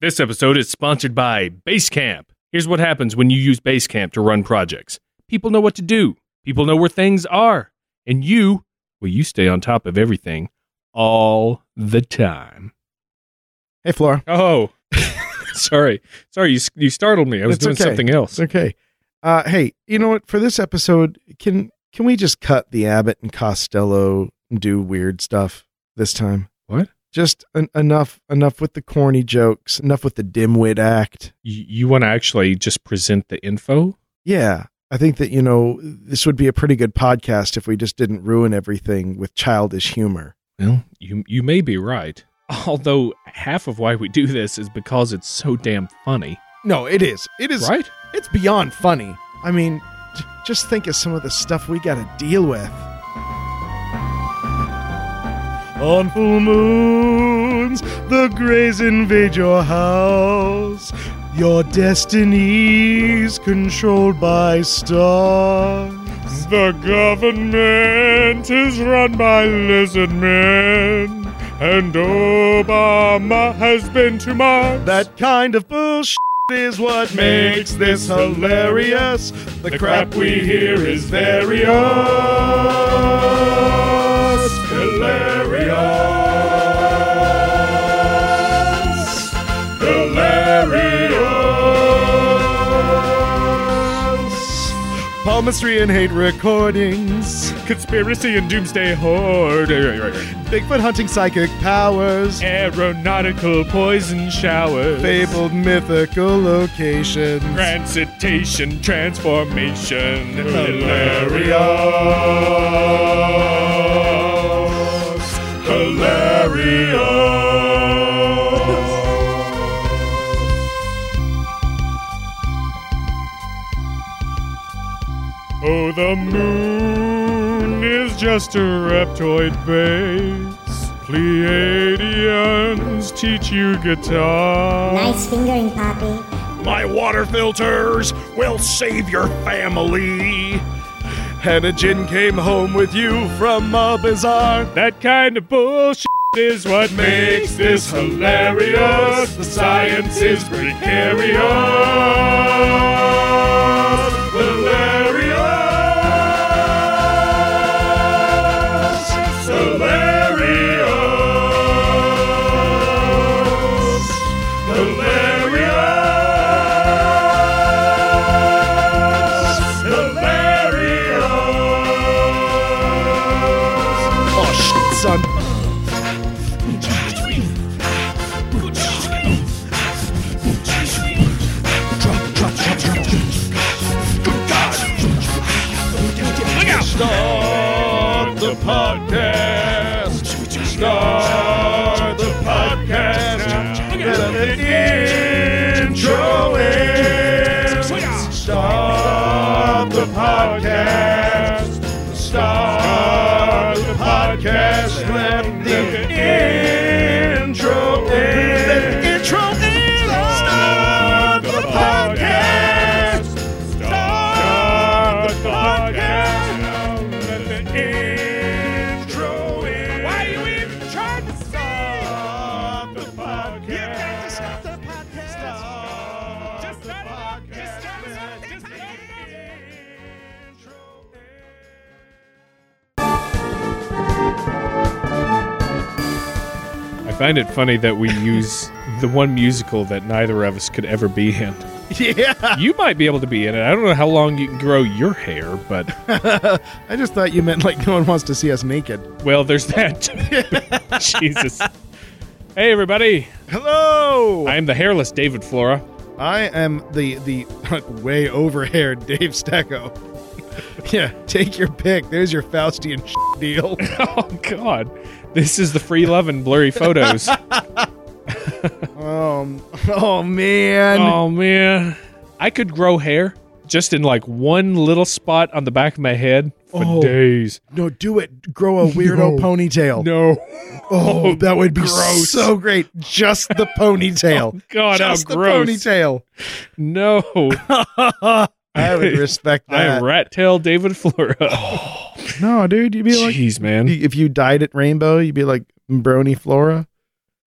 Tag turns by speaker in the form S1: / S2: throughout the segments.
S1: This episode is sponsored by Basecamp. Here's what happens when you use Basecamp to run projects people know what to do, people know where things are, and you, well, you stay on top of everything all the time.
S2: Hey, Flora.
S1: Oh, sorry. Sorry, you, you startled me. I was
S2: It's
S1: doing
S2: okay.
S1: something else.
S2: It's okay. Uh, hey, you know what? For this episode, can can we just cut the Abbott and Costello do weird stuff this time?
S1: What?
S2: Just en- enough enough with the corny jokes. Enough with the dimwit act.
S1: You, you want to actually just present the info?
S2: Yeah, I think that you know this would be a pretty good podcast if we just didn't ruin everything with childish humor.
S1: Well, you, you may be right. Although half of why we do this is because it's so damn funny,
S2: No, it is. It is.
S1: right?
S2: It's beyond funny. I mean, j- just think of some of the stuff we got to deal with. On full moons, the greys invade your house. Your destiny's controlled by stars.
S1: The government is run by lizard men, and Obama has been to Mars.
S2: That kind of bullshit is what makes this hilarious. The crap we hear is very us. Hilarious. Hilarious. Palmistry and hate recordings.
S1: conspiracy and doomsday horde,
S2: Bigfoot hunting psychic powers.
S1: aeronautical poison showers,
S2: Fabled mythical locations.
S1: transitation transformation,
S2: Hilarious.
S1: Oh, the moon is just a reptoid base. Pleiadians teach you guitar.
S3: Nice fingering, Poppy.
S1: My water filters will save your family.
S2: Hannah Jin came home with you from a bazaar.
S1: That kind of bullshit is what makes this hilarious. The science is precarious. Hilarious. Hilarious. Hilarious. Hilarious.
S2: Oh, shit, son.
S1: Start the podcast. Start the podcast. Get an intro in. Start the podcast. Start the podcast. Let the intro in. Let the intro in. Start the podcast. Start the podcast. Let the intro in. Why are you even trying to stop the podcast? You got to stop the podcast. Stop just the podcast. Just, just, just, I find it funny that we use the one musical that neither of us could ever be in.
S2: Yeah.
S1: You might be able to be in it. I don't know how long you can grow your hair, but
S2: I just thought you meant like no one wants to see us naked.
S1: well, there's that. Jesus. Hey, everybody.
S2: Hello. I,
S1: I'm the hairless David Flora.
S2: am the the way over haired Dave Stecco. yeah, take your pick. There's your Faustian shit deal.
S1: Oh, God. This is the free love and blurry photos.
S2: Um, oh man.
S1: oh, man. I could grow hair just in like one little spot on the back of my head for
S2: Oh.
S1: days.
S2: No, do it. Grow a weirdo
S1: No.
S2: ponytail.
S1: No.
S2: Oh, that would be
S1: gross.
S2: so great. Just the ponytail.
S4: Oh,
S1: God,
S2: Just
S1: how
S2: the
S1: gross.
S2: ponytail.
S1: No.
S2: I would respect
S1: I
S2: that.
S1: am rat tail David Flora.
S2: no, dude, you'd be like
S1: Jeez, man.
S2: if you dyed it rainbow, you'd be like Brony Flora.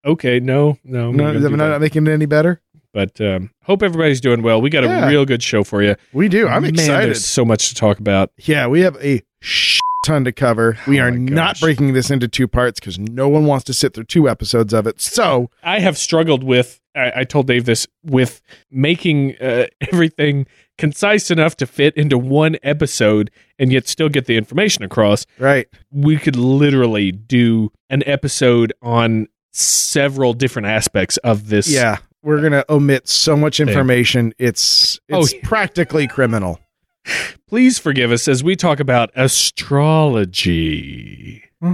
S4: okay, no, no, we're
S2: No,
S4: gonna
S2: am I
S4: do
S2: not
S4: that.
S2: making it any better?
S4: But um, hope everybody's doing well. We got
S2: Yeah.
S4: a real good show for you.
S2: We do. I'm
S4: Man,
S2: excited.
S4: There's so much to talk about.
S2: Yeah, we have a shit ton to cover. We
S4: Oh
S2: are
S4: my
S2: not
S4: gosh.
S2: breaking this into two parts because no one wants to sit through two episodes of it. So
S4: I have struggled with. I, I told Dave this with making uh, everything concise enough to fit into one episode and yet still get the information across.
S2: right,
S4: We could literally do an episode on several different aspects of this.
S2: yeah, we're gonna omit so much information. It's
S4: Oh,
S2: it's practically criminal.
S4: Please forgive us as we talk about astrology and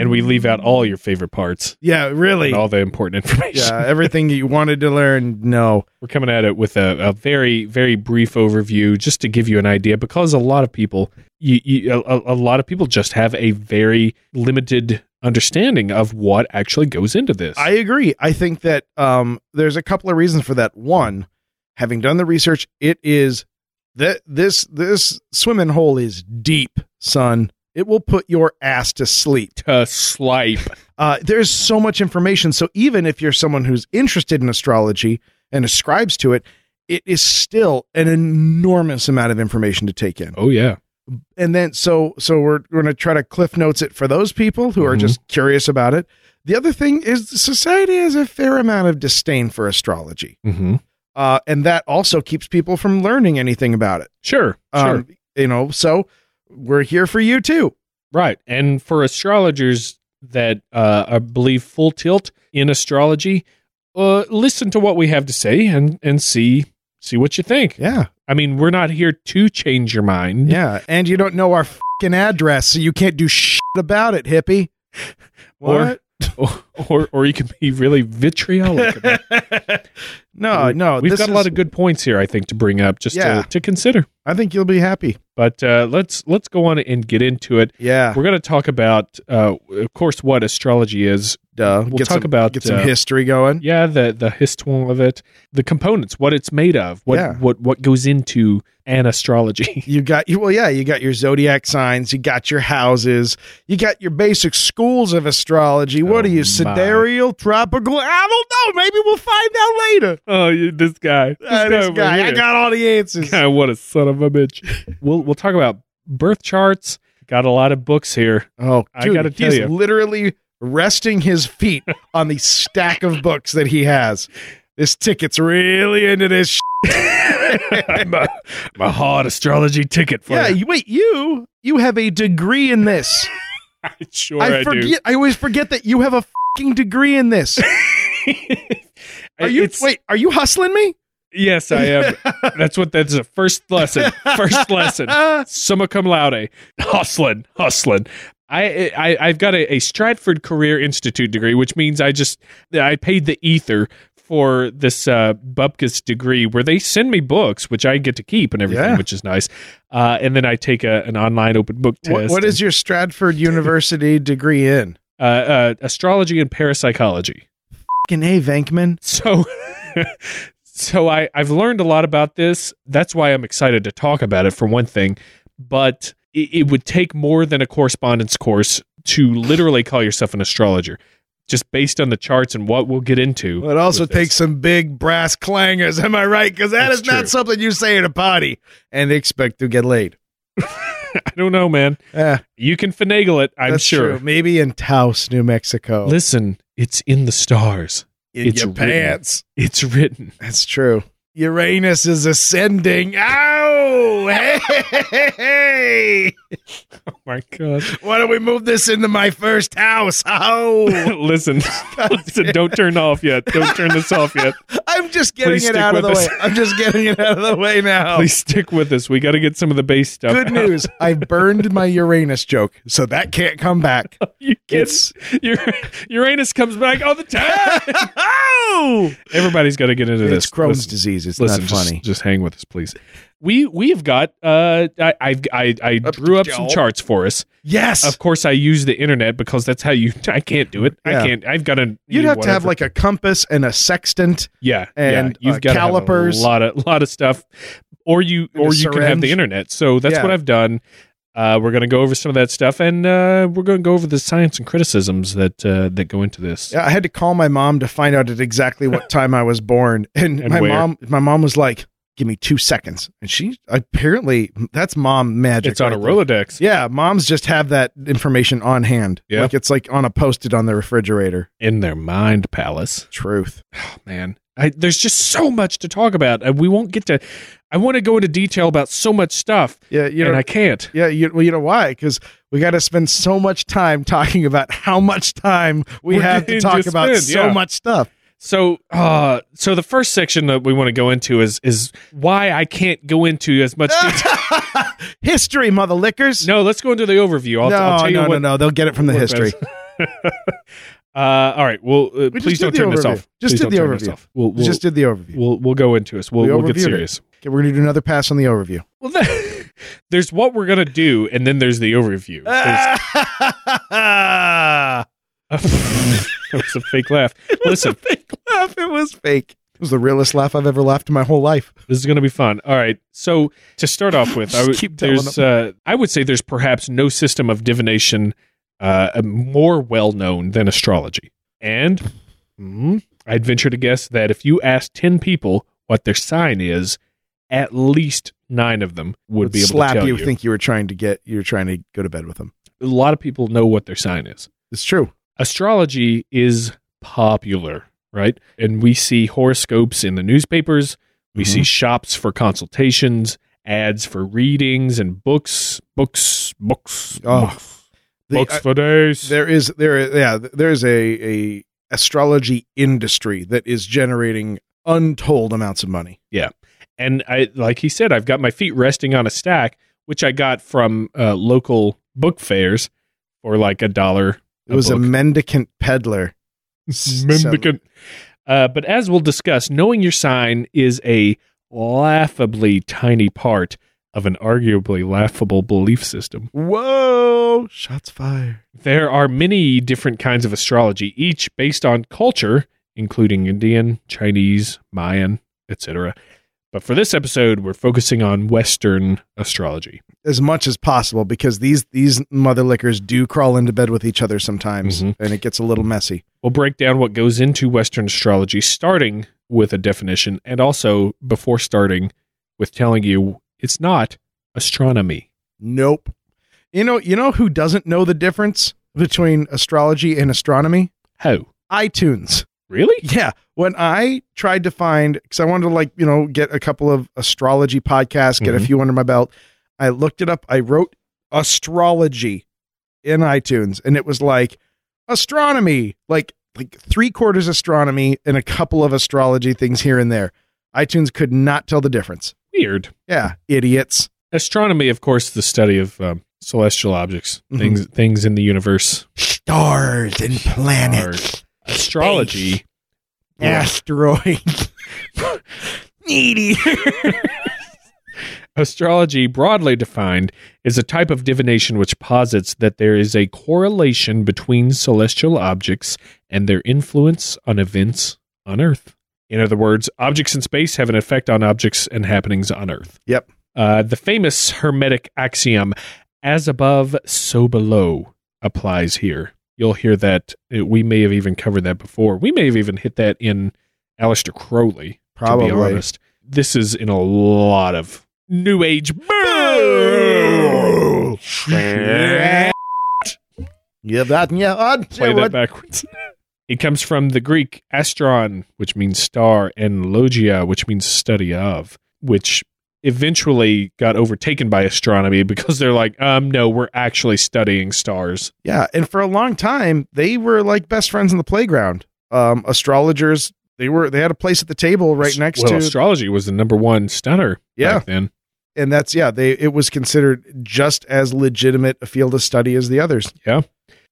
S2: And
S4: we leave out all your favorite parts
S2: yeah, really.
S4: and all the important information.
S2: Yeah, everything you wanted to learn. No,
S4: We're coming at it with a, a very, very brief overview just to give you an idea because a lot of people, you, you, a, a a lot of people just have a very limited understanding of what actually goes into this.
S2: I agree. I think that um, there's a couple of reasons for that. One, having done the research, it is that this this swimming hole is deep, son. It will put your ass to sleep.
S4: to slipe.
S2: Uh, there's so much information. So even if you're someone who's interested in astrology and ascribes to it, it is still an enormous amount of information to take in.
S4: Oh yeah,
S2: and then so so we're we're going to try to cliff notes it for those people who are
S4: Mhm.
S2: just curious about it. The other thing is society has a fair amount of disdain for astrology,
S4: mm-hmm.
S2: uh, and that also keeps people from learning anything about it.
S4: sure, sure,
S2: Um, you know, so we're here for you too.
S4: right. And for astrologers that uh, are- believe full tilt in astrology, uh, listen to what we have to say and and see see what you think.
S2: Yeah,
S4: I mean, we're not here to change your mind.
S2: yeah. And you don't know our fucking address, so you can't do shit about it, hippie.
S4: Or- or or, or you can be really vitriolic. About
S2: What? no, no.
S4: We've
S2: this
S4: got a
S2: is-
S4: lot of good points here, I think, to bring up just
S2: Yeah.
S4: to, to consider.
S2: I think you'll be happy.
S4: But uh, let's let's go on and get into it.
S2: Yeah.
S4: We're going to talk about, uh, of course, what astrology is.
S2: Duh.
S4: We'll talk
S2: some,
S4: about,
S2: get some
S4: uh,
S2: history going.
S4: Yeah, the the history of it, the components, what it's made of, what
S2: Yeah.
S4: what what goes into an astrology.
S2: You got you well, yeah. You got your zodiac signs. You got your houses. You got your basic schools of astrology. what
S4: Oh,
S2: are you,
S4: my.
S2: sidereal, tropical? I don't know. Maybe we'll find out later.
S4: oh, you, this guy,
S2: Uh, this guy, I got all the answers.
S4: God, what a son of a bitch. we'll we'll talk about birth charts. Got a lot of books here.
S2: Oh,
S4: I
S2: dude,
S4: gotta tell
S2: he's
S4: you.
S2: literally resting his feet on the stack of books that he has. This ticket's really into this. Shit.
S4: my, my hard astrology ticket for
S2: Yeah,
S4: you.
S2: you, wait, you you have a degree in this.
S4: Sure,
S2: I forget. I always forget that you have a fucking degree in this. Are you
S4: It's-
S2: wait? Are you hustling me?
S4: Yes, I am. that's what that's a first lesson. First lesson. Summa cum laude. Hustling, hustling. I, I I've got a, a Stratford Career Institute degree, which means I just I paid the ether for this uh, Bupkis degree, where they send me books, which I get to keep and everything,
S2: Yeah.
S4: which is nice. Uh, and then I take a, an online open book test.
S2: What, what is your Stratford University degree in?
S4: uh, uh, astrology and parapsychology?
S2: Fucking a Venkman.
S4: So so I I've learned a lot about this. That's why I'm excited to talk about it for one thing, but it, it would take more than a correspondence course to literally call yourself an astrologer just based on the charts and what we'll get into.
S2: Well, it also
S4: with this.
S2: takes some big brass clangers. Am I right? Because that
S4: That's
S2: is
S4: true.
S2: not something you say at a party and expect to get laid.
S4: I don't know, man.
S2: Yeah,
S4: You can finagle it, I'm
S2: that's
S4: sure.
S2: true. Maybe in Taos, New Mexico.
S4: Listen, it's in the stars.
S2: in
S4: it's
S2: your
S4: written.
S2: pants.
S4: It's written.
S2: That's true. Uranus is ascending. Ow! Hey, hey, hey!
S4: Oh my god.
S2: Why don't we move this into my first house? Oh!
S4: Listen. Listen, don't turn off yet. Don't turn this off yet.
S2: I'm just getting
S4: Please
S2: it
S4: stick
S2: out of the
S4: with
S2: way.
S4: us.
S2: I'm just getting it out of the way now.
S4: Please stick with us. We got to get some of the base stuff.
S2: Good
S4: out.
S2: news. I burned my Uranus joke, so that can't come back.
S4: You kidding?
S2: It's
S4: Ur- Uranus comes back all the time.
S2: oh,
S4: Everybody's got to get into this.
S2: it's Crohn's
S4: Listen-
S2: disease. It's
S4: Listen,
S2: not
S4: just,
S2: funny.
S4: just hang with us, please. We we've got. Uh, I I've, I I
S2: Up
S4: drew up some
S2: y'all.
S4: charts for us.
S2: Yes,
S4: Of course, I use the internet because that's how you. I can't do it.
S2: Yeah.
S4: I can't. I've got a.
S2: you'd have to have
S4: whatever.
S2: like a compass and a sextant.
S4: yeah
S2: and,
S4: yeah.
S2: uh,
S4: You've got
S2: calipers.
S4: a lot of lot of stuff, or you
S2: And a
S4: or you can have
S2: syringe.
S4: the internet. So that's
S2: Yeah.
S4: what I've done. Uh, we're going to go over some of that stuff, and uh, we're going to go over the science and criticisms that uh, that go into this.
S2: Yeah, I had to call my mom to find out at exactly what time I was born, and,
S4: And
S2: my
S4: where.
S2: mom, my mom was like, "Give me two seconds," and she apparently that's mom magic.
S4: It's on
S2: right
S4: a
S2: there.
S4: Rolodex,
S2: Yeah, moms just have that information on hand.
S4: Yeah.
S2: like it's like on a post-it on the refrigerator.
S4: in their mind palace. Oh,
S2: Truth.
S4: man I, there's just so much to talk about and we won't get to i want to go into detail about so much stuff
S2: Yeah, you know.
S4: and i can't
S2: yeah, you, well, you know why? Because we got to spend so much time talking about how much time we
S4: We're
S2: have to
S4: getting
S2: talk
S4: to
S2: about
S4: spend,
S2: so
S4: yeah.
S2: much stuff.
S4: so uh so the first section that we want to go into is is why i can't go into as much
S2: Ah!
S4: detail
S2: history, mother lickers.
S4: no let's go into the overview i'll,
S2: no,
S4: I'll tell you
S2: no,
S4: what
S2: no, no. They'll get it from the
S4: what
S2: history.
S4: uh all right well uh,
S2: just
S4: please
S2: did
S4: don't
S2: the
S4: turn this
S2: overview.
S4: off
S2: Just
S4: please
S2: did
S4: don't
S2: the
S4: turn this
S2: overview.
S4: off. we'll
S2: We
S4: we'll,
S2: just did the overview.
S4: we'll we'll go into this we'll
S2: We
S4: we'll get
S2: overviewed it.
S4: serious
S2: Okay, we're gonna do another pass on the overview.
S4: well then, there's what we're gonna do and then there's the overview
S2: Ah!
S4: There's- that was a fake laugh listen
S2: fake laugh. It was fake. It was the realest laugh I've ever laughed in my whole life.
S4: This is going to be fun. All right. So to start off with, I
S2: Just
S4: would
S2: keep telling
S4: there's uh, I would say there's perhaps no system of divination uh, more well known than astrology, and
S2: Mm-hmm.
S4: mm, I'd venture to guess that if you asked ten people what their sign is, at least nine of them would, be able
S2: slap
S4: to tell
S2: you,
S4: you.
S2: Think you were trying to get. You're trying to go to bed with them.
S4: A lot of people know what their sign is.
S2: It's true.
S4: astrology is popular, right? And we see horoscopes in the newspapers, we
S2: Mhm.
S4: see shops for consultations, ads for readings and books, books, books,
S2: Oh,
S4: books,
S2: The-
S4: books
S2: uh,
S4: for days.
S2: there is there. Yeah, there is a a astrology industry that is generating untold amounts of money.
S4: and I like he said I've got my feet resting on a stack which I got from uh, local book fairs for like a dollar.
S2: It was
S4: book.
S2: a mendicant peddler.
S4: Mendicant. Uh, but as we'll discuss, knowing your sign is a laughably tiny part of an arguably laughable belief system.
S2: Whoa! Shots fired.
S4: There are many different kinds of astrology, each based on culture, including Indian, Chinese, Mayan, etc. But for this episode, we're focusing on Western astrology.
S2: as much as possible because these these mother lickers do crawl into bed with each other sometimes
S4: Mhm.
S2: and it gets a little messy.
S4: We'll break down what goes into Western astrology, starting with a definition, and also before starting with telling you it's not astronomy.
S2: Nope. You know, you know who doesn't know the difference between astrology and astronomy?
S4: How?
S2: iTunes.
S4: Really?
S2: Yeah, when I tried to find cuz I wanted to like, you know, get a couple of astrology podcasts, get a
S4: Mhm.
S2: few under my belt. I looked it up. I wrote astrology in iTunes and it was like astronomy, like like three quarters astronomy and a couple of astrology things here and there. iTunes could not tell the difference.
S4: Weird.
S2: Yeah, idiots.
S4: Astronomy, of course, the study of um, celestial objects,
S2: Mhm.
S4: things things in the universe.
S2: Stars and
S4: planets. Astrology.
S2: asteroids, meteor.
S4: Astrology, broadly defined, is a type of divination which posits that there is a correlation between celestial objects and their influence on events on Earth. In other words, objects in space have an effect on objects and happenings on Earth.
S2: Yep.
S4: Uh, the famous Hermetic axiom, as above, so below, applies here. You'll hear that. uh, We may have even covered that before. We may have even hit that in Aleister Crowley
S2: Probably.
S4: to be honest. This is in a lot of new age.
S2: yeah, that yeah. I'd say
S4: Play that
S2: what-
S4: backwards. It comes from the Greek astron, which means star, and logia, which means study of, which eventually got overtaken by astronomy because they're like, um, no, we're actually studying stars.
S2: Yeah, and for a long time they were like best friends in the playground. Um, astrologers, they were they had a place at the table right next
S4: well,
S2: to
S4: astrology was the number one stunner
S2: Yeah.
S4: back then.
S2: and that's yeah, they it was considered just as legitimate a field of study as the others.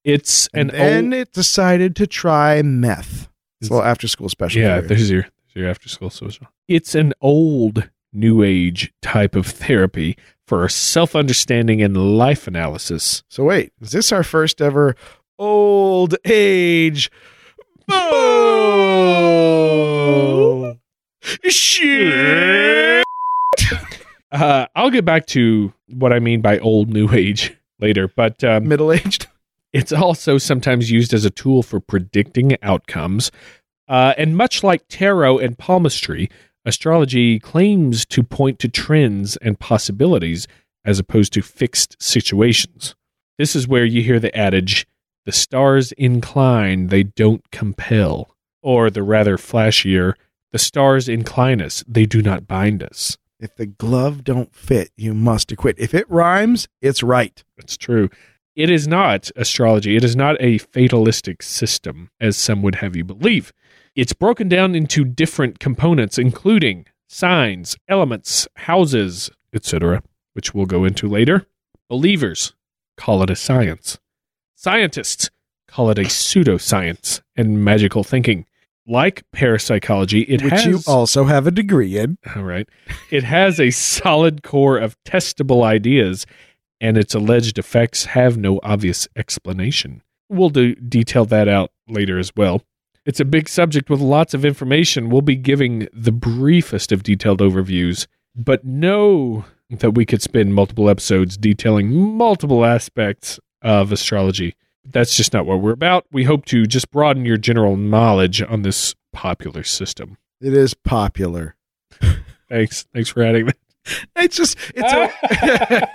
S4: It's
S2: And,
S4: an
S2: then
S4: old,
S2: it decided to try meth. It's a little after school special.
S4: yeah,
S2: for you.
S4: there's your there's your after school social. It's an old new age type of therapy for self understanding and life analysis.
S2: So wait, is this our first ever old age?
S4: Uh,
S2: Shit.
S4: Uh, I'll get back to what I mean by old new age later, but um,
S2: Middle aged.
S4: It's also sometimes used as a tool for predicting outcomes. Uh, and much like tarot and palmistry, astrology claims to point to trends and possibilities as opposed to fixed situations. This is where you hear the adage the stars incline, they don't compel, or the rather flashier, the stars incline us, they do not bind us.
S2: If the glove don't fit, you must acquit. If it rhymes, it's right.
S4: That's true. It is not astrology. It is not a fatalistic system, as some would have you believe. It's broken down into different components, including signs, elements, houses, etc., which we'll go into later. Believers call it a science. Scientists call it a pseudoscience and magical thinking. Like parapsychology, it
S2: which
S4: has
S2: you also have a degree in.
S4: all right. It has a solid core of testable ideas, and its alleged effects have no obvious explanation. We'll do, detail that out later as well. It's a big subject with lots of information. We'll be giving the briefest of detailed overviews, but know that we could spend multiple episodes detailing multiple aspects of astrology. That's just not what we're about. We hope to just broaden your general knowledge on this popular system.
S2: It is popular.
S4: Thanks. Thanks for adding that.
S2: It's just it's a,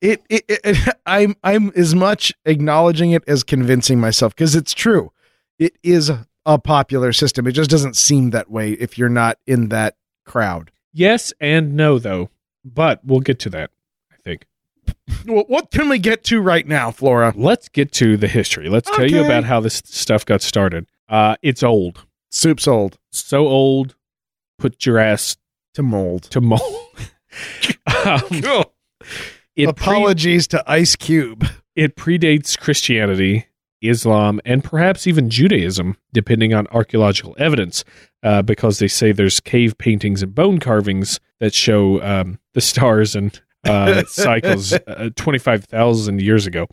S2: it, it, it I'm I'm as much acknowledging it as convincing myself because it's true. It is a popular system. It just doesn't seem that way if you're not in that crowd.
S4: Yes and no, though. But we'll get to that, I think.
S2: Well, what can we get to right now, Flora?
S4: Let's get to the history. Let's tell you
S2: Okay.
S4: about how this stuff got started. Uh, it's old.
S2: Soup's old
S4: So old, put your ass
S2: to mold.
S4: to mold. um, it, pre-
S2: Apologies to Ice Cube.
S4: it predates Christianity, Islam, and perhaps even Judaism, depending on archaeological evidence, uh, because they say there's cave paintings and bone carvings that show um, the stars and uh, cycles uh, 25,000 years ago.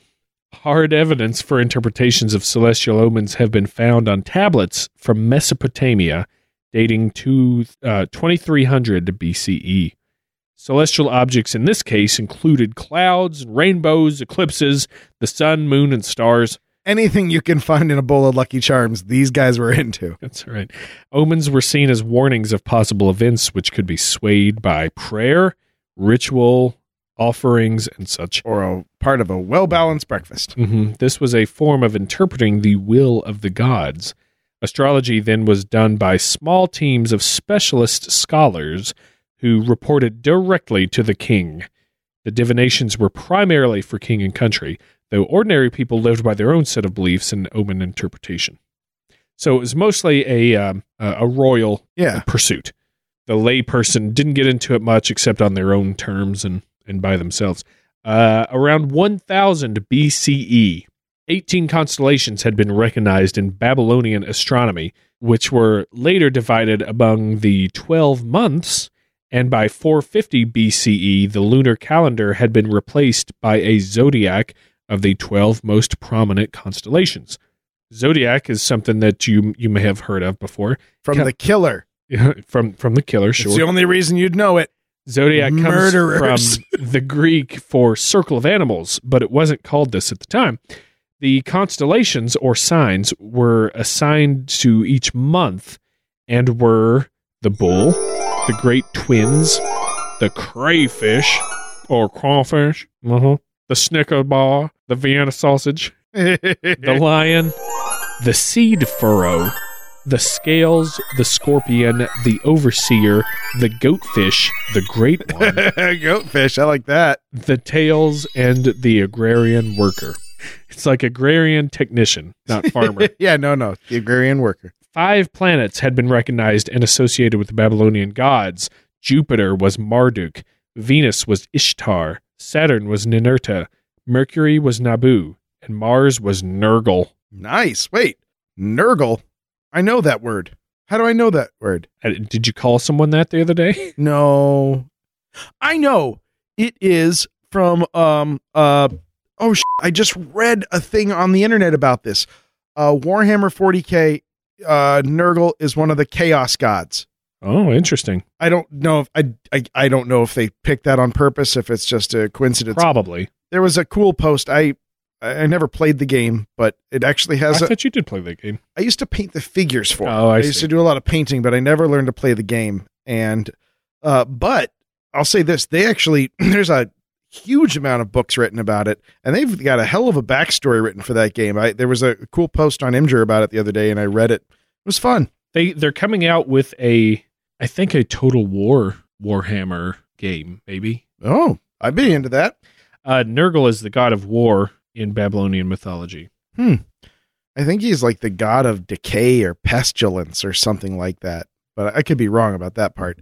S4: Hard evidence for interpretations of celestial omens have been found on tablets from Mesopotamia dating to uh, 2300 BCE. Celestial objects in this case included clouds and rainbows, eclipses, the sun, moon, and stars.
S2: Anything you can find in a bowl of Lucky Charms, these guys were into.
S4: That's all right. Omens were seen as warnings of possible events which could be swayed by prayer, ritual, offerings, and such.
S2: Or a part of a well balanced breakfast.
S4: hmm This was a form of interpreting the will of the gods. Astrology then was done by small teams of specialist scholars who reported directly to the king. The divinations were primarily for king and country, though ordinary people lived by their own set of beliefs and omen interpretation. So it was mostly a um, a a royal
S2: Yeah.
S4: pursuit. The layperson didn't get into it much except on their own terms and, and by themselves. Uh, around 1000 BCE, 18 E, constellations had been recognized in Babylonian astronomy, which were later divided among the 12 months. And by 450 BCE, E, the lunar calendar had been replaced by a zodiac of the 12 most prominent constellations. Zodiac is something that you you may have heard of before.
S2: From
S4: Ca-
S2: the killer.
S4: Yeah, from from the killer, sure.
S2: It's the only reason you'd know it.
S4: Zodiac comes
S2: Murderers.
S4: from the Greek for circle of animals, but it wasn't called this at the time. The constellations or signs were assigned to each month and were the bull, the great twins, the crayfish or crawfish, uh-huh, the snicker bar, the Vienna sausage, the lion, the seed furrow, the scales, the scorpion, the overseer, the goatfish, the great one,
S2: Goatfish. I like that.
S4: the tails, and the agrarian worker. It's like agrarian technician, not farmer.
S2: yeah, no, no. The agrarian worker.
S4: Five planets had been recognized and associated with the Babylonian gods. Jupiter was Marduk, Venus was Ishtar, Saturn was Ninurta, Mercury was Nabu, and Mars was Nergal.
S2: Nice. Wait. Nurgle. I know that word. How do I know that word?
S4: Uh, Did you call someone that the other day?
S2: No. I know. It is from um uh oh sh- I just read a thing on the internet about this. Uh Warhammer 40K uh Nurgle is one of the chaos gods.
S4: Oh, interesting.
S2: I don't know if I, I I don't know if they picked that on purpose, if it's just a coincidence.
S4: Probably.
S2: there was a cool post. I I I never played the game, but it actually
S4: I
S2: has. A,
S4: thought you did play that game.
S2: I used to paint the figures for. it.
S4: Oh, I
S2: used
S4: see.
S2: to do a lot of painting, but I never learned to play the game. And uh, but I'll say this: they actually there's a huge amount of books written about it, and they've got a hell of a backstory written for that game. I there was a cool post on Imgur about it the other day, and I read it. It was fun.
S4: They they're coming out with a I think a Total War Warhammer game, maybe.
S2: Oh, I'd be into that.
S4: Uh Nurgle is the god of war in Babylonian mythology.
S2: I think he's like the god of decay or pestilence or something like that. But I could be wrong about that part.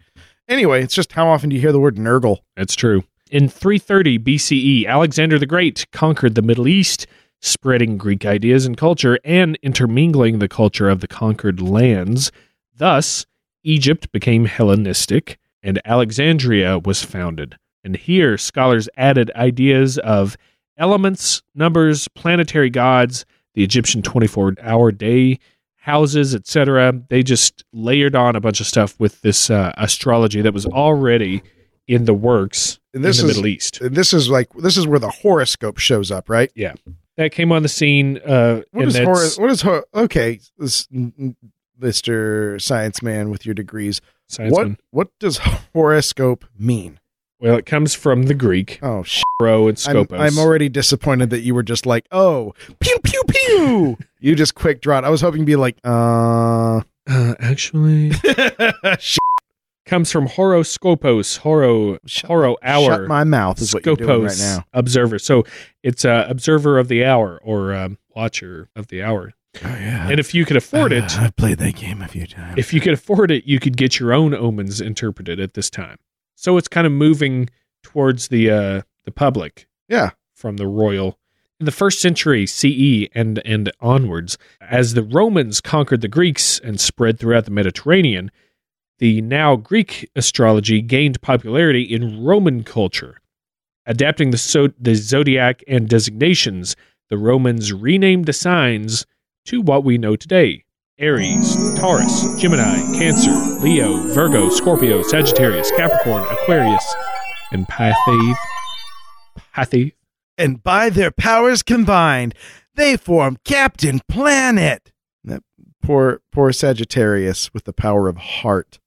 S2: Anyway, it's just how often do you hear the word Nurgle?
S4: That's true. In 330 BCE, E, Alexander the Great conquered the Middle East, spreading Greek ideas and culture and intermingling the culture of the conquered lands. Thus, Egypt became Hellenistic and Alexandria was founded. And here, scholars added ideas of elements, numbers, planetary gods, the Egyptian 24 hour day, houses, etc. They just layered on a bunch of stuff with this uh, astrology that was already in the works
S2: And this
S4: in the
S2: is
S4: Middle East.
S2: and this is like this is where the horoscope shows up, right?
S4: That came on the scene. Uh,
S2: What
S4: and
S2: is
S4: that's-
S2: hor- what is hor- okay, this, Mr. Science Man with your degrees.
S4: Science
S2: what
S4: man.
S2: what does horoscope mean?
S4: Well, it comes from the Greek,
S2: Oh sh-
S4: pro and
S2: I'm,
S4: scopos.
S2: I'm already disappointed that you were just like, "Oh, pew pew pew." you just quick draw. it. I was hoping you'd be like, "Uh,
S4: uh, actually,
S2: sh-
S4: comes from horoscopos, horo,
S2: Shut-
S4: horo hour.
S2: shut my mouth is what you're doing right
S4: Scopos,
S2: now."
S4: observer. So it's uh, observer of the hour or um, watcher of the hour.
S2: Oh yeah.
S4: And if you could afford it,
S2: I've played that game a few times.
S4: if you could afford it, you could get your own omens interpreted at this time. So it's kind of moving towards the uh, the public.
S2: Yeah.
S4: From the royal in the first century CE and and onwards, as the Romans conquered the Greeks and spread throughout the Mediterranean, the now Greek astrology gained popularity in Roman culture. Adapting the, so- the zodiac and designations, the Romans renamed the signs to what we know today Aries, Taurus, Gemini, Cancer, Leo, Virgo, Scorpio, Sagittarius, Capricorn, Aquarius, and Pythave. Pythave.
S2: and by their powers combined, they form Captain Planet. That poor, poor Sagittarius with the power of heart.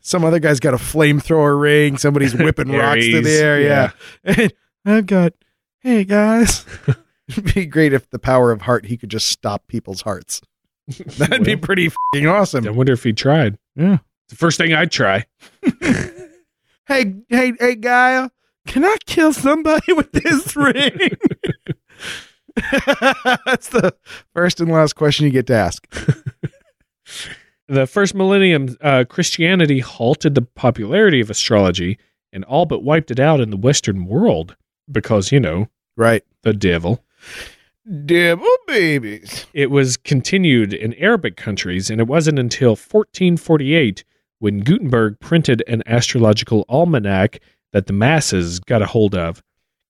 S2: Some other guy's got a flamethrower ring. Somebody's whipping rocks through the
S4: Aries,
S2: air. Yeah. And I've got, hey guys. It'd be great if the power of heart, he could just stop people's hearts. That'd be pretty fing awesome.
S4: I wonder if he tried.
S2: Yeah.
S4: It's the first thing I'd try.
S2: hey, hey, hey, Gaia, can I kill somebody with this ring? That's the first and last question you get to ask.
S4: The first millennium, uh, Christianity halted the popularity of astrology and all but wiped it out in the Western world because, you know,
S2: Right.
S4: the devil.
S2: Devil babies.
S4: It was continued in Arabic countries, and it wasn't until 1448 when Gutenberg printed an astrological almanac that the masses got a hold of.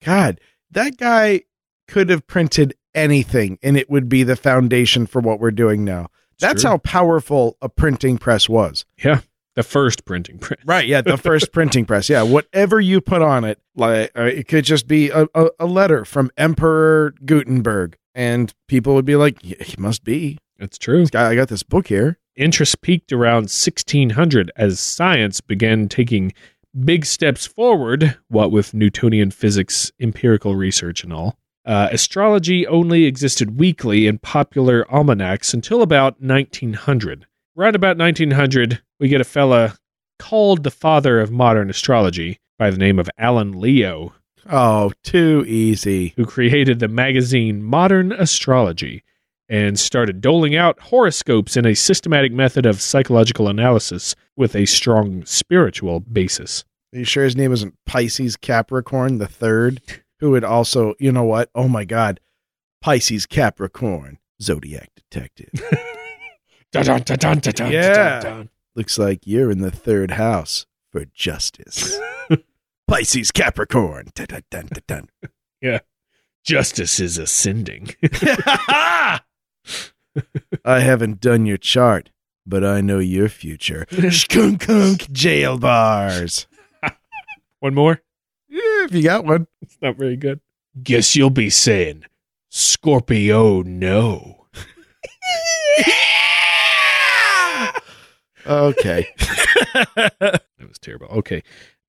S2: God, that guy could have printed anything and it would be the foundation for what we're doing now. That's
S4: Sure.
S2: how powerful a printing press was.
S4: the first printing press.
S2: Right. Yeah. The first printing press. Yeah. Whatever you put on it, like uh, it could just be a, a, a letter from Emperor Gutenberg, and people would be like, yeah, "He must be
S4: That's true.
S2: this guy. I got this book here."
S4: Interest peaked around 1600 as science began taking big steps forward, what with Newtonian physics, empirical research, and all. Uh, astrology only existed weekly in popular almanacs until about 1900. Right about 1900, we get a fella called the father of modern astrology by the name of Alan Leo,
S2: Oh, too easy.
S4: who created the magazine Modern Astrology and started doling out horoscopes in a systematic method of psychological analysis with a strong spiritual basis.
S2: Are you sure his name isn't Pisces Capricorn the third, who would also, you know what? Oh my God, Pisces Capricorn Zodiac Detective. Yeah. Looks like you're in the third house for justice. Pisces Capricorn. Dun, dun, dun, dun, dun.
S4: Justice is ascending.
S2: I haven't done your chart. but I know your future. Skunk jail bars.
S4: One more?
S2: Yeah, if you got one.
S4: It's not very good. Guess you'll be saying, Scorpio, no.
S2: Okay.
S4: that was terrible. Okay.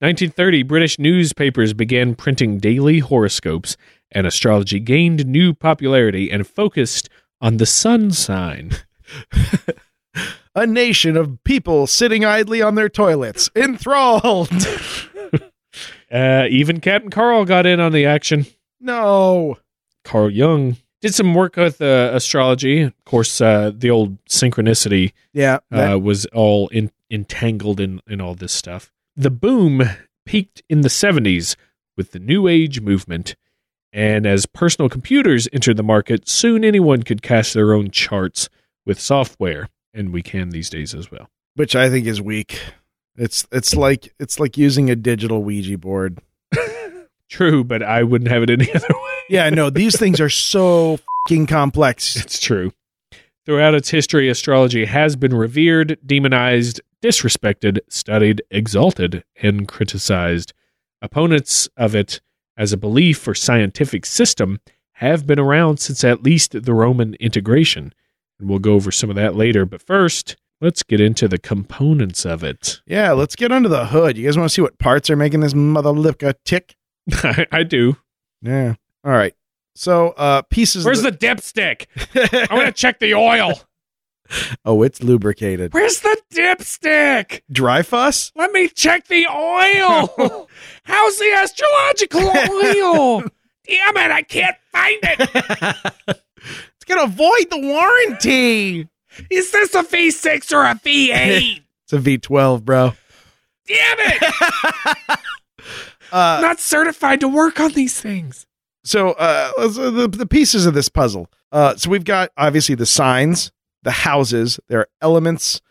S4: 1930, British newspapers began printing daily horoscopes, and astrology gained new popularity and focused on the sun sign.
S2: A nation of people sitting idly on their toilets, enthralled.
S4: Uh, even Captain Carl got in on the action.
S2: no.
S4: Carl Jung did some work with uh, astrology. Of course, uh, the old synchronicity
S2: Yeah. that-
S4: uh, was all in, entangled in, in all this stuff. The boom peaked in the 70s with the New Age movement. And as personal computers entered the market, soon anyone could cast their own charts with software. And we can these days as well.
S2: which I think is weak. It's it's like it's like using a digital Ouija board.
S4: True, but I wouldn't have it any other way.
S2: Yeah, no, these things are so fucking complex.
S4: It's true. Throughout its history, astrology has been revered, demonized, disrespected, studied, exalted, and criticized. Opponents of it as a belief or scientific system have been around since at least the Roman integration. And we'll go over some of that later. But first, let's get into the components of it.
S2: Yeah, let's get under the hood. You guys want to see what parts are making this mother lipka tick?
S4: I, I do.
S2: Yeah. All right. So uh pieces
S4: Where's
S2: of
S4: the dipstick? I want to check the oil.
S2: Oh, it's lubricated.
S4: Where's the dipstick?
S2: Dry fuss?
S4: Let me check the oil. How's the astrological oil? Damn it, I can't find it.
S2: It's gonna void the warranty.
S4: Is this a V6 or a V8?
S2: It's a V twelve, bro.
S4: Damn it.
S2: Uh
S4: I'm not certified to work on these things.
S2: so uh let's- uh, the, the pieces of this puzzle uh so we've got obviously the signs the houses their elements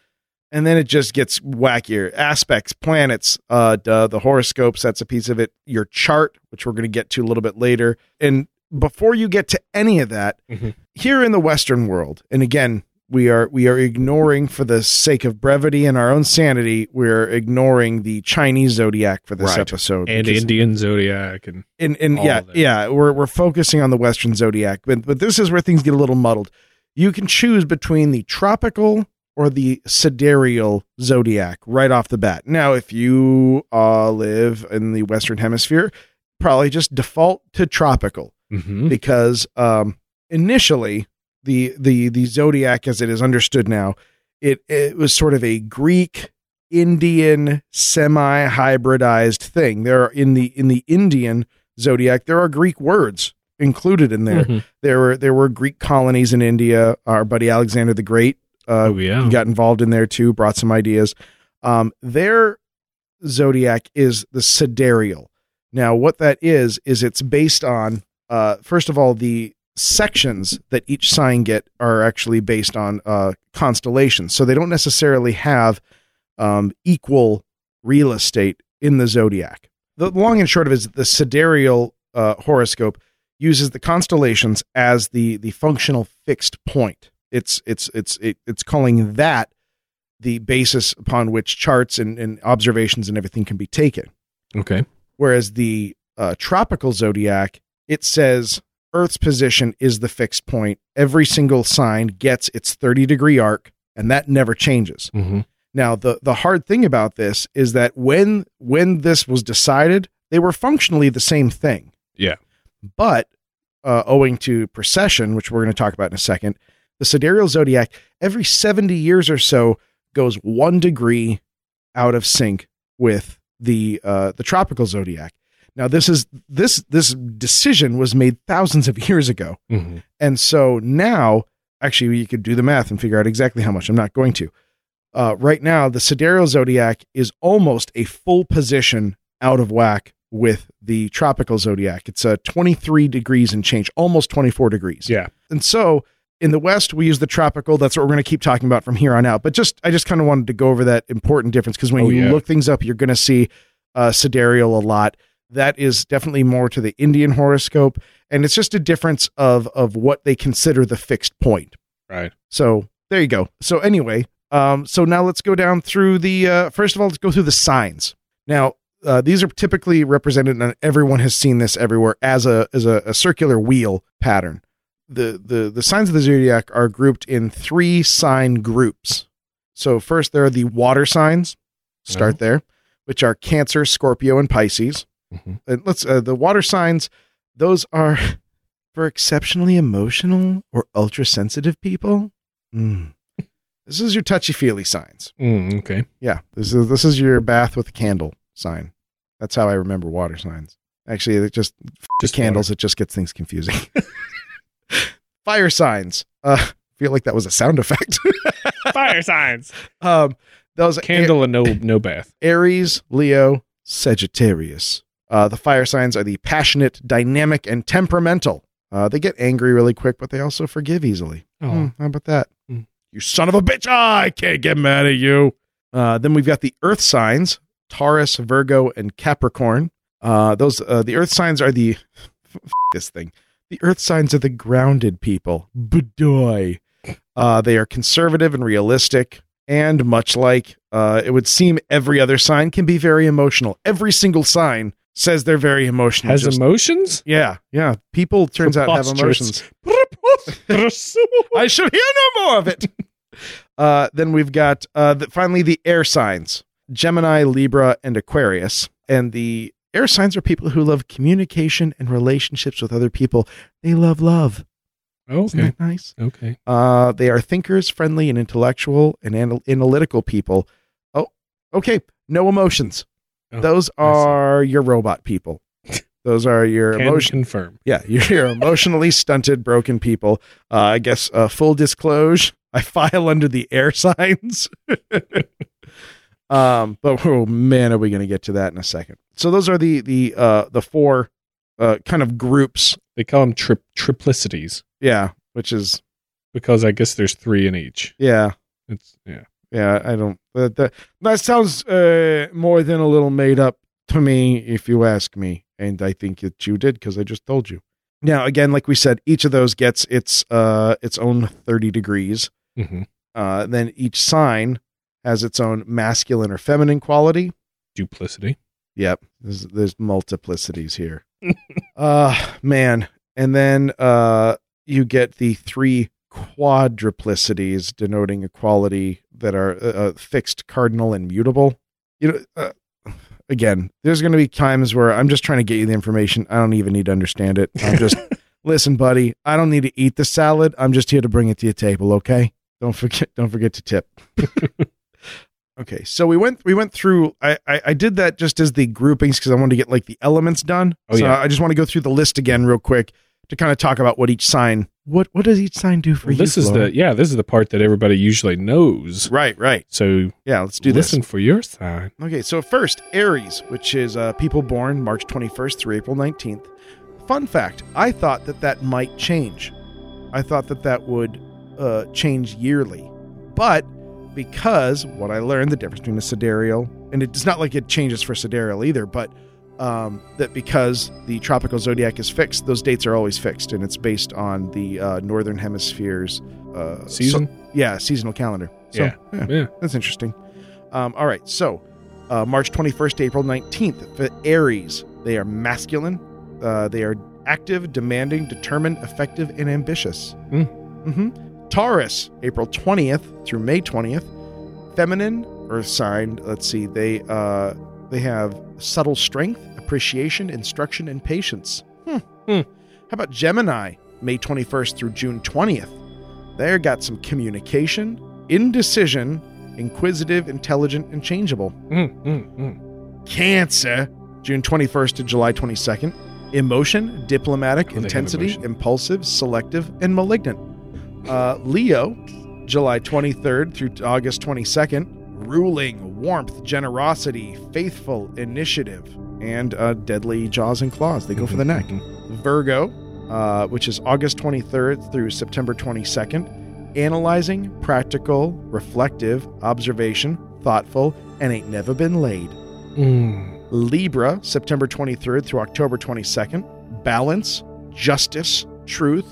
S2: and then it just gets wackier aspects planets uh duh, the horoscopes that's a piece of it your chart which we're going to get to a little bit later and before you get to any of that
S4: Mhm.
S2: here in the western world and again we are we are ignoring for the sake of brevity and our own sanity we're ignoring the chinese zodiac for this
S4: Right.
S2: episode
S4: And
S2: because-
S4: Indian zodiac and
S2: and and
S4: all
S2: yeah,
S4: of it.
S2: yeah, we're we're focusing on the Western zodiac, but but this is where things get a little muddled. You can choose between the tropical or the sidereal zodiac right off the bat. Now, if you uh, live in the Western Hemisphere, probably just default to tropical
S4: mm-hmm. Hmm.
S2: because um, initially the the the zodiac as it is understood now, it it was sort of a Greek Indian semi hybridized thing. There are in the in the Indian zodiac there are Greek words included in
S4: Hmm. Mm-hmm.
S2: there. There were there were Greek colonies in India. Our buddy Alexander the Great uh,
S4: Oh, yeah.
S2: got involved in there too, brought some ideas. Um, their zodiac is the sidereal. Now, what that is is it's based on uh, first of all the sections that each sign get are actually based on uh, constellations, so they don't necessarily have um, equal real estate in the zodiac. The long and short of it is that the sidereal uh, horoscope uses the constellations as the the functional fixed point. It's it's it's it, it's calling that the basis upon which charts and, and observations and everything can be taken.
S4: Okay.
S2: Whereas the uh, tropical zodiac, it says Earth's position is the fixed point. Every single sign gets its 30 degree arc, and that never changes.
S4: Mm-hmm.
S2: Now, the the hard thing about this is that when when this was decided, they were functionally the same thing.
S4: Yeah.
S2: But uh, owing to precession, which we're going to talk about in a second, the sidereal zodiac every 70 years or so goes 1 degree out of sync with the uh, the tropical zodiac. Now, this is this this decision was made thousands of years ago.
S4: Mm-hmm.
S2: And so now, actually, you could do the math and figure out exactly how much. I'm not going to. Uh, right now, the sidereal zodiac is almost a full position out of whack with the tropical zodiac. It's uh, 23 degrees and change, almost 24 degrees.
S4: Yeah.
S2: And so in the West, we use the tropical. That's what we're going to keep talking about from here on out. But just, I just kind of wanted to go over that important difference because when
S4: Oh,
S2: you
S4: yeah.
S2: look things up, you're going to see uh, sidereal a lot. That is definitely more to the Indian horoscope, and it's just a difference of of what they consider the fixed point.
S4: Right.
S2: So there you go. So anyway, Um, so now let's go down through the uh, first of all, let's go through the signs. Now uh, these are typically represented, and everyone has seen this everywhere as a as a, a circular wheel pattern. The, the the signs of the zodiac are grouped in three sign groups. So first there are the water signs. Start there, which are Cancer, Scorpio, and Pisces.
S4: Mhm.
S2: And let's uh, the water signs. Those are for exceptionally emotional or ultra sensitive people. Mm. This is your touchy feely signs.
S4: Mm, okay.
S2: Yeah, this is this is your bath with a candle sign. That's how I remember water signs. Actually, it just
S4: Just
S2: candles. It just gets things confusing. Fire signs. Uh, I feel like that was a sound effect.
S4: fire signs.
S2: um, those are
S4: Candle and no no bath.
S2: A- Aries, Leo, Sagittarius. Uh, the fire signs are the passionate, dynamic, and temperamental. Uh, they get angry really quick, but they also forgive easily.
S4: Oh.
S2: Hmm, how about that?
S4: Mm.
S2: You son of a bitch! Ah, I can't get mad at you. Uh, then we've got the Earth signs: Taurus, Virgo, and Capricorn. Uh, those uh, the Earth signs are the f- f- this thing. The Earth signs are the grounded people. Bedoy. Uh, they are conservative and realistic, and much like uh, it would seem, every other sign can be very emotional. Every single sign says they're very emotional.
S4: Has
S2: Just-
S4: emotions?
S2: yeah, yeah. People turns out have
S4: Preposterous.
S2: emotions.
S4: Preposterous.
S2: I should hear no more of it. uh, then we've got uh, the, finally the air signs Gemini, Libra, and Aquarius. And the air signs are people who love communication and relationships with other people. They love love. Isn't
S4: okay.
S2: that nice?
S4: Okay.
S2: Uh, they are thinkers, friendly, and intellectual and anal- analytical people. Oh, okay. No emotions.
S4: Oh,
S2: Those
S4: I see.
S2: are your robot people. Those are your
S4: Can
S2: emotions.
S4: confirm.
S2: Yeah, you're, you're emotionally stunted, broken people. Uh, I guess uh, full disclosure, I file under the air signs. um, but oh man, are we going to get to that in a second? So those are the the uh, the four uh, kind of groups.
S4: They call them trip triplicities
S2: Yeah, which is
S4: because I guess there's three in each.
S2: yeah,
S4: It's yeah.
S2: yeah. I don't that that, that sounds uh, more than a little made up to me, if you ask me. And I think that you did because I just told you. Now, again, like we said, each of those gets its uh, its own thirty degrees.
S4: Mm-hmm.
S2: Uh, then each sign has its own masculine or feminine quality.
S4: Duplicity.
S2: Yep, there's, there's multiplicities here. uh man, and then uh, you get the three quadruplicities denoting equality that are uh, uh, fixed, cardinal, and mutable. You know, uh, again, there's going to be times where I'm just trying to get you the information. I don't even need to understand it. I'm just listen, buddy. I don't need to eat the salad. I'm just here to bring it to your table. Okay. Don't forget. Don't forget to tip. okay. So we went. We went through. I I, I did that just as the groupings because I wanted to get like the elements done.
S4: Oh,
S2: so
S4: yeah.
S2: I just want to go through the list again real quick to kind of talk about what each sign. What What does each sign do for
S4: Well,
S2: you?
S4: this is
S2: Flo?
S4: the yeah. This is the part that everybody usually knows.
S2: Right. Right.
S4: So
S2: Yeah. Let's do this.
S4: listen for your sign.
S2: Okay, so first, Aries, which is uh, people born March 21st through April 19th. Fun fact I thought that that might change. I thought that that would uh, change yearly. But because what I learned, the difference between a sidereal, and it's not like it changes for sidereal either, but um, that because the tropical zodiac is fixed, those dates are always fixed, and it's based on the uh, northern hemisphere's uh,
S4: Season.
S2: so- yeah, seasonal calendar. So,
S4: Yeah. yeah.
S2: that's interesting. Um, all right, so uh, March 21st, to April 19th for Aries. They are masculine. Uh, they are active, demanding, determined, effective, and ambitious.
S4: Mm.
S2: hmm Taurus, April 20th through May 20th. Feminine, Earth sign. Let's see. They uh, they have subtle strength, appreciation, instruction, and patience. Hmm.
S4: Hmm.
S2: How about Gemini, May 21st through June 20th? They got some communication, indecision, inquisitive, intelligent, and changeable.
S4: Mm, mm, mm.
S2: Cancer, June 21st to July 22nd. Emotion, diplomatic,
S4: Oh, they have
S2: intensity,
S4: emotion.
S2: impulsive, selective, and malignant. Uh, Leo, July 23rd through to August 22nd. Ruling, warmth, generosity, faithful, initiative, and uh, deadly jaws and claws. They go for the neck.
S4: Mhm.
S2: Virgo, uh, which is August 23rd through September 22nd, analyzing, practical, reflective, observation, thoughtful, and ain't never been laid.
S4: Mm.
S2: Libra, September 23rd through October 22nd, balance, justice, truth,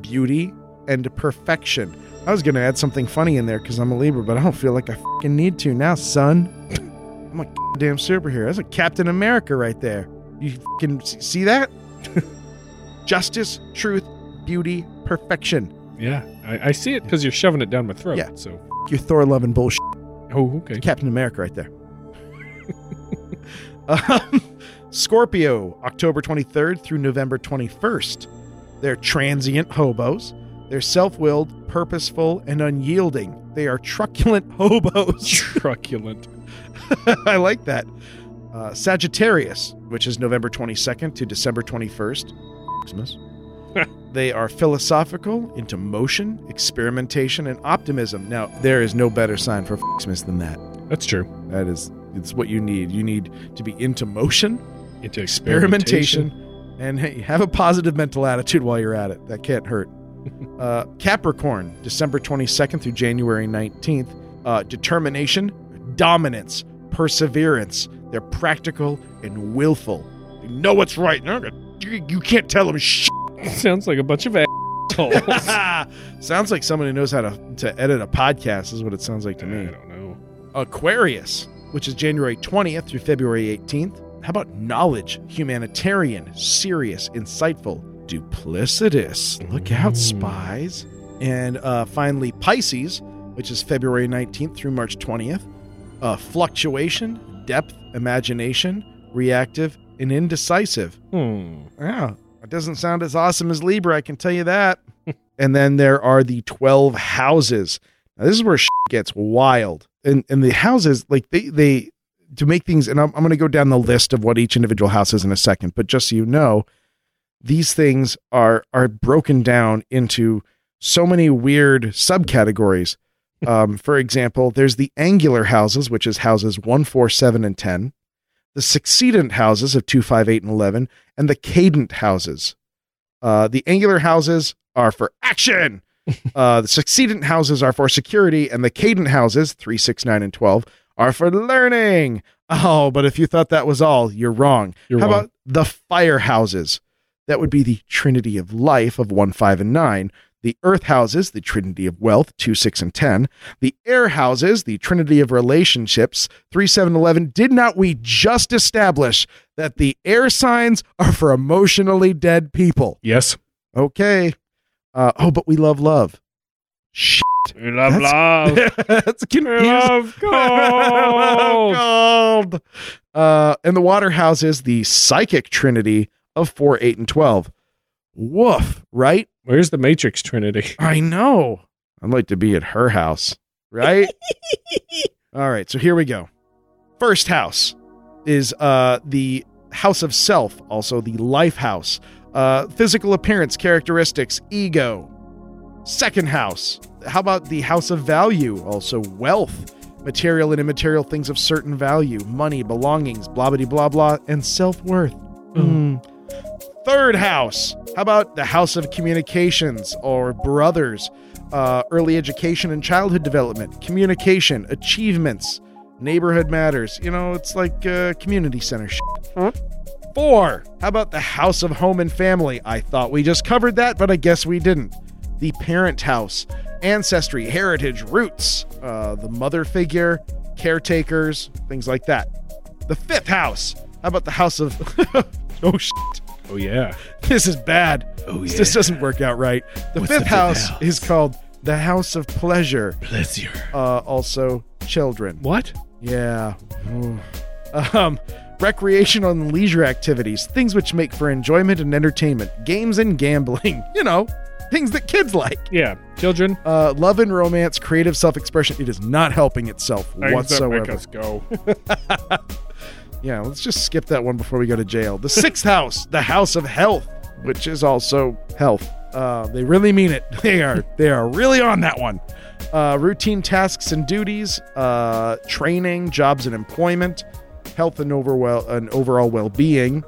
S2: beauty, and perfection. I was gonna add something funny in there because I'm a Libra, but I don't feel like I fing need to now, son. I'm a damn superhero. That's a Captain America right there. You can see that? Justice, truth, beauty, perfection.
S4: Yeah, I, I see it because you're shoving it down my throat.
S2: Yeah.
S4: So,
S2: F- Your Thor loving bullshit.
S4: oh, okay.
S2: Captain America right there. um, Scorpio, October 23rd through November 21st. They're transient hobos. They're self willed, purposeful, and unyielding. They are truculent hobos.
S4: Truculent.
S2: I like that. Uh, Sagittarius, which is November 22nd to December 21st, Christmas. they are philosophical, into motion, experimentation, and optimism. Now, there is no better sign for Christmas than that.
S4: That's true.
S2: That is, it's what you need. You need to be into motion,
S4: Into
S2: experimentation, and hey, have a positive mental attitude while you're at it. That can't hurt. uh, Capricorn, December 22nd through January 19th. Uh, determination, dominance, perseverance. They're practical and willful. They know what's right. and they're gonna- You you can't tell them shit.
S4: Sounds like a bunch of assholes.
S2: sounds like someone who knows how to, to edit a podcast, is what it sounds like to
S4: I
S2: me.
S4: don't know.
S2: Aquarius, which is January 20th through February 18th. How about knowledge, humanitarian, serious, insightful, duplicitous? Look out,
S4: Mm.
S2: spies. And uh, finally, Pisces, which is February 19th through March 20th. Uh, fluctuation, depth, imagination, reactive, and indecisive.
S4: Hmm.
S2: Yeah, it doesn't sound as awesome as Libra, I can tell you that. and then there are the 12 houses. Now, this is where shit gets wild. And and the houses, like they they to make things and I'm I'm going to go down the list of what each individual house is in a second, but just so you know, these things are are broken down into so many weird subcategories. Um, for example, there's the angular houses, which is houses one, four, seven, and 10, the succedent houses of two, five, eight, and 11, and the cadent houses. Uh, the angular houses are for action. uh, the succedent houses are for security, and the cadent houses, three, six, nine, and 12, are for learning. Oh, but if you thought that was all, you're wrong.
S4: You're
S2: How
S4: wrong.
S2: about the fire houses? That would be the trinity of life of 1, 5, and 9. The earth houses, the trinity of wealth, 2, 6, and 10. The air houses, the trinity of relationships, 3, 7, 11. Did not we just establish that the air signs are for emotionally dead people?
S4: yes.
S2: Okay. Uh, oh, but we love love. Shit.
S4: We love
S2: That's-
S4: love.
S2: That's
S4: We
S2: confusing.
S4: love gold.
S2: Gold. Oh, Uh, and the water houses the psychic trinity of four, eight, and twelve. Woof, right?
S4: Where's the Matrix Trinity?
S2: I know. I'd like to be at her house, right? All right, so here we go. First house is uh the house of self, also the life house. Uh physical appearance, characteristics, ego. Second house. How about the house of value, also wealth, material and immaterial things of certain value, money, belongings, blah blah blah blah, and self-worth.
S4: Mm.
S2: Third house. How about the house of communications or brothers? Uh, early education and childhood development, communication, achievements, neighborhood matters. You know, it's like uh, community center shit. Four. How about the house of home and family? I thought we just covered that, but I guess we didn't. The parent house, ancestry, heritage, roots, uh, the mother figure, caretakers, things like that. The fifth house. How about the house of? oh shit
S4: Oh yeah.
S2: this is bad.
S4: Oh,
S2: This-
S4: yeah.
S2: This doesn't work out right. The
S4: What's the
S2: fifth
S4: fifth
S2: house,
S4: house?
S2: is called the House of Pleasure.
S4: Pleasure.
S2: Uh, also, children.
S4: What?
S2: Yeah. Ooh. Um, recreational and leisure activities, things which make for enjoyment and entertainment, games and gambling. You know, things that kids like.
S4: Yeah. Children.
S2: Uh, love and romance, creative self-expression. It is not helping itself
S4: Things that
S2: whatsoever.
S4: Make us go.
S2: Yeah, let's just skip that one before we go to jail. The sixth house, the house of health, which is also health. Uh, they really mean it. They are they are really on that one. Uh, routine tasks and duties, uh, training, jobs and employment, health and overwhel- and overall well being.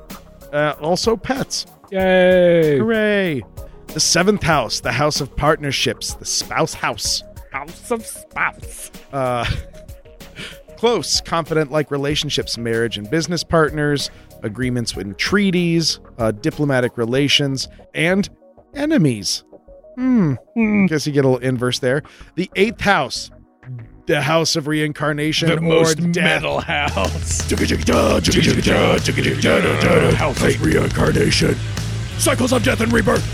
S2: Uh, also pets. Hmm.
S4: Yay.
S2: Hooray! The seventh house, the house of partnerships, the spouse house.
S4: House of spouse.
S2: Uh, close, confident like relationships, marriage and business partners, agreements and treaties, uh, diplomatic relations, and enemies. Hmm. Guess you get a little inverse there. The eighth house, the house of reincarnation,
S4: the
S2: or
S4: most
S2: death.
S4: metal house.
S5: Hellfate reincarnation. Cycles of death and rebirth.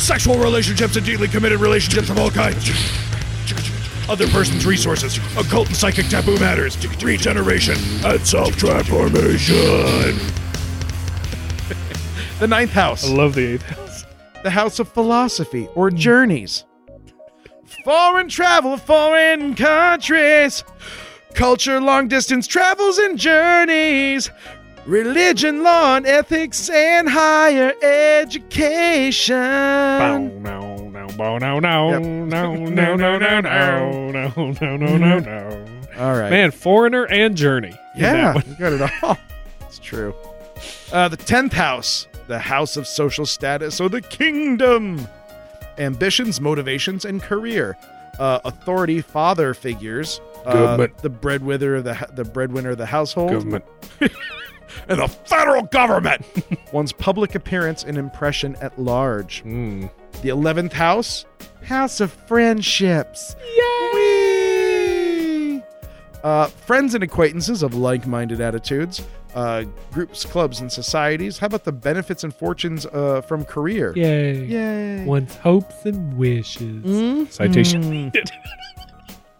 S5: Sexual relationships and deeply committed relationships of all kinds. Other person's resources. Occult and psychic taboo matters. Regeneration and self transformation.
S2: The ninth house,
S4: love the eighth house.
S2: the house of philosophy or journeys, foreign travel, foreign countries, culture, long distance travels and journeys, religion, law and ethics, and higher education.
S4: Bow, no, no, bow, no, no,
S2: Yep.
S4: no, no, no, no, no, no, no, no, no, no.
S2: All right.
S4: Man, foreigner and journey. in that
S2: Yeah,
S4: one.
S2: you got it all. It's true. Uh, the tenth house, the house of social status or the kingdom, ambitions, motivations, and career, uh, authority, father figures, uh,
S4: Government.
S2: the breadwinner of the ho- the breadwinner of the household,
S4: Government.
S5: And the federal government.
S2: one's public appearance and impression at large.
S4: Mm.
S2: The eleventh house, house of friendships. Whee! Uh, friends and acquaintances of like-minded attitudes, uh, groups, clubs, and societies. How about the benefits and fortunes uh, from career?
S4: Yay.
S2: Yay!
S4: One's hopes and wishes. Citation.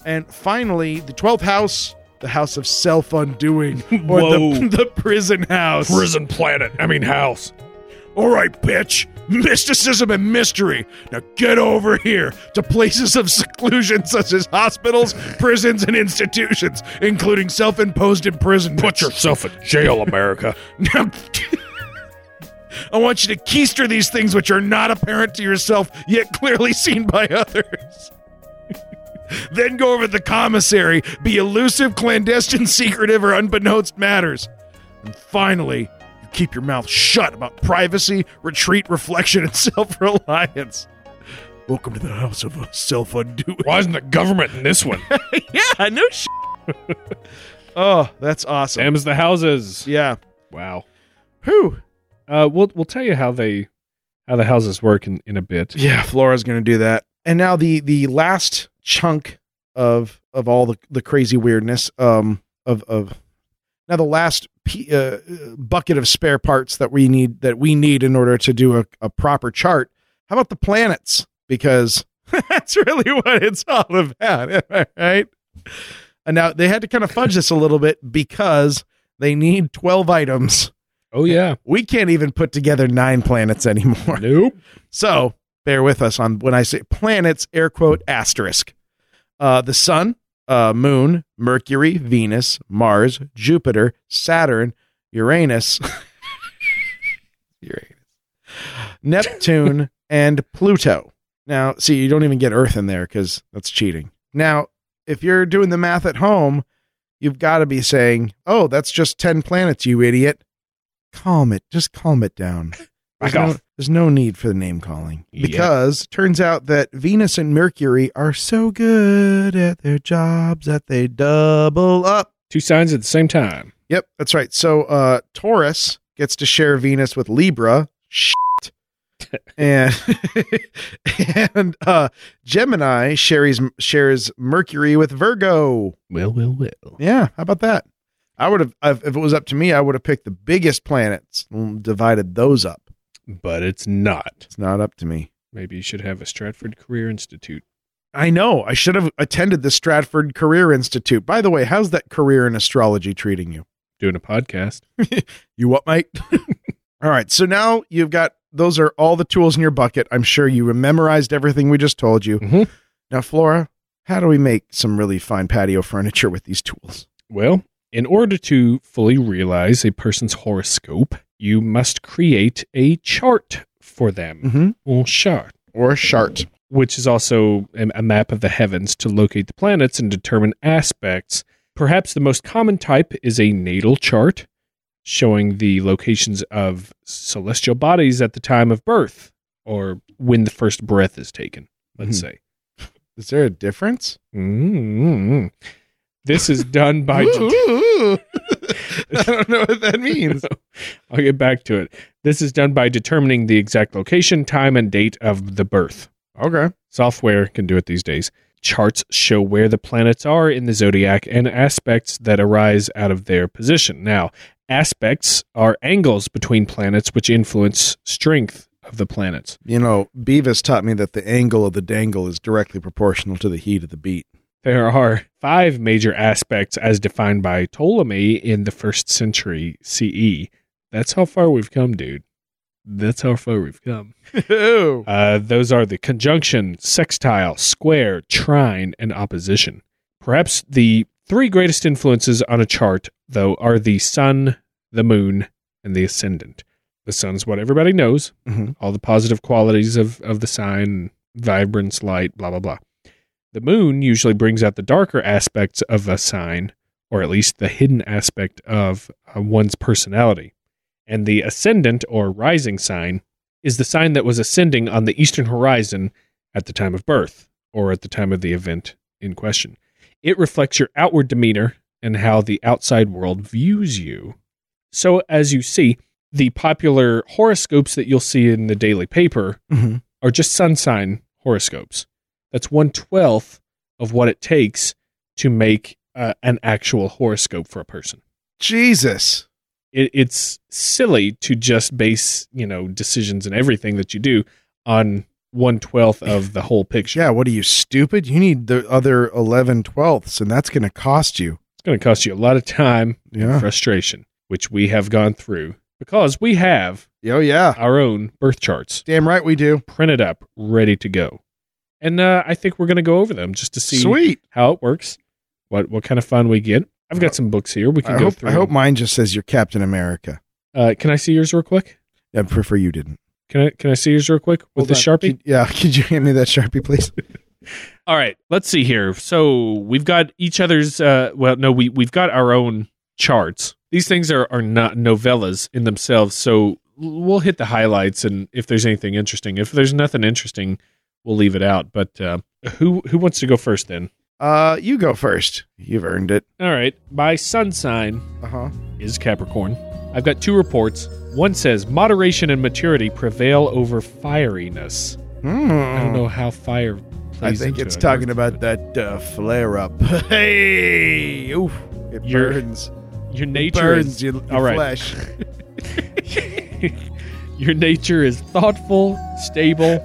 S2: And finally, the twelfth house, the house of self-undoing, or
S5: Whoa.
S2: the, the prison house.
S5: Prison planet. I mean, house. All right, bitch. Mysticism and mystery. Now get over here to places of seclusion such as hospitals, prisons, and institutions, including self imposed imprisonment.
S1: Put yourself in jail, America.
S5: I want you to keister these things which are not apparent to yourself, yet clearly seen by others. then go over to the commissary, be elusive, clandestine, secretive, or unbeknownst matters. And finally, you keep your mouth shut about privacy, retreat, reflection, and self reliance. Welcome to the house of self undoing.
S1: Why isn't the government in this one?
S5: Yeah, no shit.
S2: Oh, that's awesome.
S4: Sam's the houses.
S2: Yeah.
S4: Wow.
S2: Who?
S4: Uh, we'll we'll tell you how they how the houses work in, in a bit.
S2: Yeah, Flora's going to do that. And now the the last chunk of of all the the crazy weirdness um of of now the last p- uh, bucket of spare parts that we need that we need in order to do a, a proper chart. How about the planets? Because that's really what it's all about, am I right? And now they had to kind of fudge this a little bit because they need twelve items.
S4: Oh yeah.
S2: We can't even put together nine planets anymore.
S4: Nope.
S2: So bear with us on when I say planets, air quote, asterisk. Uh, the sun, uh, moon, Mercury, Venus, Mars, Jupiter, Saturn, Uranus, Uranus, Neptune, and Pluto. Now, see, you don't even get Earth in there because that's cheating. Now, if you're doing the math at home, you've got to be saying, oh, that's just 10 planets, you idiot. Calm it. Just calm it down. There's
S4: Back
S2: no,
S4: off.
S2: there's no need for the name calling
S4: Yeah.
S2: because turns out that Venus and Mercury are so good at their jobs that they double up.
S4: Two signs at the same time.
S2: Yep, that's right. So uh, Taurus gets to share Venus with Libra. Shit. and and uh, Gemini shares shares Mercury with Virgo.
S4: Well, well, well.
S2: Yeah, how about that? I would have if if it was up to me, I would have picked the biggest planets and divided those up.
S4: But it's not.
S2: It's not up to me.
S4: Maybe you should have a Stratford Career Institute.
S2: I know. I should have attended the Stratford Career Institute. By the way, how's that career in astrology treating you?
S4: Doing a podcast.
S2: You what, mate? all right. So now you've got those are all the tools in your bucket. I'm sure you memorized everything we just told you.
S4: Mhm.
S2: Now, Flora, how do we make some really fine patio furniture with these tools?
S4: Well, in order to fully realize a person's horoscope, you must create a chart for them.
S2: Mm-hmm.
S4: Well, chart,
S2: Or a chart.
S4: which is also a a map of the heavens to locate the planets and determine aspects. Perhaps the most common type is a natal chart, showing the locations of celestial bodies at the time of birth or when the first breath is taken, let's
S2: Mhm.
S4: say.
S2: Is there a difference?
S4: mm This is done by.
S2: Ooh. I don't know what that means.
S4: I'll get back to it. This is done by determining the exact location, time, and date of the birth.
S2: Okay.
S1: Software can do it these days. Charts show where the planets are in the zodiac and aspects that arise out of their position. Now, aspects are angles between planets which influence strength of the planets.
S2: You know, Beavis taught me that the angle of the dangle is directly proportional to the heat of the beat.
S1: There are five major aspects as defined by Ptolemy in the first century
S4: E.
S1: CE. That's how far we've come, dude. That's how far we've come.
S2: Ew.
S1: Uh, those are the conjunction, sextile, square, trine, and opposition. Perhaps the three greatest influences on a chart, though, are the sun, the moon, and the ascendant. The sun is what everybody knows,
S2: Mhm.
S1: all the positive qualities of, of the sign, vibrance, light, blah, blah, blah. The moon usually brings out the darker aspects of a sign, or at least the hidden aspect of uh, one's personality. And the ascendant or rising sign is the sign that was ascending on the eastern horizon at the time of birth or at the time of the event in question. It reflects your outward demeanor and how the outside world views you. So, as you see, the popular horoscopes that you'll see in the daily paper
S2: Mhm.
S1: are just sun sign horoscopes. That's one twelfth of what it takes to make uh, an actual horoscope for a person
S2: Jesus.
S1: it, it's silly to just base you know decisions and everything that you do on one twelfth of the whole picture.
S2: Yeah, what are you, stupid? You need the other 11 twelfths, and that's going to cost you.
S1: It's going to cost you a lot of time and
S2: Yeah.
S1: frustration, which we have gone through because we have
S2: Oh, yeah.
S1: our own birth charts
S2: Damn right we do.
S1: printed up, ready to go, and uh, I think we're going to go over them just to see
S2: Sweet.
S1: how it works, what what kind of fun we get. I've got some books here we can
S2: Uh, I
S1: go
S2: hope,
S1: through.
S2: I hope mine just says you're Captain America.
S1: uh, can I see yours real quick?
S2: I prefer you didn't.
S1: Can I can I see yours real quick with
S2: Hold
S1: the
S2: on.
S1: sharpie?
S2: Could- yeah, could you hand me that sharpie, please?
S1: All right, let's see here. So we've got each other's. Uh, well, no, we we've got our own charts. These things are are not novellas in themselves. So l- we'll hit the highlights, and if there's anything interesting, if there's nothing interesting, we'll leave it out. But uh, who who wants to go first? Then
S2: Uh, you go first. You've earned it.
S1: all right, my sun sign
S2: Uh huh.
S1: is Capricorn. I've got two reports. One says moderation and maturity prevail over fieriness. I don't know how fire.
S2: I
S1: plays
S2: Hmm. think
S1: into
S2: it's
S1: it.
S2: talking about that uh, flare up. hey, oof, it
S1: Your
S2: burns.
S1: your
S2: It
S1: nature. is-
S2: burns your, your
S1: all right.
S2: flesh.
S1: Your nature is thoughtful, stable,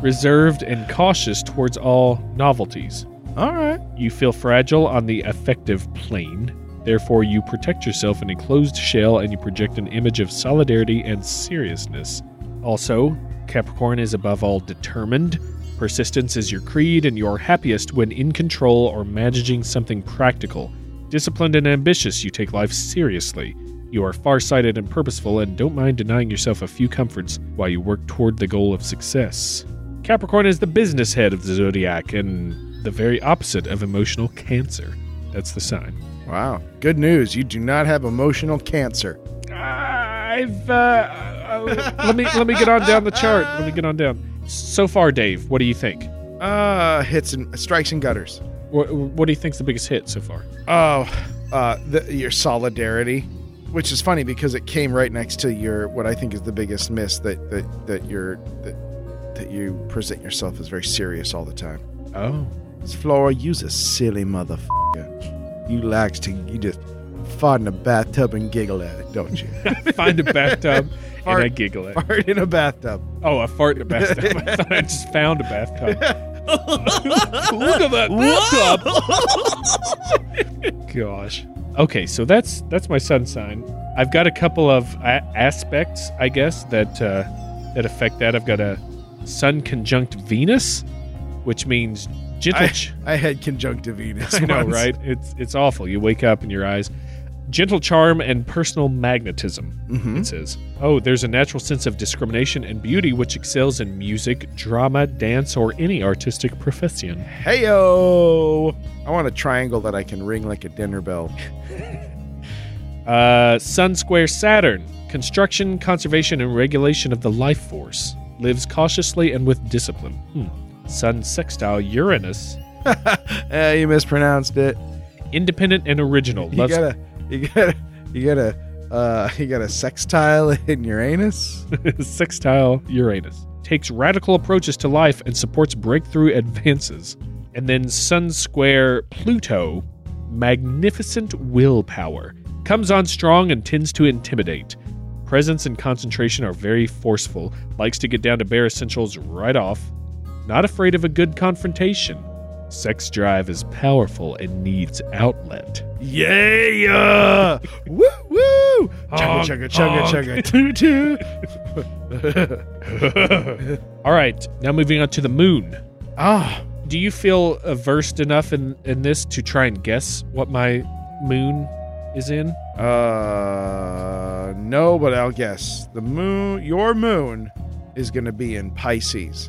S1: reserved, and cautious towards all novelties.
S2: All right.
S1: You feel fragile on the affective plane. Therefore, you protect yourself in a closed shell and you project an image of solidarity and seriousness. Also, Capricorn is above all determined. Persistence is your creed, and you are happiest when in control or managing something practical. Disciplined and ambitious, you take life seriously. You are farsighted and purposeful, and don't mind denying yourself a few comforts while you work toward the goal of success. Capricorn is the business head of the zodiac and the very opposite of emotional cancer. That's the sign.
S2: Wow. Good news. You do not have emotional cancer.
S1: I've uh, uh, let me let me get on down the chart. Let me get on down. So far, Dave, what do you think?
S2: Uh, hits and strikes and gutters.
S1: What, what do you think's the biggest hit so far?
S2: Oh, uh, the, your solidarity, which is funny because it came right next to your what I think is the biggest miss that that that you're that, that you present yourself as very serious all the time.
S1: Oh,
S2: It's Flora, you's a silly motherfucker. You likes to you just fart in a bathtub and giggle at it, don't you?
S1: find a bathtub and I
S2: Fart.
S1: giggle at. it.
S2: fart in a bathtub.
S1: Oh, I fart in a bathtub. I thought I just found a bathtub. Look at that bathtub. Gosh. Okay, so that's that's my sun sign. I've got a couple of a- aspects, I guess, that uh, that affect that. I've got a sun conjunct Venus, which means gentle. ch-
S2: I had conjunctivitis.
S1: I know,
S2: once.
S1: right? It's it's awful. You wake up and your eyes, gentle charm and personal magnetism.
S2: Mhm.
S1: It says, "Oh, there's a natural sense of discrimination and beauty which excels in music, drama, dance, or any artistic profession."
S2: Heyo! I want a triangle that I can ring like a dinner bell.
S1: Uh, Sun Square Saturn, construction, conservation, and regulation of the life force. Lives cautiously and with discipline. Hmm. Sun Sextile Uranus,
S2: Uh, you mispronounced it.
S1: independent and original.
S2: You
S1: loves-
S2: gotta, you gotta, you gotta, uh, you gotta sextile in Uranus.
S1: Sextile Uranus.
S4: takes radical approaches to life and supports breakthrough advances. And then Sun Square Pluto, magnificent willpower, comes on strong and tends to intimidate. Presence and concentration are very forceful, likes to get down to bare essentials right off, not afraid of a good confrontation. Sex drive is powerful and needs outlet.
S5: Yeah, yeah. woo, woo. Chugga,
S1: Honk,
S5: chugga, chugga,
S1: honk.
S5: chugga. Too, too.
S4: All right, now moving on to the moon.
S5: Ah,
S4: Do you feel uh, versed enough in, in this to try and guess what my moon is in?
S2: Uh, no, but I'll guess the moon. Your moon is going to be in Pisces.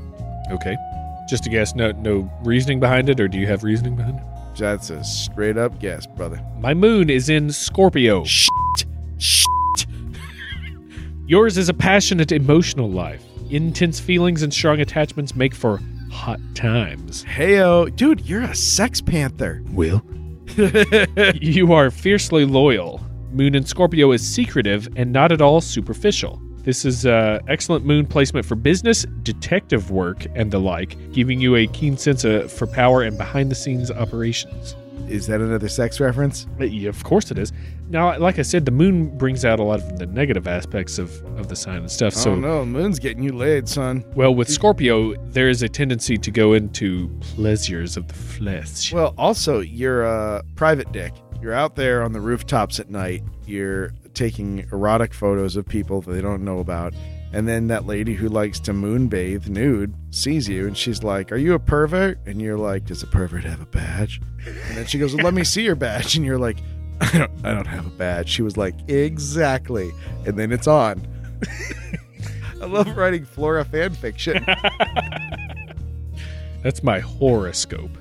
S4: Okay. Just a guess, no no reasoning behind it, or do you have reasoning behind it?
S2: That's a straight up guess, brother.
S4: My moon is in Scorpio.
S5: Shit. Shit.
S4: Yours is a passionate emotional life. Intense feelings and strong attachments make for hot times.
S2: Heyo, dude, you're a sex panther.
S4: Will? you are fiercely loyal. Moon in Scorpio is secretive and not at all superficial. This is uh, excellent moon placement for business, detective work, and the like, giving you a keen sense uh, for power and behind the scenes operations.
S2: Is that another sex reference?
S4: Uh, yeah, of course it is. Now, like I said, the moon brings out a lot of the negative aspects of, of the sign and stuff.
S2: I
S4: So,
S2: don't know. Moon's getting you laid, son.
S4: well, with Scorpio, there is a tendency to go into pleasures of the flesh.
S2: Well, also, you're a private dick. You're out there on the rooftops at night. You're taking erotic photos of people that they don't know about. And then that lady who likes to moonbathe nude sees you and she's like, Are you a pervert? And you're like, Does a pervert have a badge? And then she goes, well, Let me see your badge. And you're like, I don't, I don't have a badge. She was like, Exactly. And then it's on. I love writing Flora fan fiction.
S4: That's my horoscope.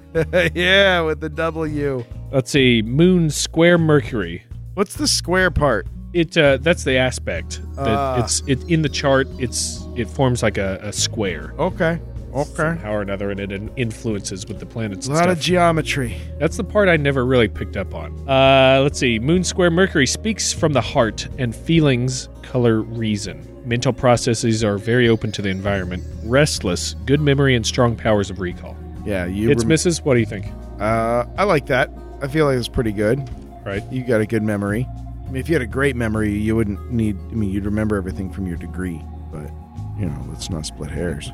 S2: yeah, with the W.
S4: Let's see, Moon square Mercury.
S2: What's the square part?
S4: It uh, that's the aspect that
S2: Ah.
S4: it's it in the chart. It's it forms like a, a square.
S2: Okay. Okay.
S4: Somehow or another, and it in- influences with the planets.
S2: A
S4: and
S2: lot
S4: stuff.
S2: of geometry.
S4: That's the part I never really picked up on. Uh, let's see. Moon square Mercury speaks from the heart and feelings color reason. Mental processes are very open to the environment. Restless, good memory, and strong powers of recall.
S2: Yeah, you.
S4: it's
S2: rem-
S4: Mrs. What do you think?
S2: uh, I like that. I feel like it's pretty good.
S4: Right.
S2: You got a good memory. I mean, if you had a great memory, you wouldn't need. I mean, you'd remember everything from your degree. But you know, let's not split hairs.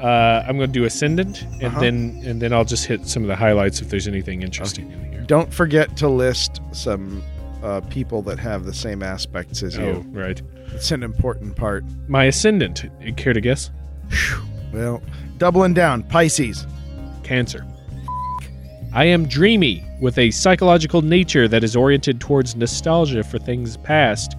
S4: Uh, I'm going to do ascendant, and
S2: Uh-huh.
S4: then and then I'll just hit some of the highlights if there's anything interesting in here.
S2: Don't forget to list some uh, people that have the same aspects as
S4: Oh,
S2: you.
S4: right.
S2: It's an important part.
S4: My ascendant. You Care to guess?
S2: Well, doubling down, Pisces.
S4: Cancer. I am dreamy with a psychological nature that is oriented towards nostalgia for things past,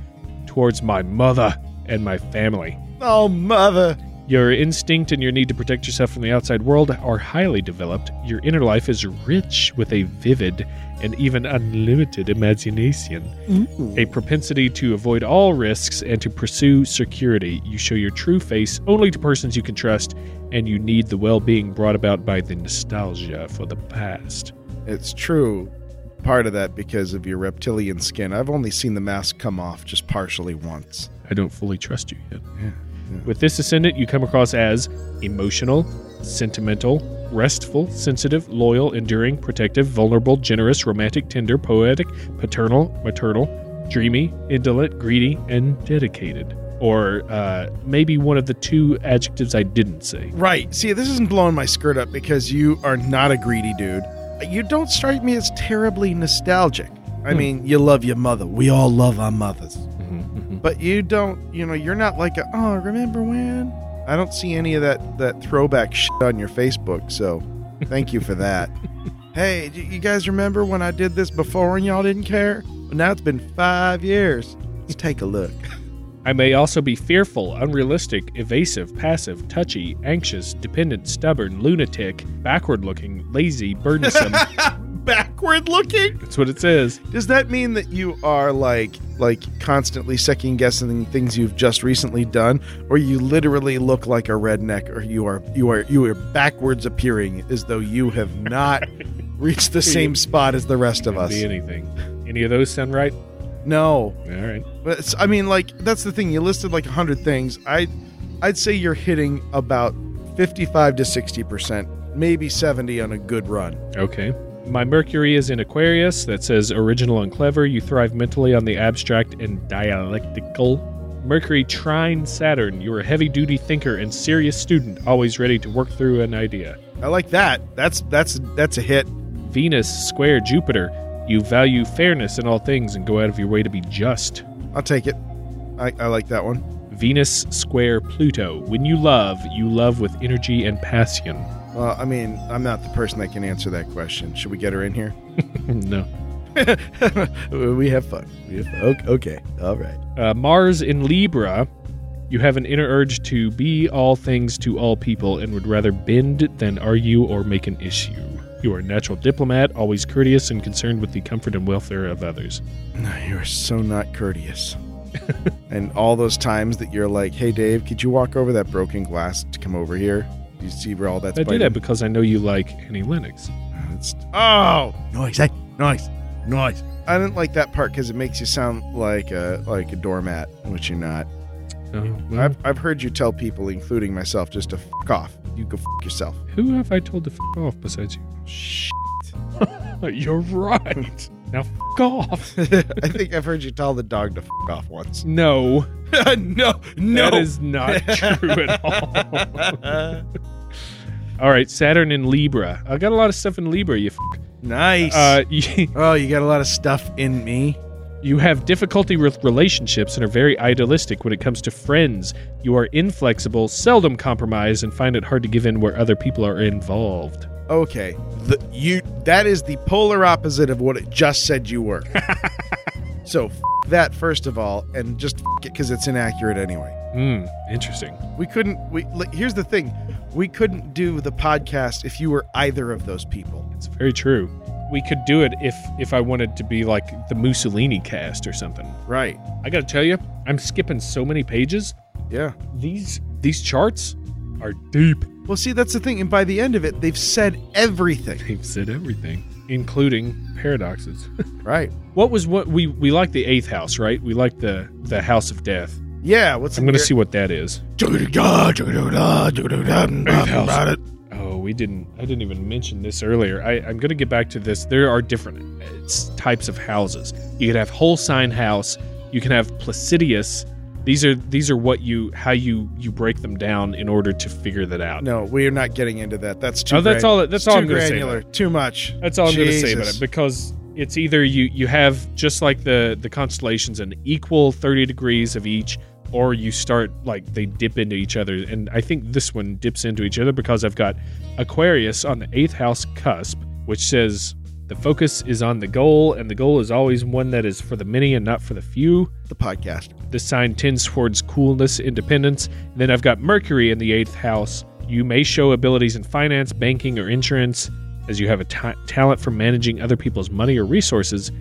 S4: towards my mother and my family.
S2: Oh, mother.
S4: Your instinct and your need to protect yourself from the outside world are highly developed. Your inner life is rich with a vivid and even unlimited imagination. A propensity to avoid all risks and to pursue security. You show your true face only to persons you can trust, and you need the well being brought about by the nostalgia for the past.
S2: It's true. Part of that because of your reptilian skin. I've only seen the mask come off just partially once.
S4: I don't fully trust you yet.
S2: Yeah, yeah.
S4: With this ascendant, you come across as emotional, sentimental, restful, sensitive, loyal, enduring, protective, vulnerable, generous, romantic, tender, poetic, paternal, maternal, dreamy, indolent, greedy, and dedicated. Or uh, maybe one of the two adjectives I didn't say.
S2: Right. See, this isn't blowing my skirt up because you are not a greedy dude. You don't strike me as terribly nostalgic. I
S4: Hmm.
S2: mean, you love your mother. We all love our mothers. But you don't, you know, you're not like a, oh, remember when? I don't see any of that that throwback shit on your Facebook, so thank you for that. hey, do you guys remember when I did this before and y'all didn't care? Well, now it's been 5 years. Let's take a look.
S4: I may also be fearful, unrealistic, evasive, passive, touchy, anxious, dependent, stubborn, lunatic, backward looking, lazy, burdensome.
S2: Backward looking?
S4: That's what it says.
S2: Does that mean that you are like like constantly second guessing things you've just recently done, or you literally look like a redneck, or you are you are you are backwards appearing as though you have not reached the same spot as the rest of
S4: Could
S2: us?
S4: be anything. Any of those sound right?
S2: No,
S4: All right.
S2: but it's, I mean like that's the thing. You listed like a hundred things. I I'd say you're hitting about 55 to 60%, maybe 70 on a good run.
S1: Okay. My Mercury is in Aquarius that says original and clever. You thrive mentally on the abstract and dialectical. Mercury trine Saturn. You're a heavy duty thinker and serious student, always ready to work through an idea.
S2: I like that. That's that's that's a hit.
S1: Venus square Jupiter. You value fairness in all things and go out of your way to be just.
S2: I'll take it. I, I like that one.
S1: Venus square Pluto. When you love, you love with energy and passion.
S2: Well, I mean, I'm not the person that can answer that question. Should we get her in here?
S1: no.
S2: we have fun. We have fun. Okay, okay. All right.
S1: Uh, Mars in Libra, you have an inner urge to be all things to all people and would rather bend than argue or make an issue. You are a natural diplomat, always courteous and concerned with the comfort and welfare of others.
S2: You are so not courteous. and all those times that you're like, "Hey, Dave, could you walk over that broken glass to come over here? Do you see where all that's?"
S1: I do
S2: biting?
S1: that because I know you like Annie Lennox.
S2: It's-
S5: Oh, nice, eh? Nice, nice.
S2: I didn't like that part because it makes you sound like a like a doormat, which you're not.
S1: Oh, well,
S2: I've, I've heard you tell people, including myself, just to f off. You go f yourself.
S1: who have I told to f off besides you?
S2: Shh.
S1: You're right. Now f off.
S2: I think I've heard you tell the dog to f off once.
S1: No,
S5: no, no.
S1: that is not true at all. all right, Saturn in Libra. I got a lot of stuff in Libra. You. F-
S2: nice.
S1: uh, you
S2: oh, you got a lot of stuff in me.
S1: You have difficulty with relationships and are very idealistic when it comes to friends. You are inflexible, seldom compromise, and find it hard to give in where other people are involved.
S2: Okay, the, you that is the polar opposite of what it just said you were. so f- that first of all, and just f- it because it's inaccurate anyway.
S1: Hmm, interesting.
S2: We couldn't. We like, here's the thing: we couldn't do the podcast if you were either of those people.
S1: It's very true. We could do it if if I wanted to be like the Mussolini cast or something.
S2: Right?
S1: I got to tell you, I'm skipping so many pages.
S2: Yeah.
S1: These these charts are deep.
S2: Well, see, that's the thing, and by the end of it, they've said everything.
S1: They've said everything, including paradoxes.
S2: Right?
S1: what was what we we like the eighth house, right? We like the the house of death.
S2: Yeah. What's
S1: I'm going to see what that is.
S5: About it.
S1: Oh, we didn't. I didn't even mention this earlier. I, I'm going to get back to this. There are different uh, s- types of houses. You could have whole sign house. You can have placidius. These are these are what you how you you break them down in order to figure that out.
S2: No, we are not getting into that. That's too.
S1: Oh, that's
S2: gran-
S1: all- that's
S2: too
S1: all I'm gonna say
S2: granular. Too much.
S1: That's all I'm going to say about
S2: Jesus.
S1: it because it's either you you have just like the the constellations an equal 30 degrees of each or you start like they dip into each other and I think this one dips into each other because I've got Aquarius on the 8th house cusp which says the focus is on the goal and the goal is always one that is for the many and not for the few.
S2: the podcast.
S1: This sign tends towards coolness, independence. And then I've got Mercury in the eighth house. You may show abilities in finance, banking, or insurance, as you have a ta- talent for managing other people's money or resources.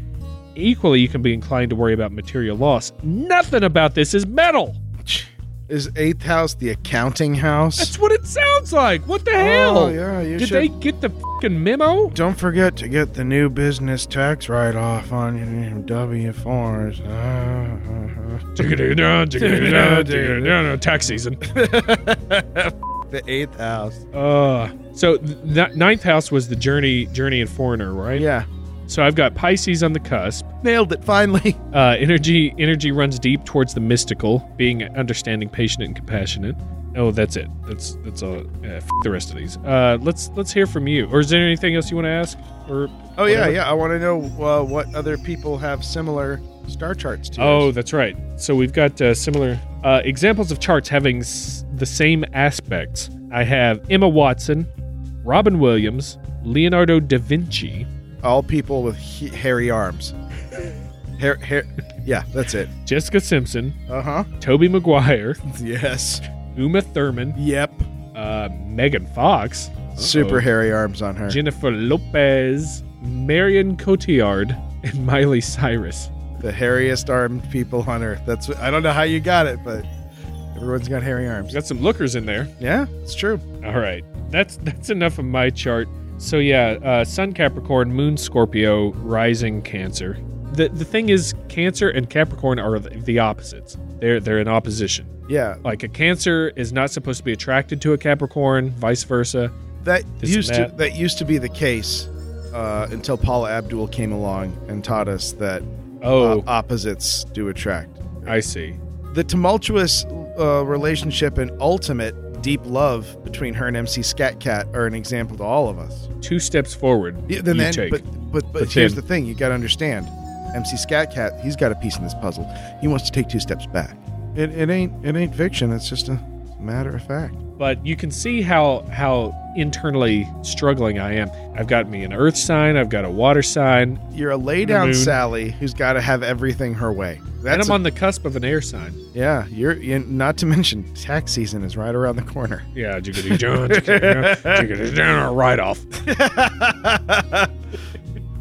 S1: Equally, you can be inclined to worry about material loss. Nothing about this is metal.
S2: Is eighth house the accounting house?
S1: That's what it sounds like. What the hell?
S2: Oh, yeah, you
S1: Did
S2: should.
S1: they get the fucking memo?
S2: Don't forget to get the new business tax write off on your Ah, uh-huh. W 4s.
S1: Tax season.
S2: the eighth house.
S1: Uh, so th- ninth house was the journey, journey and foreigner, right?
S2: Yeah.
S1: So I've got Pisces on the cusp.
S2: Nailed it finally.
S1: Uh, energy energy runs deep towards the mystical, being understanding, patient, and compassionate. Oh, that's it. That's that's all. Uh, f- the rest of these. Uh, let's let's hear from you. Or is there anything else you want to ask? Or
S2: Oh, yeah,
S1: Whatever.
S2: yeah. I want to know uh, what other people have similar star charts to.
S1: oh,
S2: yours.
S1: that's right. So we've got uh, similar uh, examples of charts having s- the same aspects. I have Emma Watson, Robin Williams, Leonardo da Vinci,
S2: All people with he- hairy arms. hair, hair. Yeah, that's it.
S1: Jessica Simpson,
S2: Uh huh.
S1: Toby Maguire,
S2: Yes.
S1: Uma Thurman,
S2: Yep.
S1: uh, Megan Fox.
S2: Super
S1: Uh-oh.
S2: hairy arms on her.
S1: Jennifer Lopez, Marion Cotillard, and Miley Cyrus.
S2: the hairiest armed people on earth. That's. I don't know how you got it, but everyone's got hairy arms.
S1: Got some lookers in there.
S2: Yeah, it's true.
S1: All right, that's that's enough of my chart. So yeah, uh, Sun Capricorn, Moon Scorpio, Rising Cancer. The the thing is, Cancer and Capricorn are the, the opposites.
S4: They're they're in opposition.
S2: Yeah,
S4: Like a Cancer is not supposed to be attracted to a Capricorn, vice versa.
S2: that
S4: This
S2: used
S4: and
S2: to
S4: that.
S2: that used to be the case uh, until Paula Abdul came along and taught us that
S4: Oh,
S2: uh, opposites do attract.
S4: I see.
S2: The tumultuous uh, relationship and ultimate deep love between her and MC Scat Cat are an example to all of us.
S4: Two steps forward.
S2: Yeah, then,
S4: you
S2: then
S4: take.
S2: but but but
S4: But
S2: here's
S4: then-
S2: the thing: you got to understand, MC Scat Cat, he's got a piece in this puzzle. He wants to take two steps back. It, it ain't it ain't fiction. It's just a matter of fact.
S4: but you can see how how internally struggling I am. I've got me an earth sign, I've got a water sign,
S2: You're a lay down
S4: moon.
S2: Sally who's got to have everything her way.
S4: and
S2: That's
S4: I'm on the cusp of an air sign.
S2: a- yeah. You're you, not to mention tax season is right around the corner.
S4: Yeah, jiggity John, jiggity John, jiggity John, right off.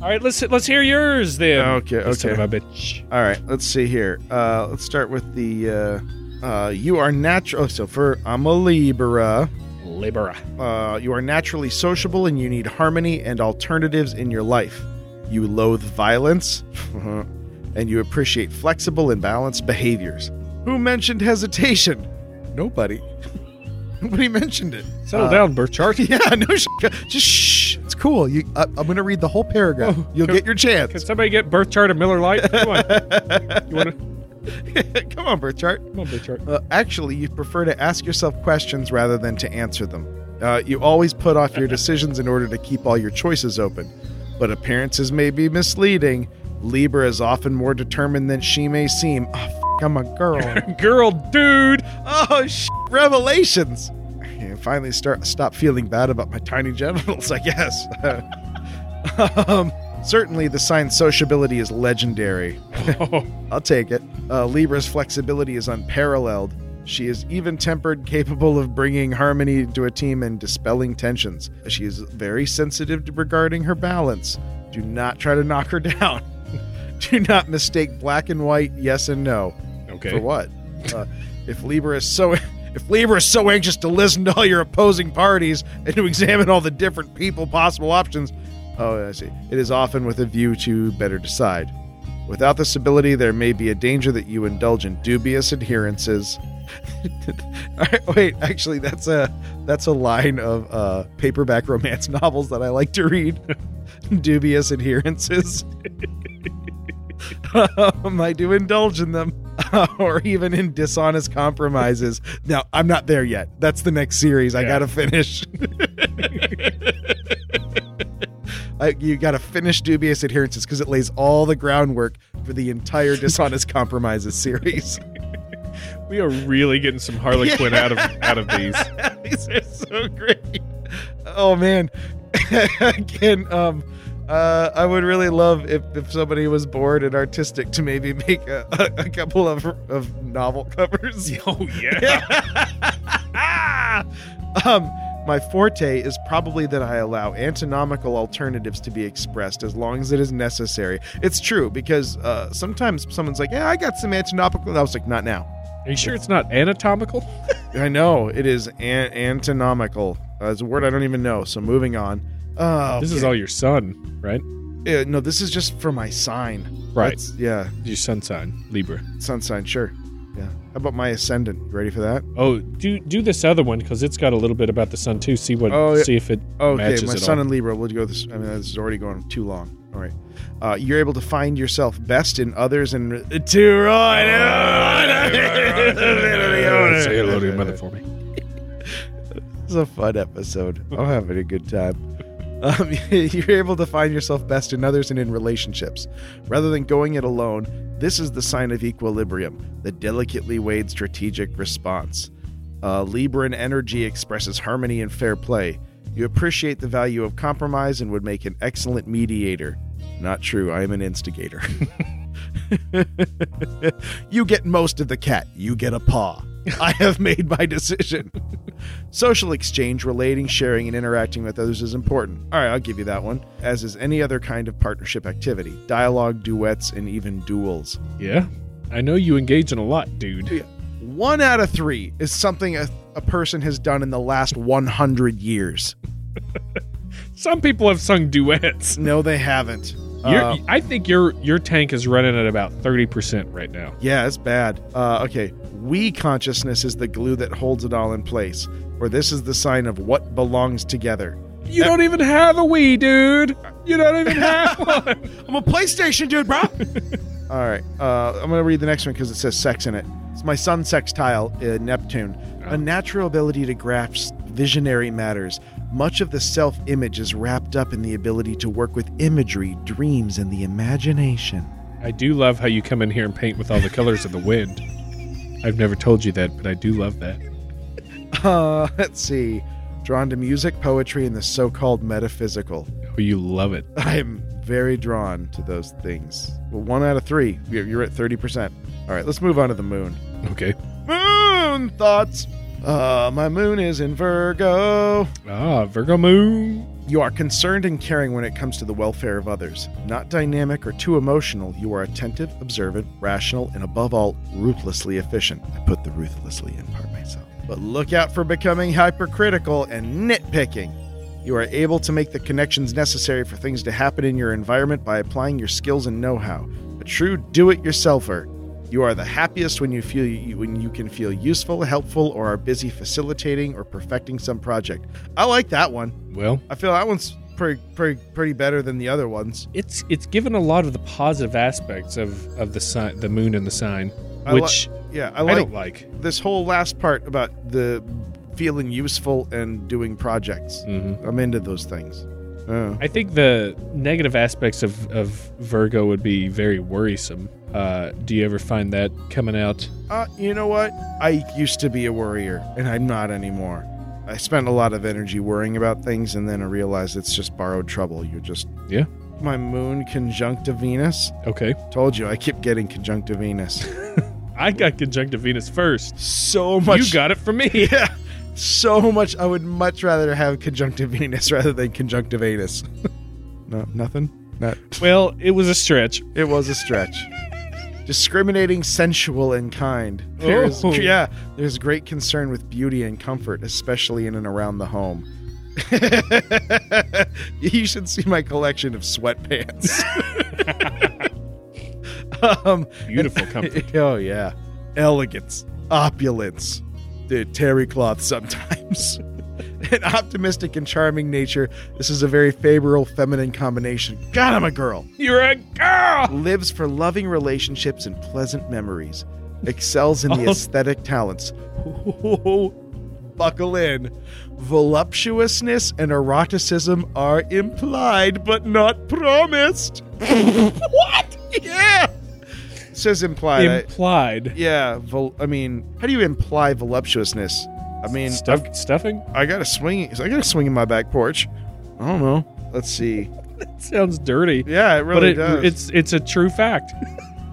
S4: All right, let's let's hear yours then.
S2: Okay,
S4: You son
S2: okay.
S4: of a bitch.
S2: All right, let's see here. Uh, let's start with the uh, uh, you are natural. Oh, so for I'm a Libra.
S4: Libera.
S2: Uh, you are naturally sociable and you need harmony and alternatives in your life. You loathe violence and you appreciate flexible and balanced behaviors. Who mentioned hesitation? Nobody. Nobody mentioned it.
S4: Settle
S2: Uh,
S4: down, Burchard.
S2: Yeah, no, sh- just shh. It's cool. You, I, I'm going to read the whole paragraph. You'll
S4: can-
S2: get your
S4: Can
S2: chance.
S4: somebody get birth chart of Miller Lite? Come on. You want to? Come
S2: Come on, birth chart.
S4: on, birth chart.
S2: Uh, actually, you prefer to ask yourself questions rather than to answer them. Uh, you always put off your decisions in order to keep all your choices open. But appearances may be misleading. Libra is often more determined than she may seem. Oh, f- I'm a girl.
S4: Girl, dude.
S2: oh, sh- revelations. I finally start stop feeling bad about my tiny genitals, I guess. um, certainly, the sign's sociability is legendary. I'll take it. Uh, Libra's flexibility is unparalleled. She is even tempered, capable of bringing harmony to a team and dispelling tensions. She is very sensitive to regarding her balance. Do not try to knock her down. Do not mistake black and white, yes and no. For
S4: Okay.
S2: what? Uh, if Libra is so if Libra is so anxious to listen to all your opposing parties and to examine all the different people possible options, oh, I see. It is often with a view to better decide. Without this ability, there may be a danger that you indulge in dubious adherences. All right, wait, actually, that's a that's a line of uh, paperback romance novels that I like to read. dubious adherences. um, I do indulge in them, or even in dishonest compromises. Now, I'm not there yet. That's the next series. I
S4: Yeah.
S2: gotta finish. I, you gotta finish dubious adherences because it lays all the groundwork for the entire dishonest compromises series.
S4: We are really getting some Harley Quinn out of out of these.
S2: these are so great. Oh man, again, um, uh, I would really love if, if somebody was bored and artistic to maybe make a, a, a couple of of novel covers.
S4: Oh yeah.
S2: um, my forte is probably that I allow antinomical alternatives to be expressed as long as it is necessary. It's true because uh, sometimes someone's like, "Yeah, I got some antinomical," and I was like, "Not now."
S4: Are you sure it's not anatomical?
S2: I know it is an- antinomical. Uh, it's a word I don't even know. So moving on. Oh,
S4: This is all your sun, right?
S2: uh, no. This is just for my sign.
S4: Right.
S2: That's- yeah.
S4: Your sun sign, Libra.
S2: Sun sign. Sure. Yeah. How about my ascendant? You ready for that?
S4: Oh, do do this other one because it's got a little bit about the sun too. See what?
S2: Oh, yeah.
S4: See if it
S2: Okay.
S4: matches
S2: my
S4: at
S2: sun
S4: all.
S2: and Libra. We'll go. This. I mean, this is already going too long. All right. Uh, you're able to find yourself best in others and re- to right.
S4: Say hello to your mother for me.
S2: This is a fun episode. I'm having a good time. Um, you're able to find yourself best in others and in relationships. Rather than going it alone, this is the sign of equilibrium, the delicately weighed strategic response. Uh, Libran energy expresses harmony and fair play. You appreciate the value of compromise and would make an excellent mediator. Not true, I am an instigator. you get most of the cat, you get a paw. I have made my decision. Social exchange, relating, sharing, and interacting with others is important. All right, I'll give you that one, as is any other kind of partnership activity dialogue, duets, and even duels.
S4: Yeah, I know you engage in a lot, dude.
S2: One out of three is something a, a person has done in the last 100 years.
S4: Some people have sung duets.
S2: No, they haven't. Uh,
S4: Your I think your your tank is running at about thirty percent right now.
S2: Yeah, it's bad. Uh, okay, we consciousness is the glue that holds it all in place, or this is the sign of what belongs together.
S4: You don't even have a Wii, dude. You don't even have one.
S5: I'm a PlayStation dude, bro.
S2: All right, uh, I'm going to read the next one because it says sex in it. It's my sun sextile, uh, Neptune. A natural ability to grasp visionary matters. Much of the self image is wrapped up in the ability to work with imagery, dreams, and the imagination.
S4: I do love how you come in here and paint with all the colors of the wind. I've never told you that, but I do love that.
S2: Uh, let's see. Drawn to music, poetry, and the so called metaphysical.
S4: Oh, you love it.
S2: I'm very drawn to those things. Well, one out of three. You're you're at 30%. All right, let's move on to the moon.
S4: Okay.
S2: Moon thoughts. Uh, my moon is in Virgo.
S4: Ah, Virgo Moon.
S2: You are concerned and caring when it comes to the welfare of others. Not dynamic or too emotional, you are attentive, observant, rational, and above all, ruthlessly efficient. I put the ruthlessly in part myself. But look out for becoming hypercritical and nitpicking. You are able to make the connections necessary for things to happen in your environment by applying your skills and know-how. A true do-it-yourselfer. You are the happiest when you feel you, when you can feel useful, helpful, or are busy facilitating or perfecting some project. I like that one.
S4: Well,
S2: I feel that one's pretty pretty pretty better than the other ones.
S4: it's it's given a lot of the positive aspects of of the sign, the moon and the sign,
S2: I li-
S4: which
S2: Yeah, I
S4: I,
S2: like
S4: don't like.
S2: this whole last part about the feeling useful and doing projects.
S4: Mm-hmm.
S2: I'm into those things. Uh,
S4: I think the negative aspects of, of Virgo would be very worrisome. Uh, do you ever find that coming out?
S2: uh, you know what? I used to be a worrier, and I'm not anymore. I spent a lot of energy worrying about things, and then I realized it's just borrowed trouble. You're just
S4: Yeah.
S2: My moon conjunct to Venus.
S4: Okay.
S2: Told you, I keep getting conjunct to Venus.
S4: I got conjunctive Venus first.
S2: So much.
S4: You got it from me.
S2: Yeah. So much. I would much rather have conjunctive anus rather than conjunctive anus. no, nothing. Not,
S4: well, it was a stretch.
S2: it was a stretch. Discriminating, sensual, and kind. There's,
S4: Oh.
S2: Yeah, there's great concern with beauty and comfort, especially in and around the home. you should see my collection of sweatpants. um,
S4: Beautiful comfort.
S2: Oh yeah, elegance, opulence, the terry cloth sometimes. An optimistic and charming nature, this is a very favorable feminine combination. God, I'm a girl.
S4: You're a girl.
S2: Lives for loving relationships and pleasant memories. Excels in the
S4: Oh.
S2: aesthetic talents. Buckle in. Voluptuousness and eroticism are implied but not promised. what? Yeah. It says implied. I-
S4: Implied.
S2: yeah, vol- I mean, how do you imply voluptuousness? I mean,
S4: Stuff, stuffing?
S2: I got a swing. I got a swing in my back porch. I don't know. Let's see.
S4: That sounds dirty.
S2: Yeah,
S4: but
S2: it really
S4: it,
S2: does.
S4: it's it's a true fact.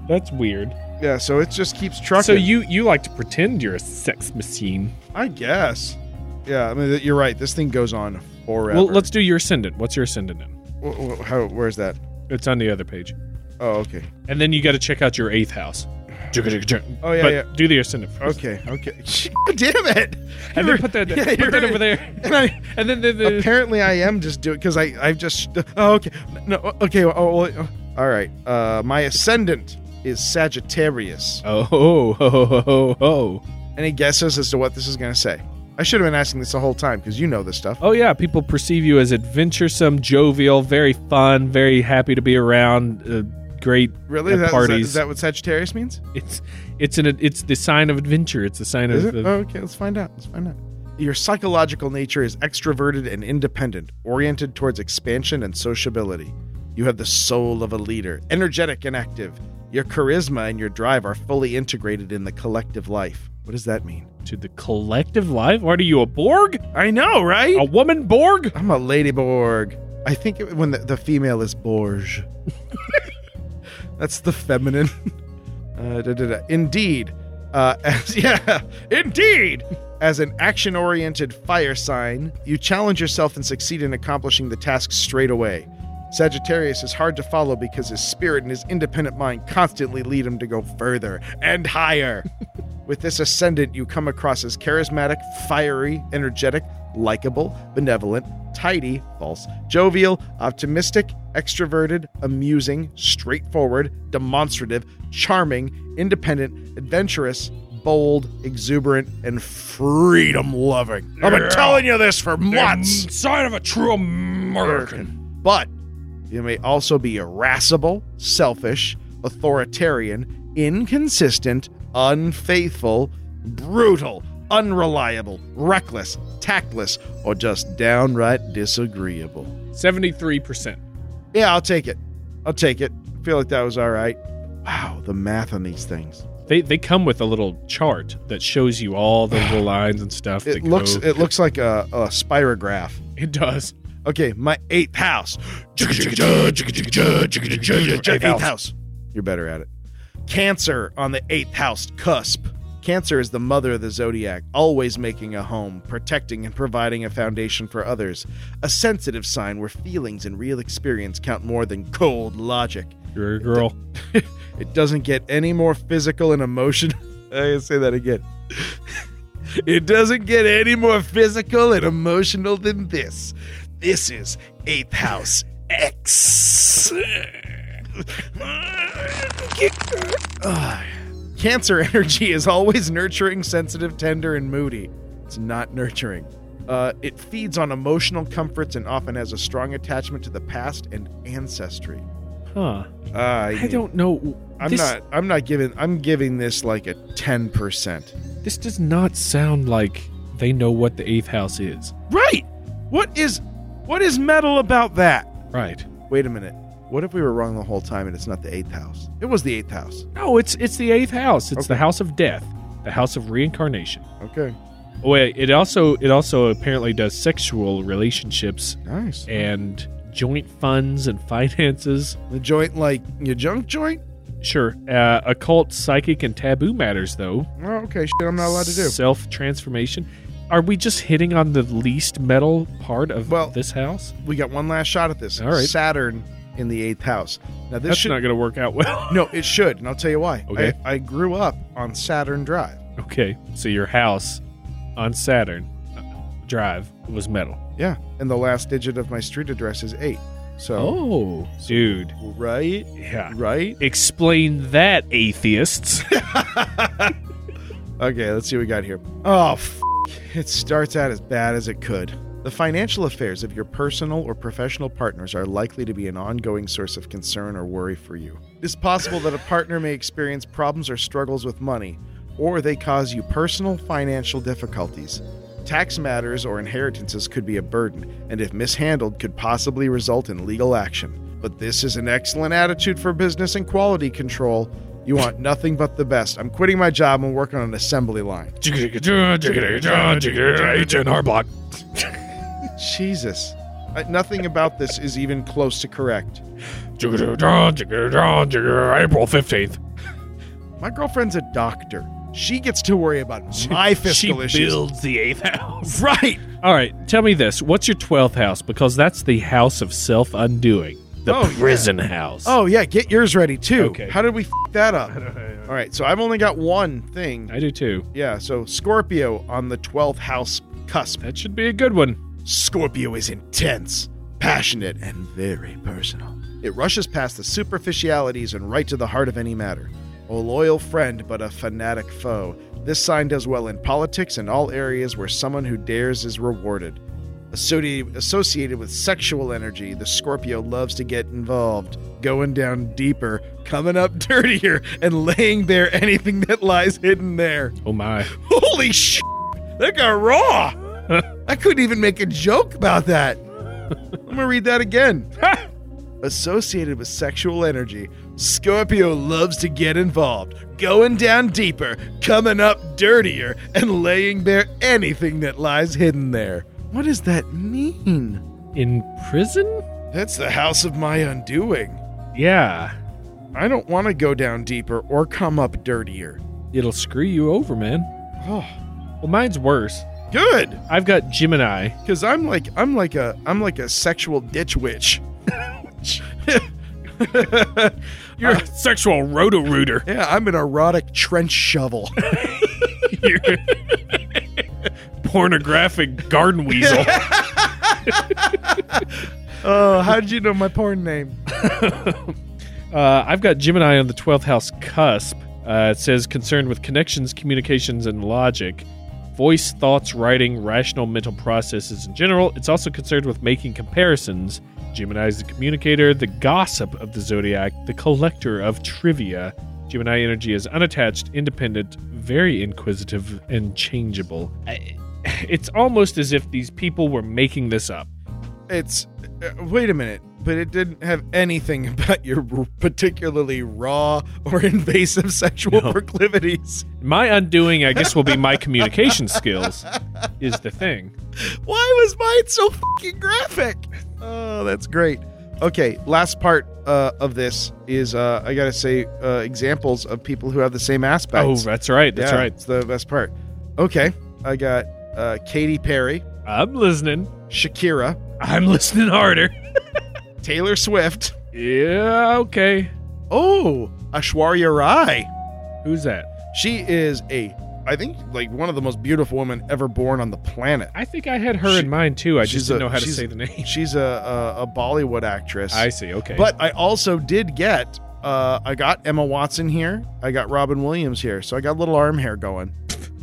S4: That's weird.
S2: yeah, so it just keeps trucking.
S4: So you you like to pretend you're a sex machine.
S2: I guess. Yeah, I mean, th- you're right. This thing goes on forever.
S4: Well, let's do your ascendant. What's your ascendant in?
S2: Wh- wh- how, where's that?
S4: It's on the other page.
S2: Oh, okay.
S4: And then you got to check out your eighth house.
S2: Oh yeah,
S4: but
S2: yeah.
S4: do the ascendant first.
S2: Okay, okay. God damn it!
S4: And then put that,
S2: Yeah,
S4: put
S2: you're
S4: that
S2: right.
S4: over there.
S2: And I-
S4: And then the, the
S2: apparently I am just doing because I I've just oh okay no okay oh, well, oh. all right uh my ascendant is Sagittarius.
S4: oh, ho, ho, ho, ho, ho.
S2: Any guesses as to what this is gonna say? I should have been asking this the whole time because you know this stuff.
S4: oh yeah, people perceive you as adventuresome, jovial, very fun, very happy to be around. Uh, great
S2: Really?
S4: at
S2: Is that, is, that,
S4: parties.
S2: is that what Sagittarius means?
S4: it's it's an it's the sign of adventure. It's the sign
S2: Is
S4: of
S2: it?
S4: of-
S2: Oh, okay, let's find out. Let's find out. Your psychological nature is extroverted and independent, oriented towards expansion and sociability. You have the soul of a leader, energetic and active. Your charisma and your drive are fully integrated in the collective life. What does that mean?
S4: to the collective life. What are you a Borg?
S2: I know, right?
S4: A woman Borg?
S2: I'm a lady Borg. I think it, when the, the female is Borg. That's the feminine. Uh, da, da, da. Indeed. Uh, as, yeah, indeed. As an action oriented fire sign, you challenge yourself and succeed in accomplishing the task straight away. Sagittarius is hard to follow because his spirit and his independent mind constantly lead him to go further and higher. With this ascendant, you come across as charismatic, fiery, energetic, likable, benevolent, tidy, false, jovial, optimistic, extroverted, amusing, straightforward, demonstrative, charming, independent, adventurous, bold, exuberant, and freedom loving.
S5: I've been telling you this for months.
S1: Sign of a true American.
S2: But you may also be irascible, selfish, authoritarian, inconsistent, unfaithful, brutal, unreliable, reckless, tactless, or just downright disagreeable.
S4: 73%.
S2: Yeah, I'll take it. I'll take it. I feel like that was all right. Wow, the math on these things.
S4: They, they come with a little chart that shows you all the little lines and stuff.
S2: It
S4: that
S2: looks
S4: go-
S2: it looks like a, a spirograph.
S4: it does.
S2: Okay, my eighth house.
S5: Eighth
S2: Eighth house. You're better at it. Cancer on the eighth house cusp. Cancer is the mother of the zodiac, always making a home, protecting and providing a foundation for others. A sensitive sign where feelings and real experience count more than cold logic.
S4: You're a girl.
S2: It doesn't get any more physical and emotional. I gotta say that again. it doesn't get any more physical and emotional than this. This is Eighth House X. Ah. Cancer energy is always nurturing, sensitive, tender, and moody. It's not nurturing. Uh, it feeds on emotional comforts and often has a strong attachment to the past and ancestry.
S4: Huh.
S2: Ah,
S4: I
S2: yeah.
S4: don't know.
S2: I'm
S4: This-
S2: not. I'm not giving. I'm giving this like a ten percent.
S4: This does not sound like they know what the eighth house is.
S2: Right. What is, what is metal about that?
S4: Right.
S2: Wait a minute. What if we were wrong the whole time and it's not the eighth house? It was the eighth house.
S4: No, it's it's the eighth house. It's the
S2: Okay.
S4: house of death, the house of reincarnation.
S2: Okay.
S4: Oh, wait, it also it also apparently does sexual relationships
S2: Nice.
S4: and joint funds and finances.
S2: The joint, like your junk joint.
S4: Sure, uh, occult, psychic, and taboo matters though.
S2: Oh, okay. Shit, I'm not allowed to do.
S4: Self transformation. Are we just hitting on the least metal part of
S2: Well,
S4: this house?
S2: We got one last shot at this.
S4: All right.
S2: Saturn in the eighth house. Now this
S4: That's
S2: should.
S4: not going to work out well.
S2: no, it should, and I'll tell you why.
S4: Okay.
S2: I, I grew up on Saturn Drive.
S4: Okay, so your house on Saturn uh, Drive was metal.
S2: Yeah, and the last digit of my street address is eight. So.
S4: Oh, dude.
S2: Right.
S4: Yeah.
S2: Right.
S4: Explain that, atheists.
S2: Okay, let's see what we got here. Oh, f- it starts out as bad as it could. The financial affairs of your personal or professional partners are likely to be an ongoing source of concern or worry for you. It's possible that a partner may experience problems or struggles with money, or they cause you personal financial difficulties. Tax matters or inheritances could be a burden, and if mishandled, could possibly result in legal action. But this is an excellent attitude for business and quality control. You want nothing but the best. I'm quitting my job and working on an assembly line.
S1: Agent Harblock.
S2: Jesus. Uh, nothing about this is even close to correct.
S1: April 15th.
S2: My girlfriend's a doctor. She gets to worry about my fiscal issues.
S4: the eighth house.
S2: Right.
S4: All right, tell me this. What's your 12th house? Because that's the house of self undoing, the
S2: Oh, yeah.
S4: prison house.
S2: Oh yeah, get yours ready too.
S4: Okay.
S2: How did we f- that up? All right, so I've only got one thing.
S4: I do too.
S2: Yeah, so Scorpio on the 12th house cusp.
S4: That should be a good one.
S2: Scorpio is intense, passionate, and very personal. It rushes past the superficialities and right to the heart of any matter. A loyal friend, but a fanatic foe. This sign does well in politics and all areas where someone who dares is rewarded. Associated, associated with sexual energy, the Scorpio loves to get involved, going down deeper, coming up dirtier, and laying bare anything that lies hidden there.
S4: Oh my.
S2: Holy sh! That got raw. I couldn't even make a joke about that. I'm gonna read that again. Associated with sexual energy, Scorpio loves to get involved, going down deeper, coming up dirtier, and laying bare anything that lies hidden there. What does that mean?
S4: In prison?
S2: That's the house of my undoing.
S4: Yeah.
S2: I don't want to go down deeper or come up dirtier.
S4: It'll screw you over, man.
S2: Oh,
S4: Well, mine's worse.
S2: good.
S4: I've got Gemini.
S2: Cause I'm like I'm like a I'm like a sexual ditch witch.
S1: You're a sexual roto rooter.
S2: Yeah, I'm an erotic trench shovel.
S4: pornographic garden weasel.
S2: Oh, how did you know my porn name?
S4: Uh, I've got Gemini on the 12th house cusp. Uh, it says concerned with connections, communications, and logic, voice, thoughts, writing, rational mental processes in general. It's also concerned with making comparisons. Gemini is the communicator, the gossip of the zodiac, the collector of trivia. Gemini energy is unattached, independent, very inquisitive, and changeable. I, it's almost as if these people were making this up.
S2: It's uh, wait a minute, but it didn't have anything about your r- particularly raw or invasive sexual proclivities.
S4: My undoing, I guess, will be my communication skills, is the thing.
S2: Why was mine so fucking graphic? Oh, that's great. Okay, last part uh, of this is uh, I gotta say uh, examples of people who have the same
S4: Oh,
S2: aspects.
S4: that's right. That's
S2: Yeah,
S4: right.
S2: It's the best part. Okay, I got uh, Katy Perry,
S4: I'm listening.
S2: Shakira,
S4: I'm listening harder.
S2: Taylor Swift.
S4: Yeah, okay.
S2: Oh, Ashwarya Rai.
S4: Who's that?
S2: She is a, I think, like one of the most beautiful women ever born on the planet.
S4: I think I had her
S2: She-
S4: in mind too. I
S2: she's
S4: just didn't
S2: a-
S4: know how to
S2: she's-
S4: say the name.
S2: She's a a, a Bollywood actress.
S4: I see. Okay.
S2: But I also did get, uh, I got Emma Watson here. I got Robin Williams here. So I got a little arm hair going.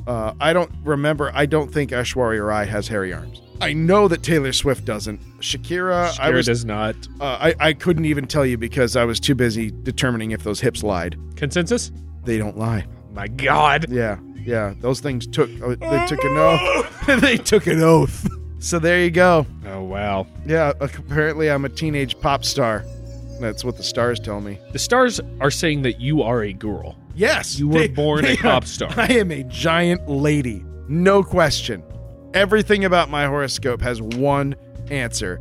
S2: Uh, I don't remember. I don't think Ashwarya Rai has hairy arms. I know that Taylor Swift doesn't. Shakira, I
S4: Kara
S2: was, uh,
S4: does not.
S2: I, I couldn't even tell you because I was too busy determining if those hips lied.
S4: Consensus?
S2: They don't lie.
S4: My God.
S2: Yeah, yeah. Those things took uh, they took an oath. they took an oath. So there you go.
S4: Oh wow.
S2: Yeah, ac- apparently I'm a teenage pop star. That's what the stars tell me.
S4: The stars are saying that you are a girl.
S2: Yes,
S4: You were
S2: they-
S4: born
S2: they
S4: a
S2: are-
S4: pop star.
S2: I am a giant lady. No question. Everything about my horoscope has one answer: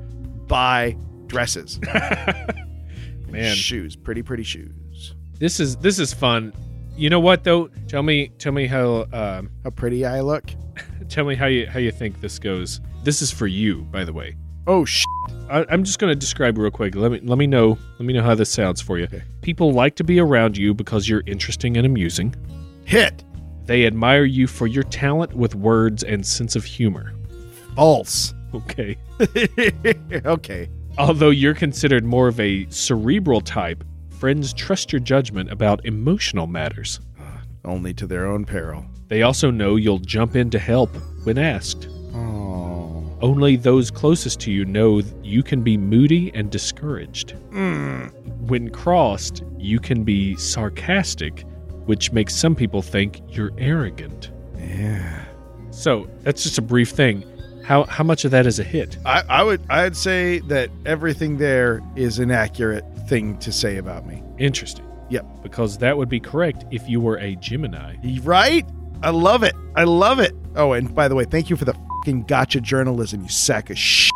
S2: buy dresses,
S4: Man,
S2: shoes, pretty, pretty shoes.
S4: this is this is fun. You know what though? Tell me, tell me how um,
S2: How pretty I look.
S4: tell me how you how you think this goes. This is for you, by the way.
S2: Oh, sh-
S4: I, I'm just going to describe real quick. Let me let me know let me know how this sounds for you. People like to be around you because you're interesting and amusing.
S2: hit
S4: They admire you for your talent with words and sense of humor.
S2: false.
S4: Okay.
S2: okay.
S4: Although you're considered more of a cerebral type, friends trust your judgment about emotional matters.
S2: Only to their own peril.
S4: They also know you'll jump in to help when asked.
S2: Oh.
S4: Only those closest to you know th- you can be moody and discouraged. When crossed, you can be sarcastic, which makes some people think you're arrogant.
S2: Yeah.
S4: So that's just a brief thing. How how much of that is a hit?
S2: I, I would I'd say that everything there is an accurate thing to say about me.
S4: Interesting.
S2: Yep.
S4: Because that would be correct if you were a Gemini.
S2: Right? I love it. I love it. Oh, and by the way, thank you for the fucking gotcha journalism, you sack of shit.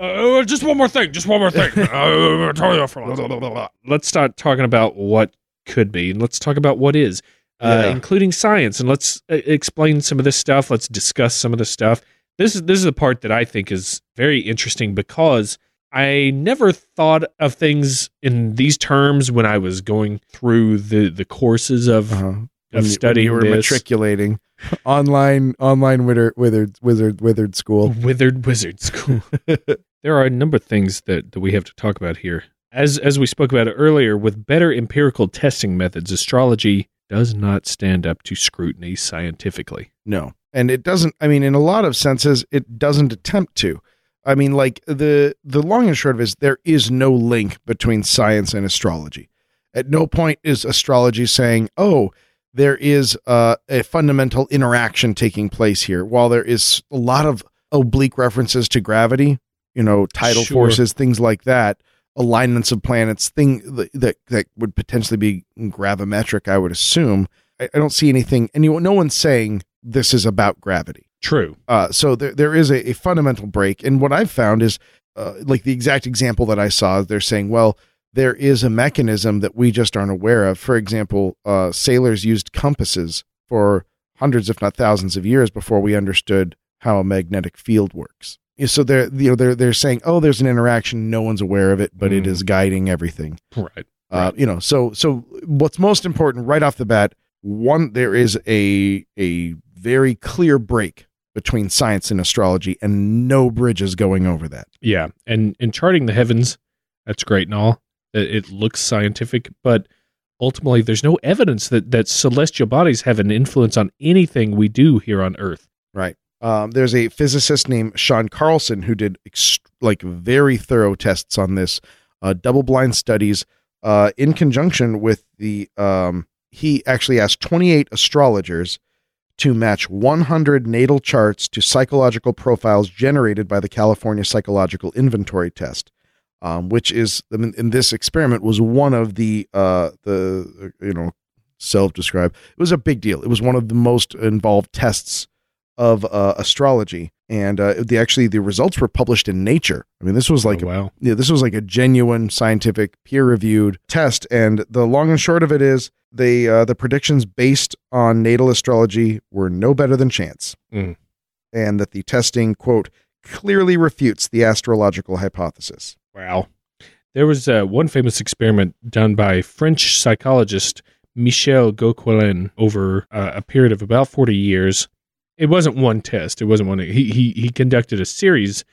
S1: Uh, just one more thing. Just one more thing. uh, totally off for lots.
S4: Let's start talking about what could be, and let's talk about what is, uh,
S2: Yeah.
S4: including science, and let's uh, explain some of this stuff. Let's discuss some of this stuff. This is this is the part that I think is very interesting because I never thought of things in these terms when I was going through the the courses Uh-huh. of of studying
S2: you were
S4: this.
S2: matriculating online online wizard wizard wizard wizard school.
S4: Withered Wizard School. there are a number of things that, that we have to talk about here. As as we spoke about earlier, with better empirical testing methods, astrology does not stand up to scrutiny scientifically.
S2: No. And it doesn't I mean in a lot of senses it doesn't attempt to. I mean like the the long and short of it is there is no link between science and astrology. At no point is astrology saying, "Oh, there is uh, a fundamental interaction taking place here." While there is a lot of oblique references to gravity, you know, tidal
S4: Sure.
S2: forces, things like that, alignments of planets, thing th- that that would potentially be gravimetric, I would assume. I, I don't see anything, and you, no one's saying this is about gravity.
S4: True.
S2: Uh, so there, there is a, a fundamental break. And what I've found is uh, like the exact example that I saw, they're saying, well, there is a mechanism that we just aren't aware of. For example, uh, sailors used compasses for hundreds, if not thousands of years before we understood how a magnetic field works. Yeah, So they're, you know, they're, they're saying, oh, there's an interaction. No one's aware of it, but it
S4: Mm.
S2: is guiding everything.
S4: Right.
S2: Uh, you know, so so what's most important right off the bat, one there is a a very clear break between science and astrology, and no bridges going over that.
S4: Yeah, and and charting the heavens, that's great and all. It, it looks scientific, but ultimately, there's no evidence that that celestial bodies have an influence on anything we do here on Earth.
S2: Um, there's a physicist named Sean Carlson who did ex- like very thorough tests on this, uh, double blind studies uh, in conjunction with the. Um, he actually asked 28 astrologers to match 100 natal charts to psychological profiles generated by the California Psychological Inventory Test, um, which is I mean, in this experiment was one of the uh, the uh, you know self-described. It was a big deal. It was one of the most involved tests of uh, astrology, and uh, the actually the results were published in Nature. I mean, this was like
S4: Oh, wow,
S2: yeah, this was like a genuine scientific peer-reviewed test, and the long and short of it is they uh, the predictions based on natal astrology were no better than chance,
S4: Mm.
S2: and that the testing quote clearly refutes the astrological hypothesis.
S4: wow. There was uh, one famous experiment done by French psychologist Michel Gauquelin over uh, a period of about 40 years. It wasn't one test. It wasn't one. He he he conducted a series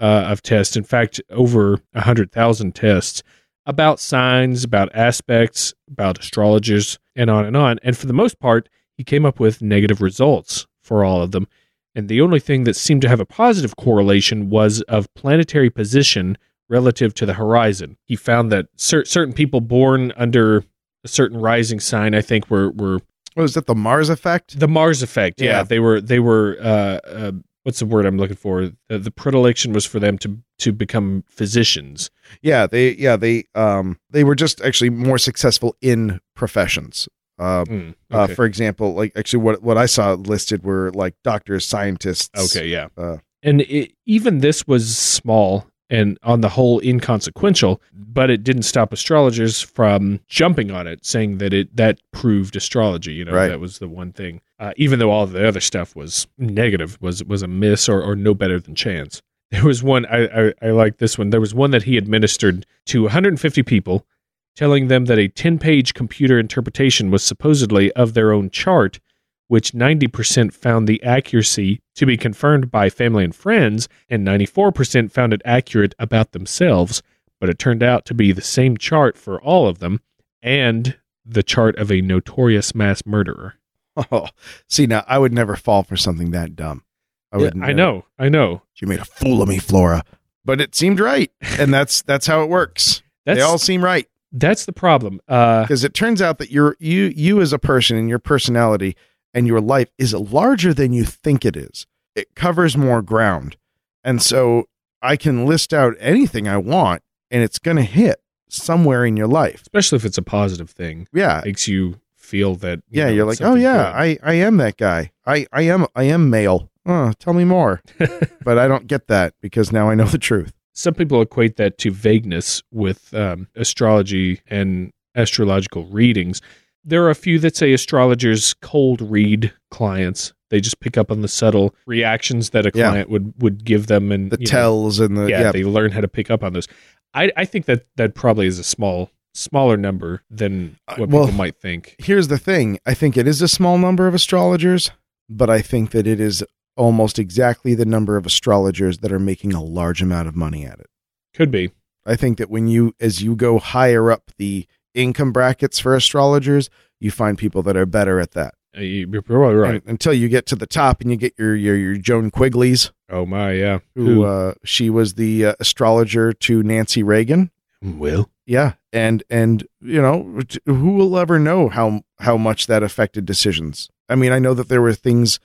S4: uh, of tests. In fact, over 100,000 tests about signs, about aspects, about astrologers, and on and on. And for the most part, he came up with negative results for all of them. And the only thing that seemed to have a positive correlation was of planetary position relative to the horizon. He found that cer- certain people born under a certain rising sign, I think, were were
S2: What Oh, is that? The Mars effect?
S4: the Mars effect. Yeah,
S2: Yeah.
S4: they were they were. Uh, uh, what's the word I'm looking for? The, the predilection was for them to to become physicians.
S2: Yeah, they yeah they um they were just actually more successful in professions. Um,
S4: Mm,
S2: uh,
S4: okay.
S2: for example, like actually what what I saw listed were like doctors, scientists.
S4: Okay, yeah.
S2: Uh,
S4: and it, even this was small and on the whole inconsequential, but it didn't stop astrologers from jumping on it, saying that it that proved astrology. You know,
S2: Right.
S4: that was the one thing. Uh, even though all the other stuff was negative, was was a miss or, or no better than chance. There was one I, I I like this one. There was one that he administered to 150 people, telling them that a 10 page computer interpretation was supposedly of their own chart which 90% found the accuracy to be confirmed by family and friends, and 94% found it accurate about themselves. But it turned out to be the same chart for all of them and the chart of a notorious mass murderer.
S2: Oh, see now I would never fall for something that dumb. I would.
S4: I
S2: never-
S4: know, I know.
S2: She made a fool of me, Flora. But it seemed right, and that's that's how it works.
S4: That's,
S2: they all seem right
S4: that's the problem. Uh,
S2: because it turns out that you're you you as a person and your personality and your life is larger than you think it is. It covers more ground, and so I can list out anything I want, and it's going to hit somewhere in your life.
S4: especially if it's a positive thing,
S2: Yeah,
S4: makes you feel that. you
S2: yeah.
S4: know,
S2: you're
S4: it's
S2: like, oh
S4: something
S2: yeah,
S4: good."
S2: I I am that guy. I I am I am male. Uh, tell me more. but I don't get that because now I know the truth.
S4: some people equate that to vagueness with um, astrology and astrological readings. There are a few that say astrologers cold read clients. They just pick up on the subtle reactions that a
S2: Yeah.
S4: client would would give them, and
S2: The
S4: you know,
S2: tells and the
S4: yeah,
S2: yeah,
S4: they learn how to pick up on those. I, I think that that probably is a small smaller number than
S2: Uh,
S4: what
S2: well-
S4: people might think.
S2: here's the thing i think it is a small number of astrologers but i think that it is almost exactly the number of astrologers that are making a large amount of money at it
S4: Could be.
S2: i think that when you as you go higher up the income brackets for astrologers you find people that are better at that
S4: Uh, you- You're probably right.
S2: And until you get to the top and you get your your, your joan quigleys
S4: oh my, yeah.
S2: who, Uh, she was the uh, astrologer to nancy reagan
S4: will?
S2: yeah and and you know t- who will ever know how how much that affected decisions i mean i know that there were things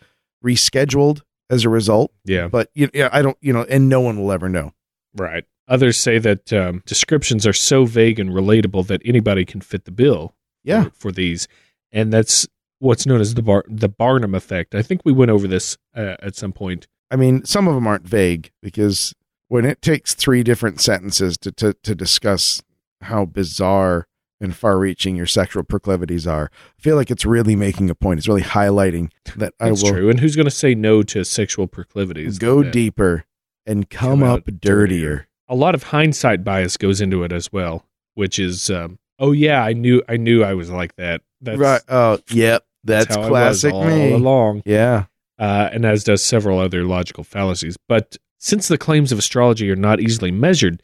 S2: rescheduled as a result
S4: Yeah.
S2: but you, yeah i don't you know and no one will ever know
S4: Right. Others say that um, descriptions are so vague and relatable that anybody can fit the bill.
S2: Yeah.
S4: For, for these, and that's what's known as the Bar- the Barnum effect. I think we went over this uh, at some point.
S2: i mean some of them aren't vague because when it takes three different sentences to to, to discuss how bizarre and far-reaching your sexual proclivities are i feel like it's really making a point it's really highlighting that i
S4: That's
S2: will
S4: true. And who's going to say no to sexual proclivities?
S2: go
S4: Yeah.
S2: deeper and come,
S4: Come
S2: up
S4: out
S2: dirtier.
S4: A lot of hindsight bias goes into it as well, which is, um, oh yeah, I knew I knew I was like that. That's,
S2: right. Oh, yep. That's
S4: how I was
S2: classic
S4: all
S2: me.
S4: along.
S2: Yeah.
S4: uh, and as does several other logical fallacies. But since the claims of astrology are not easily measured,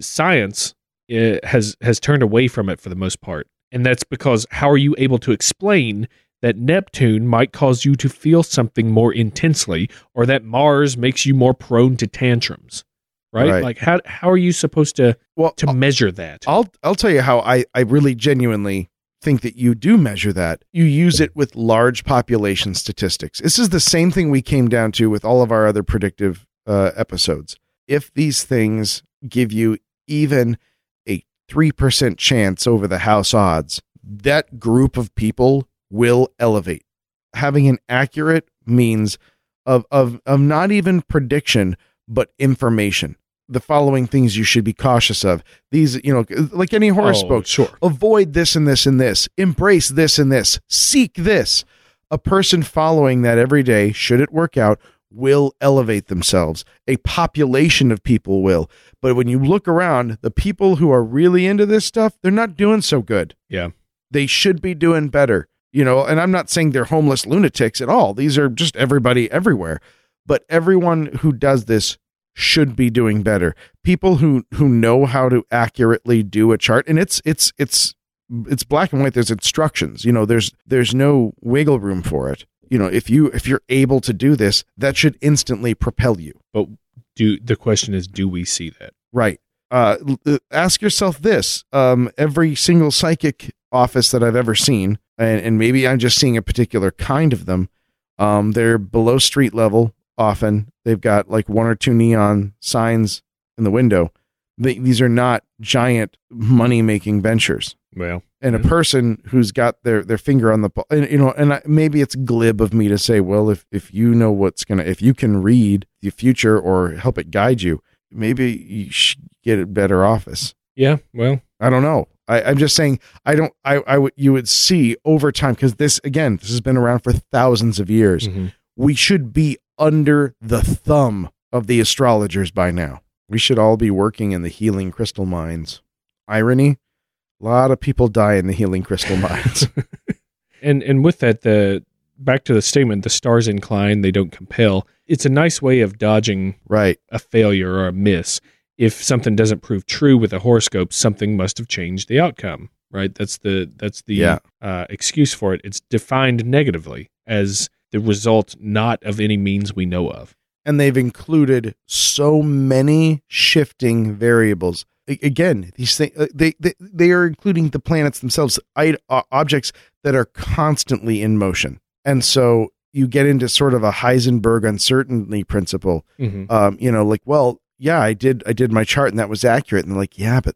S4: science uh, has has turned away from it for the most part, and that's because how are you able to explain that Neptune might cause you to feel something more intensely, or that Mars makes you more prone to tantrums, right?
S2: Right.
S4: Like how how are you supposed to
S2: Well,
S4: to measure that?
S2: I'll I'll tell you how I I really genuinely think that you do measure that. You use it with large population statistics. This is the same thing we came down to with all of our other predictive uh, episodes. If these things give you even a three percent chance over the house odds, that group of people will elevate. Having an accurate means of of of not even prediction but information. The following things you should be cautious of. These, you know, like any
S4: Oh,
S2: horoscope,
S4: sure.
S2: avoid this and this and this, embrace this and this, seek this. A person following that every day, should it work out, will elevate themselves. A population of people will. But when you look around, the people who are really into this stuff, they're not doing so good.
S4: Yeah.
S2: They should be doing better. You know, and I'm not saying they're homeless lunatics at all. These are just everybody everywhere. But everyone who does this should be doing better people who who know how to accurately do a chart and it's it's it's it's black and white there's instructions you know there's there's no wiggle room for it you know if you if you're able to do this that should instantly propel you
S4: Do the question is, do we see that?
S2: right uh l- uh, ask yourself this um every single psychic office that i've ever seen and and maybe i'm just seeing a particular kind of them um they're below street level often they've got like one or two neon signs in the window Th these are not giant money making ventures
S4: Well,
S2: and a
S4: Mhm.
S2: person who's got their their finger on the ball and you know and I, maybe it's glib of me to say well if if you know what's gonna if you can read the future or help it guide you maybe you should get a better office
S4: yeah, well,
S2: i don't know I, i'm just saying i don't i i would you would see over time because this again this has been around for thousands of years
S4: Mm-hmm.
S2: we should be under the thumb of the astrologers by now. We should all be working in the healing crystal mines. Irony? A lot of people die in the healing crystal mines.
S4: and and with that the back to the statement the stars incline they don't compel it's a nice way of dodging
S2: right.
S4: a failure or a miss if something doesn't prove true with a horoscope something must have changed the outcome right that's the that's the
S2: Yeah.
S4: uh, excuse for it it's defined negatively as the result not of any means we know of
S2: And they've included so many shifting variables. A- Again, these things they, they they are including the planets themselves, I, uh, objects that are constantly in motion, and so you get into sort of a Heisenberg uncertainty principle, um, you know, like, well, yeah, I did, I did my chart and that was accurate. And they're like, yeah, but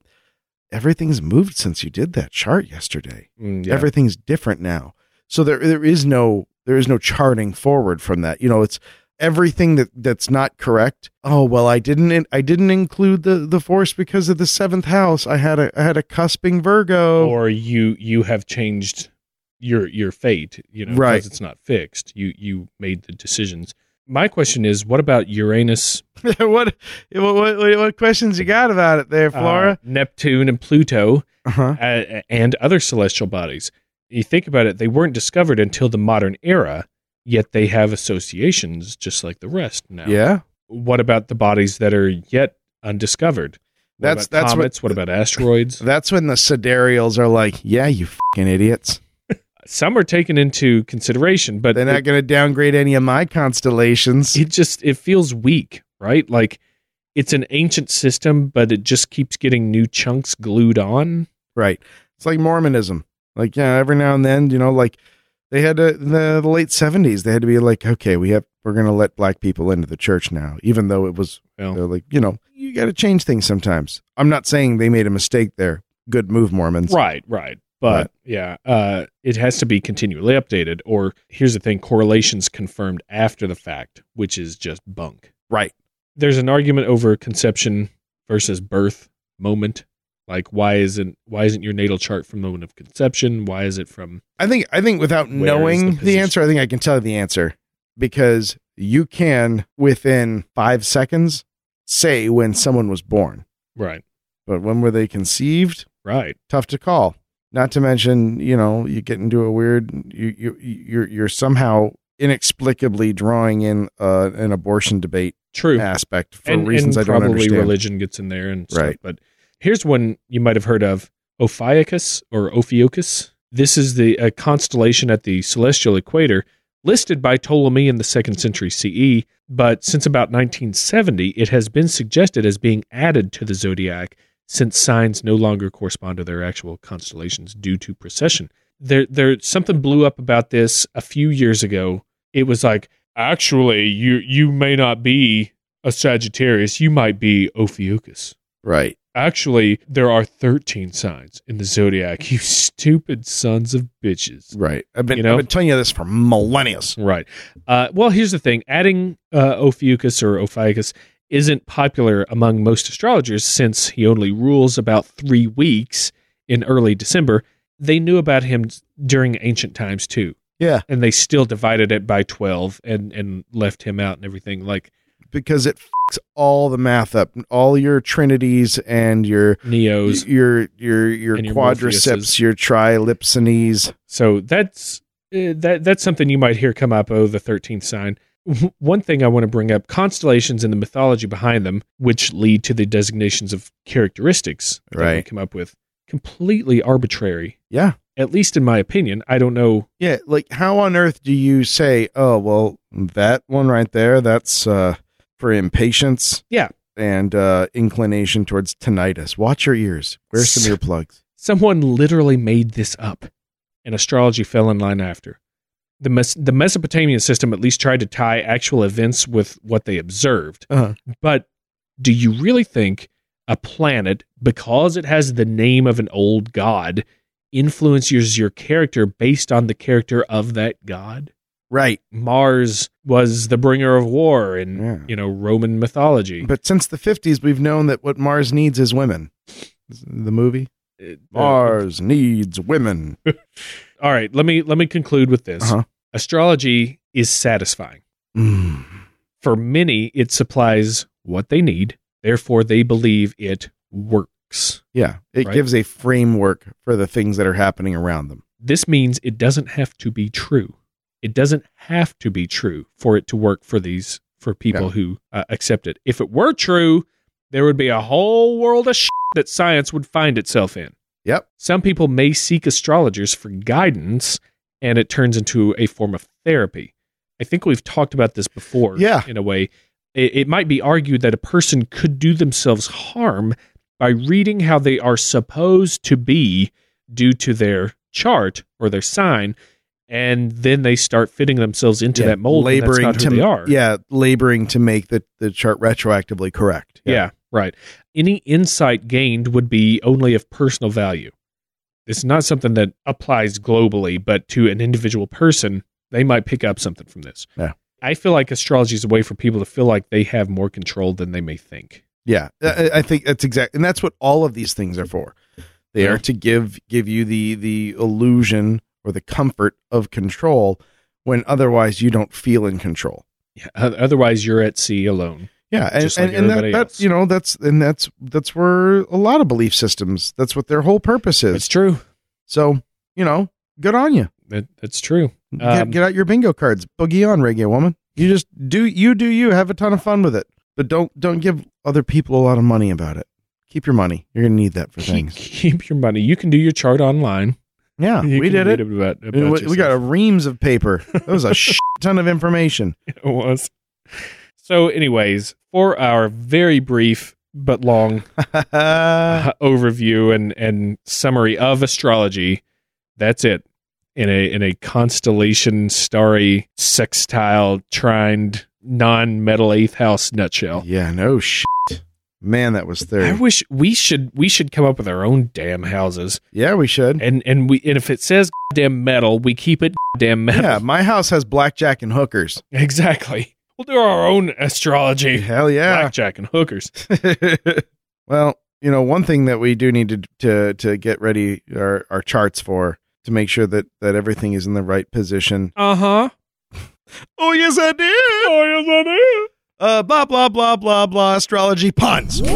S2: everything's moved since you did that chart yesterday.
S4: Mm, yeah.
S2: Everything's different now. So there, there is no, there is no charting forward from that. You know, it's everything that that's not correct. Oh, well, I didn't, in- I didn't include the, the force because of the seventh house. I had a, I had a cusping Virgo.
S4: or you you have changed your your fate you know
S2: Right.
S4: because it's not fixed you you made the decisions my question is what about uranus
S2: what, what, what, what questions you got about it there,
S4: uh, Neptune, and Pluto,
S2: Uh-huh.
S4: uh, and other celestial bodies. You think about it, they weren't discovered until the modern era, yet they have associations just like the rest now.
S2: Yeah.
S4: What about the bodies that are yet undiscovered? What
S2: That's-
S4: about
S2: that's what-
S4: comets? What, about asteroids?
S2: That's when the sidereals are like, yeah, you fucking idiots.
S4: Some are taken into consideration, but
S2: They're not
S4: it,
S2: going to downgrade any of my constellations.
S4: it just it feels weak, right? Like it's an ancient system, but it just keeps getting new chunks glued on.
S2: Right. It's like Mormonism. Like, yeah, every now and then, you know, like they had to, the, the late 70s, they had to be like, okay, we have, we're going to let black people into the church now, even though it was
S4: Well,
S2: they're like, you know, you got to change things sometimes. I'm not saying they made a mistake there. Good move, Mormons.
S4: Right, right. But
S2: Right.
S4: yeah, uh, it has to be continually updated. Or here's the thing correlations confirmed after the fact, which is just bunk.
S2: Right.
S4: There's an argument over conception versus birth moment. Like why isn't why isn't your natal chart from the moment of conception? Why is it from
S2: I think I think without
S4: Where is the
S2: knowing the,
S4: position?
S2: answer, I think I can tell you the answer because you can within five seconds say when someone was born,
S4: right,
S2: but when were they conceived?
S4: right?
S2: Tough to call. Not to mention, you know, you get into a weird you you you're you're somehow inexplicably drawing in uh, an abortion debate
S4: True.
S2: aspect for
S4: and,
S2: reasons
S4: and
S2: I don't
S4: probably
S2: understand.
S4: religion gets in there and stuff.
S2: Right.
S4: But here's one you might have heard of: Ophiuchus or Ophiuchus. This is the a constellation at the celestial equator, listed by Ptolemy in the second century CE. But since about 1970, it has been suggested as being added to the zodiac since signs no longer correspond to their actual constellations due to precession. There, there, something blew up about this a few years ago. It was like, actually, you you may not be a Sagittarius, you might be Ophiuchus.
S2: Right.
S4: Actually, there are 13 signs in the zodiac, you stupid sons of bitches.
S2: Right. I've been
S4: You know?
S2: I've been telling you this for millennia.
S4: Right. Uh, well, here's the thing adding uh, Ophiuchus or Ophiuchus isn't popular among most astrologers since he only rules about three weeks in early December. They knew about him during ancient times too.
S2: Yeah.
S4: And they still divided it by 12 and, and left him out and everything. Like
S2: Because it f***s all the math up. All your trinities and your
S4: Neo's
S2: your your your
S4: And your
S2: quadriceps,
S4: Morpheuses.
S2: your trilipsines.
S4: So that's uh, that that's something you might hear come up. Oh, the thirteenth sign. One thing I want to bring up: constellations and the mythology behind them, which lead to the designations of characteristics that we
S2: Right.
S4: come up with. Completely arbitrary,
S2: Yeah.
S4: at least in my opinion. I don't know.
S2: Yeah, like how on earth do you say, "Oh, well, that one right there, that's uh for impatience."
S4: Yeah.
S2: And uh inclination towards tinnitus. Watch your ears. Wear some earplugs.
S4: Someone literally made this up, and astrology fell in line after. The, Mes- the Mesopotamian system at least tried to tie actual events with what they observed.
S2: Uh-huh.
S4: But do you really think a planet, because it has the name of an old god, influences your character based on the character of that god?
S2: Right.
S4: Mars was the bringer of war in
S2: Yeah.
S4: you know Roman mythology.
S2: But since the 50s, we've known that what Mars needs is women. The movie?
S4: Uh,
S2: Mars needs women.
S4: all right, let me let me conclude with this.
S2: Uh-huh.
S4: Astrology is satisfying.
S2: Mm.
S4: For many, it supplies what they need, therefore they believe it works.
S2: Yeah. It
S4: Right.
S2: gives a framework for the things that are happening around them.
S4: this means it doesn't have to be true. It doesn't have to be true for it to work for these for people
S2: Yeah.
S4: who uh, accept it. If it were true, there would be a whole world of shit that science would find itself in.
S2: Yep.
S4: Some people may seek astrologers for guidance, and it turns into a form of therapy. I think we've talked about this before.
S2: Yeah.
S4: In a way, it, it might be argued that a person could do themselves harm by reading how they are supposed to be due to their chart or their sign, and then they start fitting themselves into
S2: Yeah,
S4: that mold. and that's not who
S2: to
S4: they are.
S2: yeah, laboring to make the, the chart retroactively correct.
S4: Yeah. right. Any insight gained would be only of personal value. It's not something that applies globally, but to an individual person, they might pick up something from this.
S2: Yeah.
S4: I feel like astrology is a way for people to feel like they have more control than they may think.
S2: Yeah, I, I think that's exact, and that's what all of these things are for. They
S4: Yeah.
S2: are to give give you the the illusion or the comfort of control when otherwise you don't feel in control.
S4: Yeah, o- Otherwise, you're at sea alone.
S2: Yeah, and
S4: Just like
S2: and, and that,
S4: everybody
S2: that
S4: else.
S2: you know that's and that's that's where a lot of belief systems. That's what their whole purpose is.
S4: That's true.
S2: So you know, good on you.
S4: That, that's true.
S2: get,
S4: Um,
S2: get out your bingo cards. Boogie on, reggae woman. You just do you do you. Have a ton of fun with it, but don't don't give other people a lot of money about it. Keep your money. You're gonna need that for
S4: Keep,
S2: things.
S4: keep your money. You can do your chart online.
S2: Yeah,
S4: You
S2: we
S4: can
S2: did
S4: read
S2: it.
S4: about-
S2: I
S4: about
S2: mean, we, we got a
S4: yourself.
S2: reams of paper. That was a shit ton of information.
S4: it was. So, anyways, for our very brief but long uh, overview and and summary of astrology. That's it. In a in a constellation starry sextile trined non metal eighth house nutshell.
S2: yeah, no shit. Man, that was
S4: I
S2: third.
S4: wish we should we should come up with our own damn houses
S2: yeah, we should.
S4: and and we and if it says damn metal we keep it damn metal
S2: Yeah, my house has blackjack and hookers.
S4: exactly we'll do our own astrology
S2: Hell yeah.
S4: blackjack and hookers
S2: well, you know, one thing that we do need to to to get ready our, our charts for to make sure that that everything is in the right position.
S4: uh huh
S2: Oh yes, I did. Uh-huh. Oh yes, I did. Uh, blah blah blah blah blah. Astrology puns. How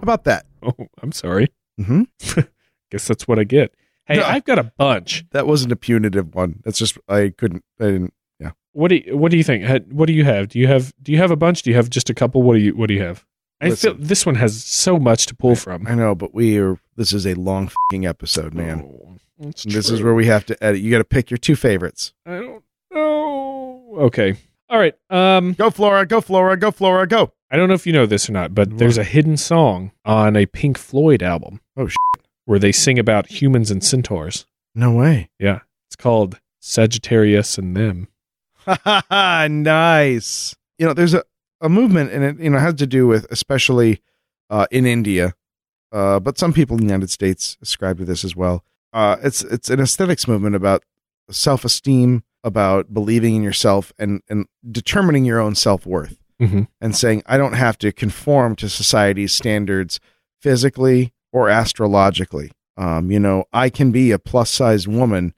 S2: about that?
S4: oh I'm sorry
S2: Mm-hmm.
S4: Oh, guess that's what I get Hey,
S2: No.
S4: I've got a bunch.
S2: That wasn't a punitive one. That's just I couldn't. I didn't.
S4: What do you, What do you think? Ha- What do you have? Do you have Do you have a bunch? Do you have just a couple? What do you What do you have? I feel
S2: Listen.
S4: this one has so much to pull from.
S2: I know, but we are. This is a long fing episode, man.
S4: Oh, that's
S2: And this
S4: true.
S2: is where we have to edit. You got to pick your two favorites.
S4: I don't know. Okay. All right. Um,
S2: Go Flora. Go Flora. Go Flora. Go.
S4: I don't know if you know this or not, but there's a hidden song on a Pink Floyd album.
S2: Oh, shit.
S4: Where they sing about humans and centaurs.
S2: No way.
S4: It's called Sagittarius and Them.
S2: nice. You know, there's a, a movement, and it you know has to do with especially uh, in India, uh, but some people in the United States ascribe to this as well. Uh, it's it's an aesthetics movement about self esteem, about believing in yourself, and and determining your own self worth,
S4: Mhm.
S2: and saying I don't have to conform to society's standards physically or astrologically. Um, you know, I can be a plus sized woman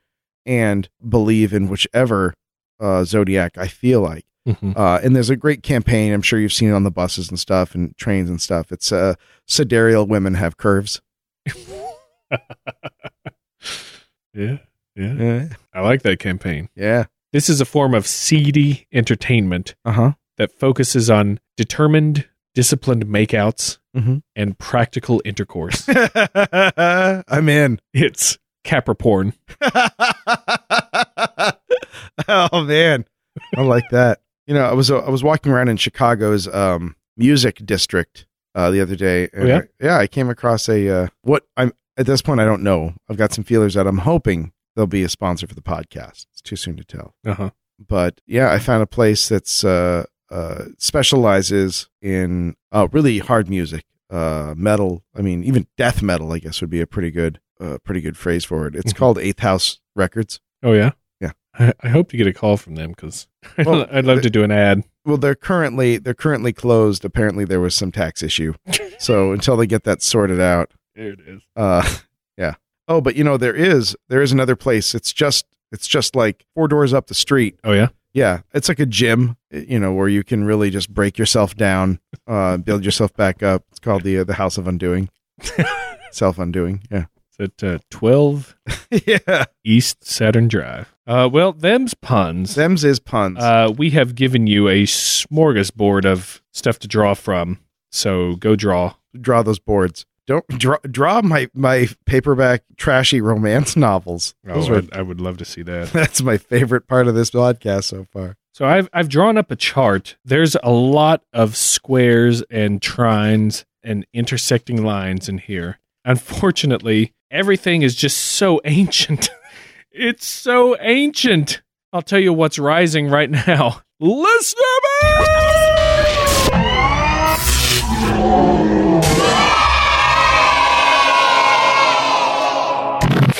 S2: and believe in whichever uh, zodiac I feel like.
S4: Mm-hmm.
S2: Uh, and there's a great campaign. I'm sure you've seen it on the buses and stuff and trains and stuff. It's uh, sidereal women have curves.
S4: Yeah. Yeah.
S2: Yeah.
S4: I like that campaign.
S2: Yeah.
S4: This is a form of seedy entertainment
S2: Uh huh.
S4: that focuses on determined, disciplined makeouts
S2: Mhm.
S4: and practical intercourse.
S2: I'm in.
S4: it's Capricorn.
S2: oh man, I like that. You know, I was uh, I was walking around in Chicago's um, music district uh, the other day. and
S4: Oh, yeah?
S2: I, yeah, I came across a uh, what I'm at this point I don't know. I've got some feelers out. I'm hoping they'll be a sponsor for the podcast. It's too soon to tell.
S4: Uh huh.
S2: but yeah, I found a place that's uh, uh, specializes in uh, really hard music, uh, metal. I mean, even death metal, I guess, would be a pretty good, uh, pretty good phrase for it. It's
S4: Mhm.
S2: called Eighth House Records.
S4: Oh yeah.
S2: Yeah.
S4: I, I hope to get a call from them because
S2: Well,
S4: I'd love to do an ad.
S2: Well, they're currently they're currently closed. Apparently, there was some tax issue, so until they get that sorted out,
S4: There it is.
S2: uh, yeah. Oh, but you know there is there is another place. It's just it's just like four doors up the street.
S4: Oh yeah.
S2: Yeah, it's like a gym, eh, you know, where you can really just break yourself down, uh, build yourself back up. It's called the uh, the House of Undoing, self undoing. Yeah,
S4: It's at uh, twelve
S2: yeah.
S4: East Saturn Drive. Uh, well, them's puns.
S2: Them's is puns.
S4: Uh, we have given you a smorgasbord of stuff to draw from. So go draw.
S2: draw those boards. Don't draw draw my my paperback trashy romance novels. Those
S4: Oh,
S2: were,
S4: I'd- I would love to see that.
S2: that's my favorite part of this podcast so far.
S4: So I've I've drawn up a chart. There's a lot of squares and trines and intersecting lines in here. Unfortunately, everything is just so ancient. it's so ancient. I'll tell you what's rising right now. Listener mail!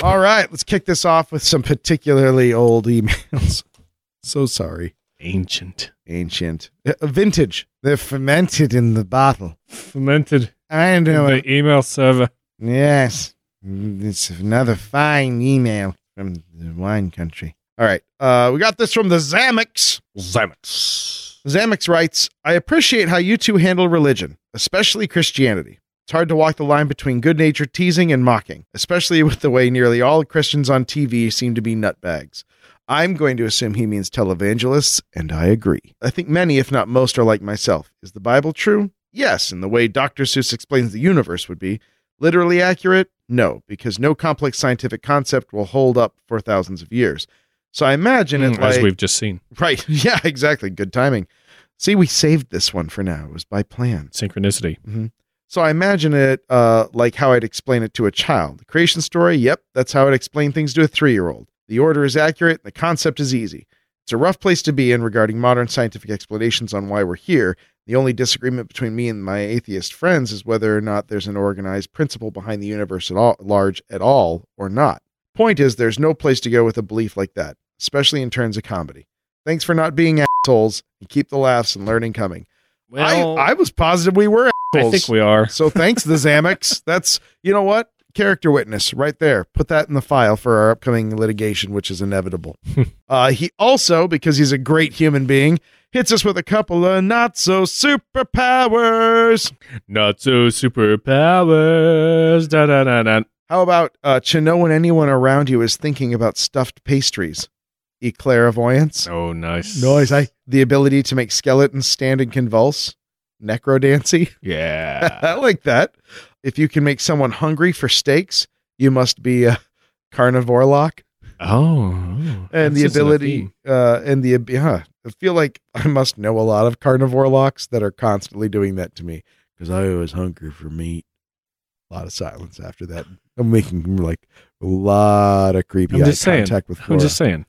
S2: All right, let's kick this off with some particularly old emails. so sorry,
S4: Ancient.
S2: ancient, Uh, vintage. They're fermented in the bottle.
S4: Fermented
S2: I
S4: in
S2: know it.
S4: the email server.
S2: Yes. It's another fine email from the wine country. All right. Uh, we got this from the Zamex.
S4: Zamex.
S2: Zamex writes I appreciate how you two handle religion, especially Christianity. It's hard to walk the line between good natured teasing and mocking, especially with the way nearly all Christians on TV seem to be nutbags. I'm going to assume he means televangelists, and I agree. I think many, if not most, are like myself. Is the Bible true? Yes, in the way Dr. Seuss explains the universe would be. Literally accurate? No, because no complex scientific concept will hold up for thousands of years. So I imagine it like
S4: Hmm, Mm, As we've just seen.
S2: Right. Yeah, exactly. Good timing. See, we saved this one for now. It was by plan.
S4: Synchronicity.
S2: So I imagine it uh, like how I'd explain it to a child. The creation story, yep, that's how I'd explain things to a three year old. The order is accurate, the concept is easy. It's a rough place to be in regarding modern scientific explanations on why we're here. The only disagreement between me and my atheist friends is whether or not there's an organized principle behind the universe at all, large at all or not. Point is, there's no place to go with a belief like that, especially in terms of comedy. Thanks for not being assholes and keep the laughs and learning coming. I, I was positive we were
S4: I
S2: assholes.
S4: think we are.
S2: So thanks, the Zamex. That's you know what character witness right there. Put that in the file for our upcoming litigation, which is inevitable. uh, he also, because he's a great human being, hits us with a couple of not so superpowers.
S4: Not so superpowers. Da, da, da, da.
S2: How about uh, to know when anyone around you is thinking about stuffed pastries? Eclairvoyance.
S4: Oh, nice.
S2: Noise. I the ability to make skeletons stand and convulse. Necrodancy. I
S4: Yeah.
S2: like that. If you can make someone hungry for steaks, you must be a carnivore lock.
S4: oh.
S2: And
S4: This isn't
S2: the
S4: a
S2: ability,
S4: theme.
S2: uh, and the ab- yeah, I feel like I must know a lot of carnivore locks that are constantly doing that to me because I was hungry for meat. A lot of silence after that. I'm making like a lot of creepy
S4: I'm
S2: eye
S4: just saying.
S2: contact with
S4: I'm
S2: Flora.
S4: just saying.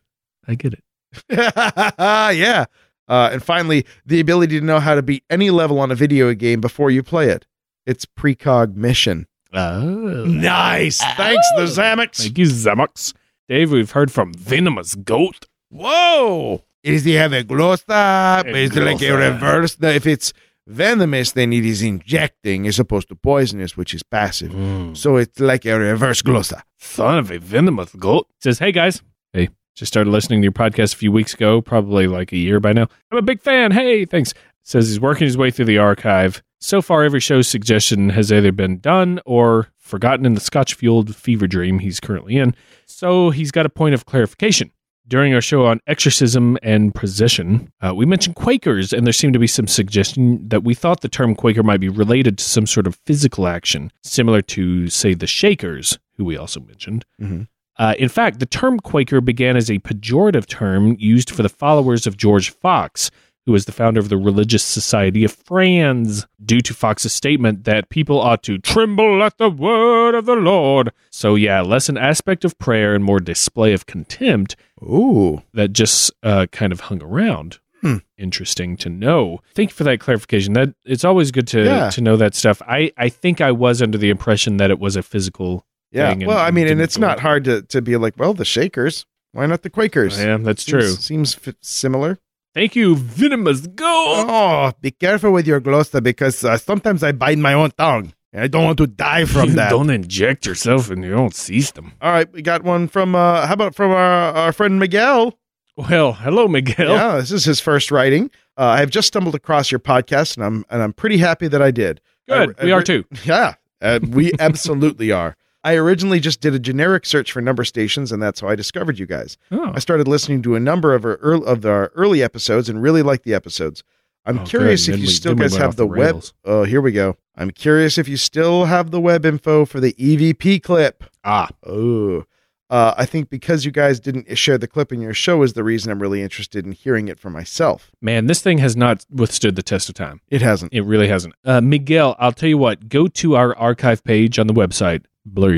S4: I get it.
S2: yeah. Uh, and finally, the ability to know how to beat any level on a video game before you play it. It's precognition.
S4: Oh.
S5: Nice. Thanks, the Zamex.
S4: Thank you, Zamox. Dave, we've heard from Venomous Goat.
S5: Whoa.
S2: Is they have a gloss up?
S4: A
S2: Is it like a
S4: gloss up.
S2: reverse? No, if it's venomous, then it is injecting as opposed to poisonous, which is passive.
S4: Mm.
S2: So it's like a reverse gloss up.
S4: Son of a venomous goat. Says, hey guys. Hey, just started listening to your podcast a few weeks ago, probably like a year by now. I'm a big fan. Hey, thanks. Says he's working his way through the archive. So far, every show suggestion has either been done or forgotten in the scotch fueled fever dream he's currently in. So he's got a point of clarification. During our show on exorcism and possession, uh, we mentioned Quakers, and there seemed to be some suggestion that we thought the term Quaker might be related to some sort of physical action, similar to, say, the Shakers, who we also mentioned.
S2: Mhm.
S4: Uh, in fact, the term Quaker began as a pejorative term used for the followers of George Fox, who was the founder of the Religious Society of Friends, due to Fox's statement that people ought to tremble at the word of the Lord. So, yeah, less an aspect of prayer and more display of contempt
S2: Ooh.
S4: that just uh, kind of hung around.
S2: Hmm.
S4: Interesting to know. Thank you for that clarification. That it's always good to
S2: Yeah.
S4: to know that stuff. I I think I was under the impression that it was a physical.
S2: Yeah.
S4: Thing and
S2: well, I mean, and
S4: didn't
S2: it's
S4: go
S2: not
S4: on.
S2: hard to, to be like, well, the Shakers. Why not the Quakers?
S4: Yeah, that's
S2: Seems-
S4: true.
S2: Seems f- similar.
S4: Thank you, venomous go.
S2: Oh, be careful with your glossa because uh, sometimes I bite my own tongue and I don't want to die from that.
S4: Don't inject yourself in your own system.
S2: All right, we got one from uh how about from our, our friend Miguel?
S4: Well, hello, Miguel.
S2: Yeah, this is his first writing. Uh, I have just stumbled across your podcast, and I'm and I'm pretty happy that I did.
S4: Good.
S2: I- I
S4: we are
S2: re-
S4: too.
S2: Yeah, uh, we absolutely are. I originally just did a generic search for number stations, and that's how I discovered you guys.
S4: Oh,
S2: I started listening to a number of our early, of our early episodes and really liked the episodes. I'm
S4: Oh,
S2: curious
S4: good.
S2: if
S4: Then
S2: you
S4: we-
S2: still
S4: then we
S2: guys
S4: went
S2: have
S4: off
S2: the,
S4: the
S2: web.
S4: rails.
S2: Oh, here we go. I'm curious if you still have the web info for the EVP clip.
S4: ah,
S2: Oh, uh, I think because you guys didn't share the clip in your show is the reason I'm really interested in hearing it for myself.
S4: man, this thing has not withstood the test of time.
S2: It hasn't.
S4: It really hasn't. Uh, Miguel, I'll tell you what, go to our archive page on the website,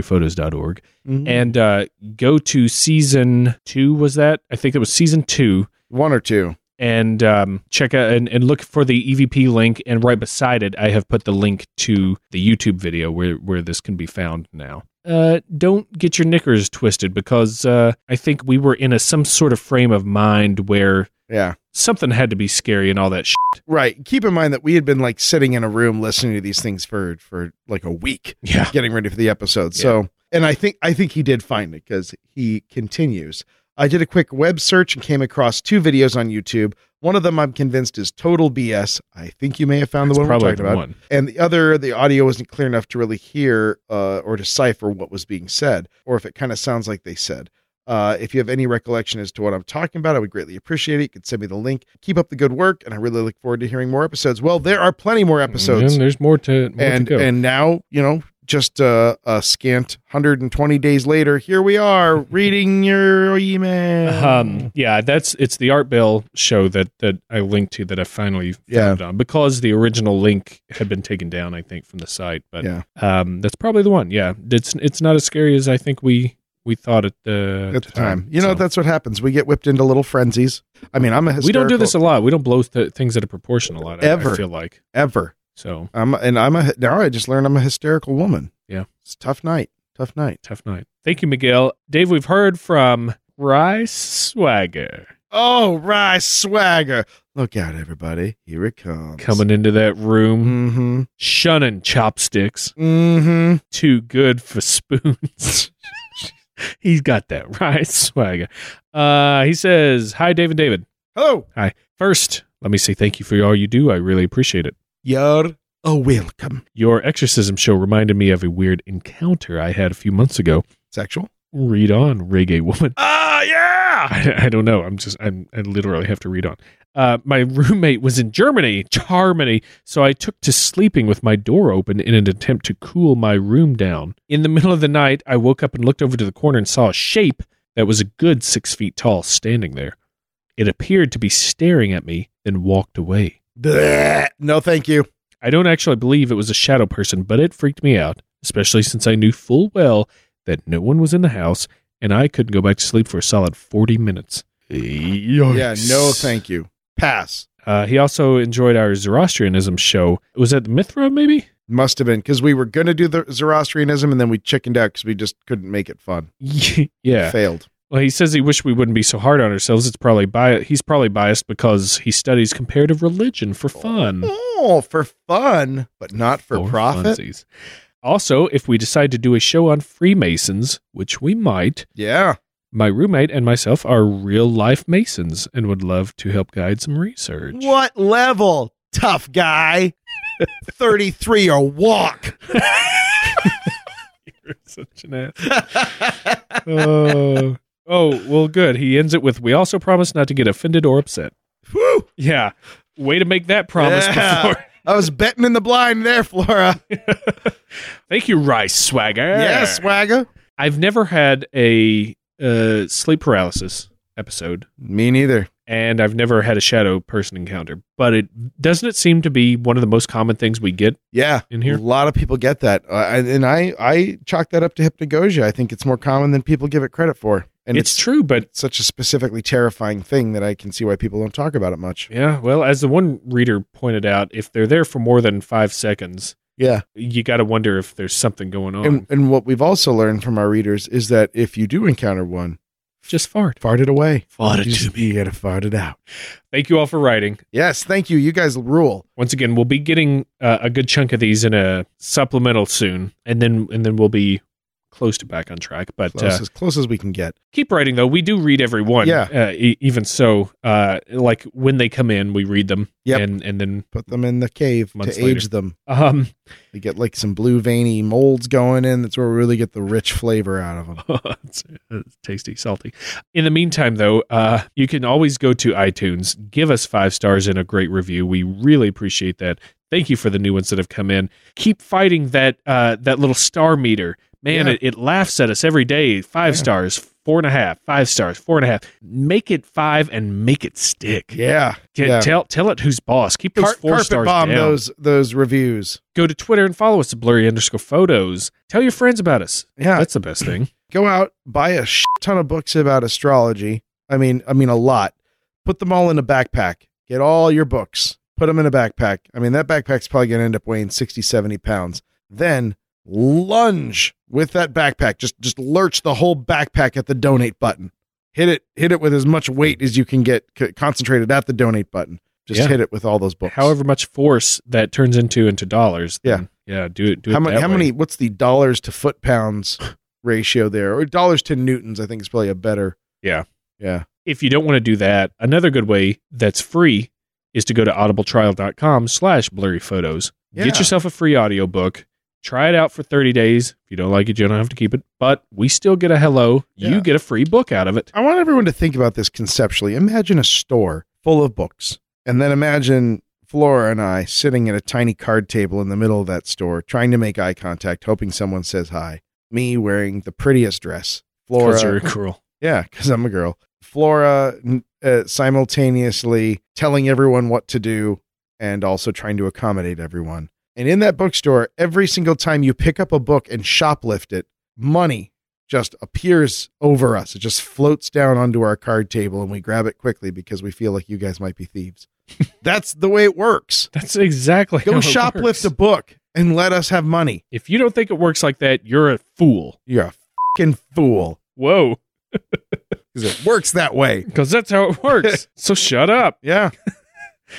S4: blurryphotos.org,
S2: Mm-hmm.
S4: and uh, go to season two, was that? I think it was season two.
S2: One or two.
S4: And um, check out and, and look for the EVP link. And right beside it, I have put the link to the YouTube video where, where this can be found now. Uh, don't get your knickers twisted because uh, I think we were in a some sort of frame of mind where
S2: Yeah.
S4: something had to be scary and all that. Shit.
S2: Right. Keep in mind that we had been like sitting in a room listening to these things for for like a week,
S4: Yeah.
S2: getting ready for the episode. So, and I think I think he did find it because he continues. I did a quick web search and came across two videos on YouTube. One of them I'm convinced is total BS. I think you may have found the
S4: It's
S2: one we're
S4: probably
S2: talking
S4: the
S2: about.
S4: one.
S2: and the other the audio wasn't clear enough to really hear uh, or decipher what was being said or if it kind of sounds like they said uh, if you have any recollection as to what i'm talking about i would greatly appreciate it you could send me the link keep up the good work and i really look forward to hearing more episodes well there are plenty more episodes
S4: And Mm-hmm. there's more to, more
S2: and
S4: to go.
S2: and now you know just uh, a scant 120 days later here we are reading your email
S4: Um, yeah, that's it's the Art Bell show Oh, that that I linked to that I finally
S2: Yeah.
S4: found on because the original link had been taken down, I think, from the site. But
S2: Yeah.
S4: um, that's probably the one. Yeah, it's it's not as scary as I think we we thought at the
S2: at the time, you know
S4: So-
S2: that's what happens we get whipped into little frenzies i mean i'm a
S4: we don't do
S2: hysterical-
S4: this a lot. We don't blow th- things out of proportion a lot. I-
S2: Ever.
S4: I feel like
S2: ever
S4: so
S2: I'm and I'm a now I just learned I'm a hysterical woman.
S4: Yeah.
S2: It's a tough night. Tough night.
S4: tough night. Thank you, Miguel. Dave, we've heard from Rice Swagger
S2: Oh, Rye Swagger. Look out, everybody. Here it comes.
S4: coming into that room,
S2: Mm-hmm.
S4: shunning chopsticks.
S2: Mm-hmm.
S4: too good for spoons. He's got that right swagger. Uh, he says, "Hi, David. David.
S2: Hello.
S4: Hi. First, let me say thank you for all you do. I really appreciate it.
S2: You're Oh, welcome.
S4: Your exorcism show reminded me of a weird encounter I had a few months ago.
S2: Sexual?
S4: Read on, reggae woman.
S5: Ah, yeah.
S4: I, I don't know. I'm just I'm I literally have to read on. Uh, my roommate was in Germany, Germany, so I took to sleeping with my door open in an attempt to cool my room down. In the middle of the night, I woke up and looked over to the corner and saw a shape that was a good six feet tall standing there. It appeared to be staring at me, then walked away.
S2: Bleh. No, thank you.
S4: I don't actually believe it was a shadow person, but it freaked me out, especially since I knew full well that no one was in the house and I couldn't go back to sleep for a solid 40 minutes.
S2: Yeah, no, thank you. Pass.
S4: Uh, he also enjoyed our Zoroastrianism show. Was that Mithra, maybe?
S2: Must have been because we were going to do the Zoroastrianism and then we chickened out because we just couldn't make it fun.
S4: yeah.
S2: Failed.
S4: Well, he says he wished we wouldn't be so hard on ourselves. It's probably bi- he's probably biased because he studies comparative religion for fun.
S2: Oh, for fun, but not for, profit.
S4: funsies. Also, if we decide to do a show on Freemasons, which we might,
S2: Yeah.
S4: my roommate and myself are real life Masons and would love to help guide some research.
S2: What level, tough guy? 33 or walk.
S4: You're such an ass. oh. oh, well, good. He ends it with, "We also promise not to get offended or upset."
S2: Whew.
S4: Yeah, way to make that promise
S2: Yeah.
S4: before.
S2: I was betting in the blind there, Flora.
S4: Thank you, Rice Swagger.
S2: Yes, swagger.
S4: I've never had a uh, sleep paralysis episode,
S2: Me neither.
S4: and I've never had a shadow person encounter. But it doesn't it seem to be one of the most common things we get
S2: Yeah.
S4: in here.
S2: A lot of people get that. Uh, and and I, I chalk that up to hypnagogia. I think it's more common than people give it credit for. And
S4: it's true, but
S2: such a specifically terrifying thing that I can see why people don't talk about it much.
S4: yeah. Well, as the one reader pointed out, if they're there for more than five seconds,
S2: Yeah.
S4: you got to wonder if there's something going on.
S2: And, and what we've also learned from our readers is that if you do encounter one,
S4: Just fart.
S2: fart it away.
S4: Fart
S2: You just- you gotta fart it out.
S4: Thank you all for writing.
S2: Yes, thank you. You guys rule.
S4: Once again, we'll be getting uh, a good chunk of these in a supplemental soon, and then and then we'll be close to back on track. But
S2: Close,
S4: uh,
S2: as close as we can get.
S4: keep writing though. We do read every one.
S2: Yeah.
S4: Uh, e- even so, uh, like when they come in, we read them.
S2: Yep.
S4: And and then
S2: Put them in the cave
S4: Months
S2: to
S4: later.
S2: age them.
S4: um
S2: They get like some blue veiny molds going in. That's where we really get the rich flavor out of them.
S4: it's, it's tasty, salty. In the meantime, though, uh, you can always go to iTunes, give us five stars and a great review. We really appreciate that. Thank you for the new ones that have come in. Keep fighting that uh, that little star meter, man.
S2: Yeah.
S4: It, it laughs at us every day. Five
S2: Yeah.
S4: stars, four and a half, five stars, four and a half. Make it five and make it stick.
S2: Yeah.
S4: Get-
S2: yeah.
S4: Tell tell it who's boss. Keep those
S2: Car-
S4: four
S2: carpet
S4: stars
S2: bomb
S4: down.
S2: those those reviews.
S4: Go to Twitter and follow us at blurry underscore photos. Tell your friends about us.
S2: Yeah.
S4: That's the best thing.
S2: go out buy a shit ton of books about astrology i mean i mean a lot put them all in a backpack get all your books put them in a backpack i mean that backpack's probably going to end up weighing 60 70 pounds then lunge with that backpack just just lurch the whole backpack at the donate button hit it hit it with as much weight as you can get c- concentrated at the donate button just
S4: Yeah.
S2: hit it with all those books
S4: however much force that turns into into dollars.
S2: Yeah.
S4: then, yeah. Do it. Do it.
S2: how many
S4: that
S2: how
S4: way.
S2: many what's the dollars to foot pounds ratio there or dollars to newtons i think is probably a better
S4: Yeah.
S2: yeah
S4: If you don't want to do that, another good way that's free is to go to audibletrial.com/slash blurry photos.
S2: Yeah.
S4: Get yourself a free audiobook. Try it out for 30 days. If you don't like it, you don't have to keep it. But we still get a hello.
S2: Yeah.
S4: You get a free book out of it.
S2: I want everyone to think about this conceptually. Imagine a store full of books, and then imagine Flora and I sitting at a tiny card table in the middle of that store, trying to make eye contact, hoping someone says hi. Me wearing the prettiest dress. Flora,
S4: Because you're cruel.
S2: yeah, because I'm a girl. Flora n- uh, simultaneously telling everyone what to do and also trying to accommodate everyone. And in that bookstore, every single time you pick up a book and shoplift it, money just appears over us. It just floats down onto our card table and we grab it quickly because we feel like you guys might be thieves. That's the way it works.
S4: That's exactly
S2: Go
S4: how it
S2: shoplift
S4: works.
S2: a book and let us have money.
S4: If you don't think it works like that, you're a fool.
S2: You're a fucking fool
S4: Whoa.
S2: because it works that way.
S4: Because that's how it works. so shut up.
S2: Yeah.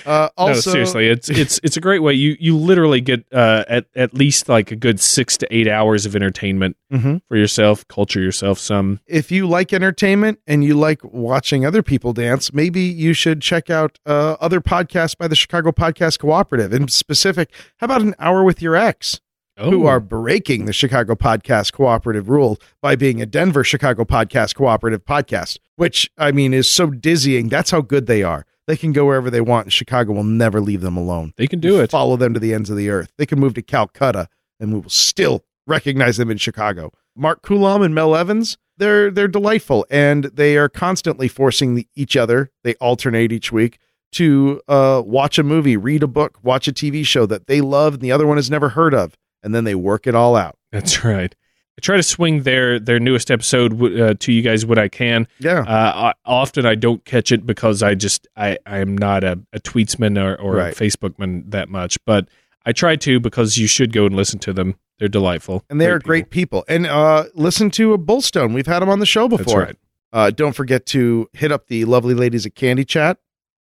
S2: Uh, also,
S1: no, seriously, it's it's it's a great way. You you literally get uh, at at least like a good six to eight hours of entertainment
S2: Mhm.
S1: for yourself, culture yourself some.
S2: if you like entertainment and you like watching other people dance, maybe you should check out uh, other podcasts by the Chicago Podcast Cooperative. In specific, how about an hour with your ex?
S1: Oh,
S2: who are breaking the Chicago Podcast Cooperative rule by being a Denver Chicago Podcast Cooperative podcast, which I mean is so dizzying. That's how good they are. They can go wherever they want, and Chicago will never leave them alone.
S1: they can do it.
S2: Follow them to the ends of the earth. They can move to Calcutta, and we will still recognize them in Chicago. Mark Coulomb and Mel Evans, they're they're delightful, and they are constantly forcing the, each other. They alternate each week to uh, watch a movie, read a book, watch a TV show that they love, and the other one has never heard of, and then they work it all out.
S1: That's right. I try to swing their their newest episode w- uh, to you guys when I can.
S2: Yeah,
S1: Uh, I, often I don't catch it because I just I I am not a, a tweetsman or, or
S2: Right.
S1: a Facebookman that much, but I try to because you should go and listen to them. They're delightful
S2: and they are
S1: people.
S2: great people. And uh, listen to a Bullstone. We've had them on the show
S1: That's
S2: before.
S1: right.
S2: Uh, don't forget to hit up the lovely ladies at Candy Chat,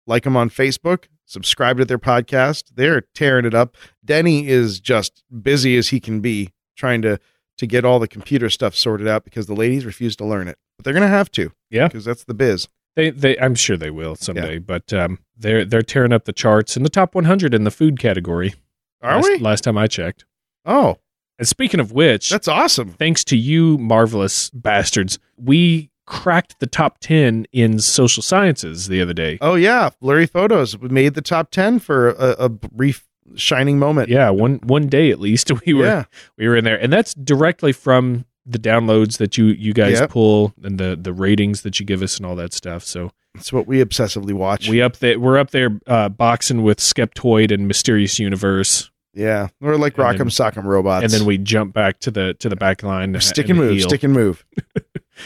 S2: like them on Facebook, subscribe to their podcast. They're tearing it up. Denny is just busy as he can be trying to to get all the computer stuff sorted out because the ladies refuse to learn it, but they're gonna have to.
S1: Yeah.
S2: because that's the biz.
S1: They, they, I'm sure they will someday, but um, they're they're tearing up the charts in the top 100 in the food category.
S2: Are
S1: last,
S2: we?
S1: Last time I checked.
S2: Oh,
S1: And speaking of which,
S2: that's awesome.
S1: thanks to you, marvelous bastards, we cracked the top 10 in social sciences the other day.
S2: Oh yeah, blurry photos We made the top ten for a, a brief shining moment.
S1: Yeah, one one day at least we were
S2: yeah.
S1: we were in there, and that's directly from the downloads that you you guys
S2: Yep.
S1: pull and the the ratings that you give us and all that stuff. So
S2: It's what we obsessively watch.
S1: we up there we're up there uh, boxing with Skeptoid and Mysterious Universe.
S2: yeah, we're like
S1: And
S2: Rock'em
S1: then-
S2: Sock'em Robots.
S1: and then we jump back to the to the back line. and-
S2: stick and
S1: and the
S2: move,
S1: heel.
S2: stick and move.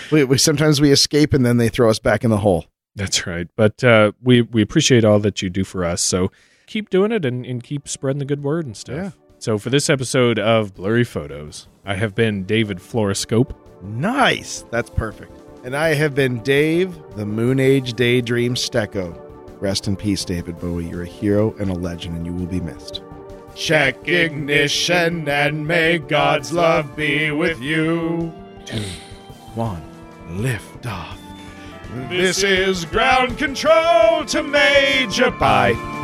S2: we, we sometimes we escape and then they throw us back in the hole.
S1: That's right. But uh, we we appreciate all that you do for us. So keep doing it and, and keep spreading the good word and stuff.
S2: Yeah.
S1: So for this episode of Blurry Photos, I have been David Fluoroscope.
S2: Nice, that's perfect. And I have been Dave, the Moon Age Daydream Stecco. Rest in peace, David Bowie. You're a hero and a legend, and you will be missed.
S6: Check ignition and may God's love be with you.
S2: One, lift off.
S6: This is ground control to Major Pie.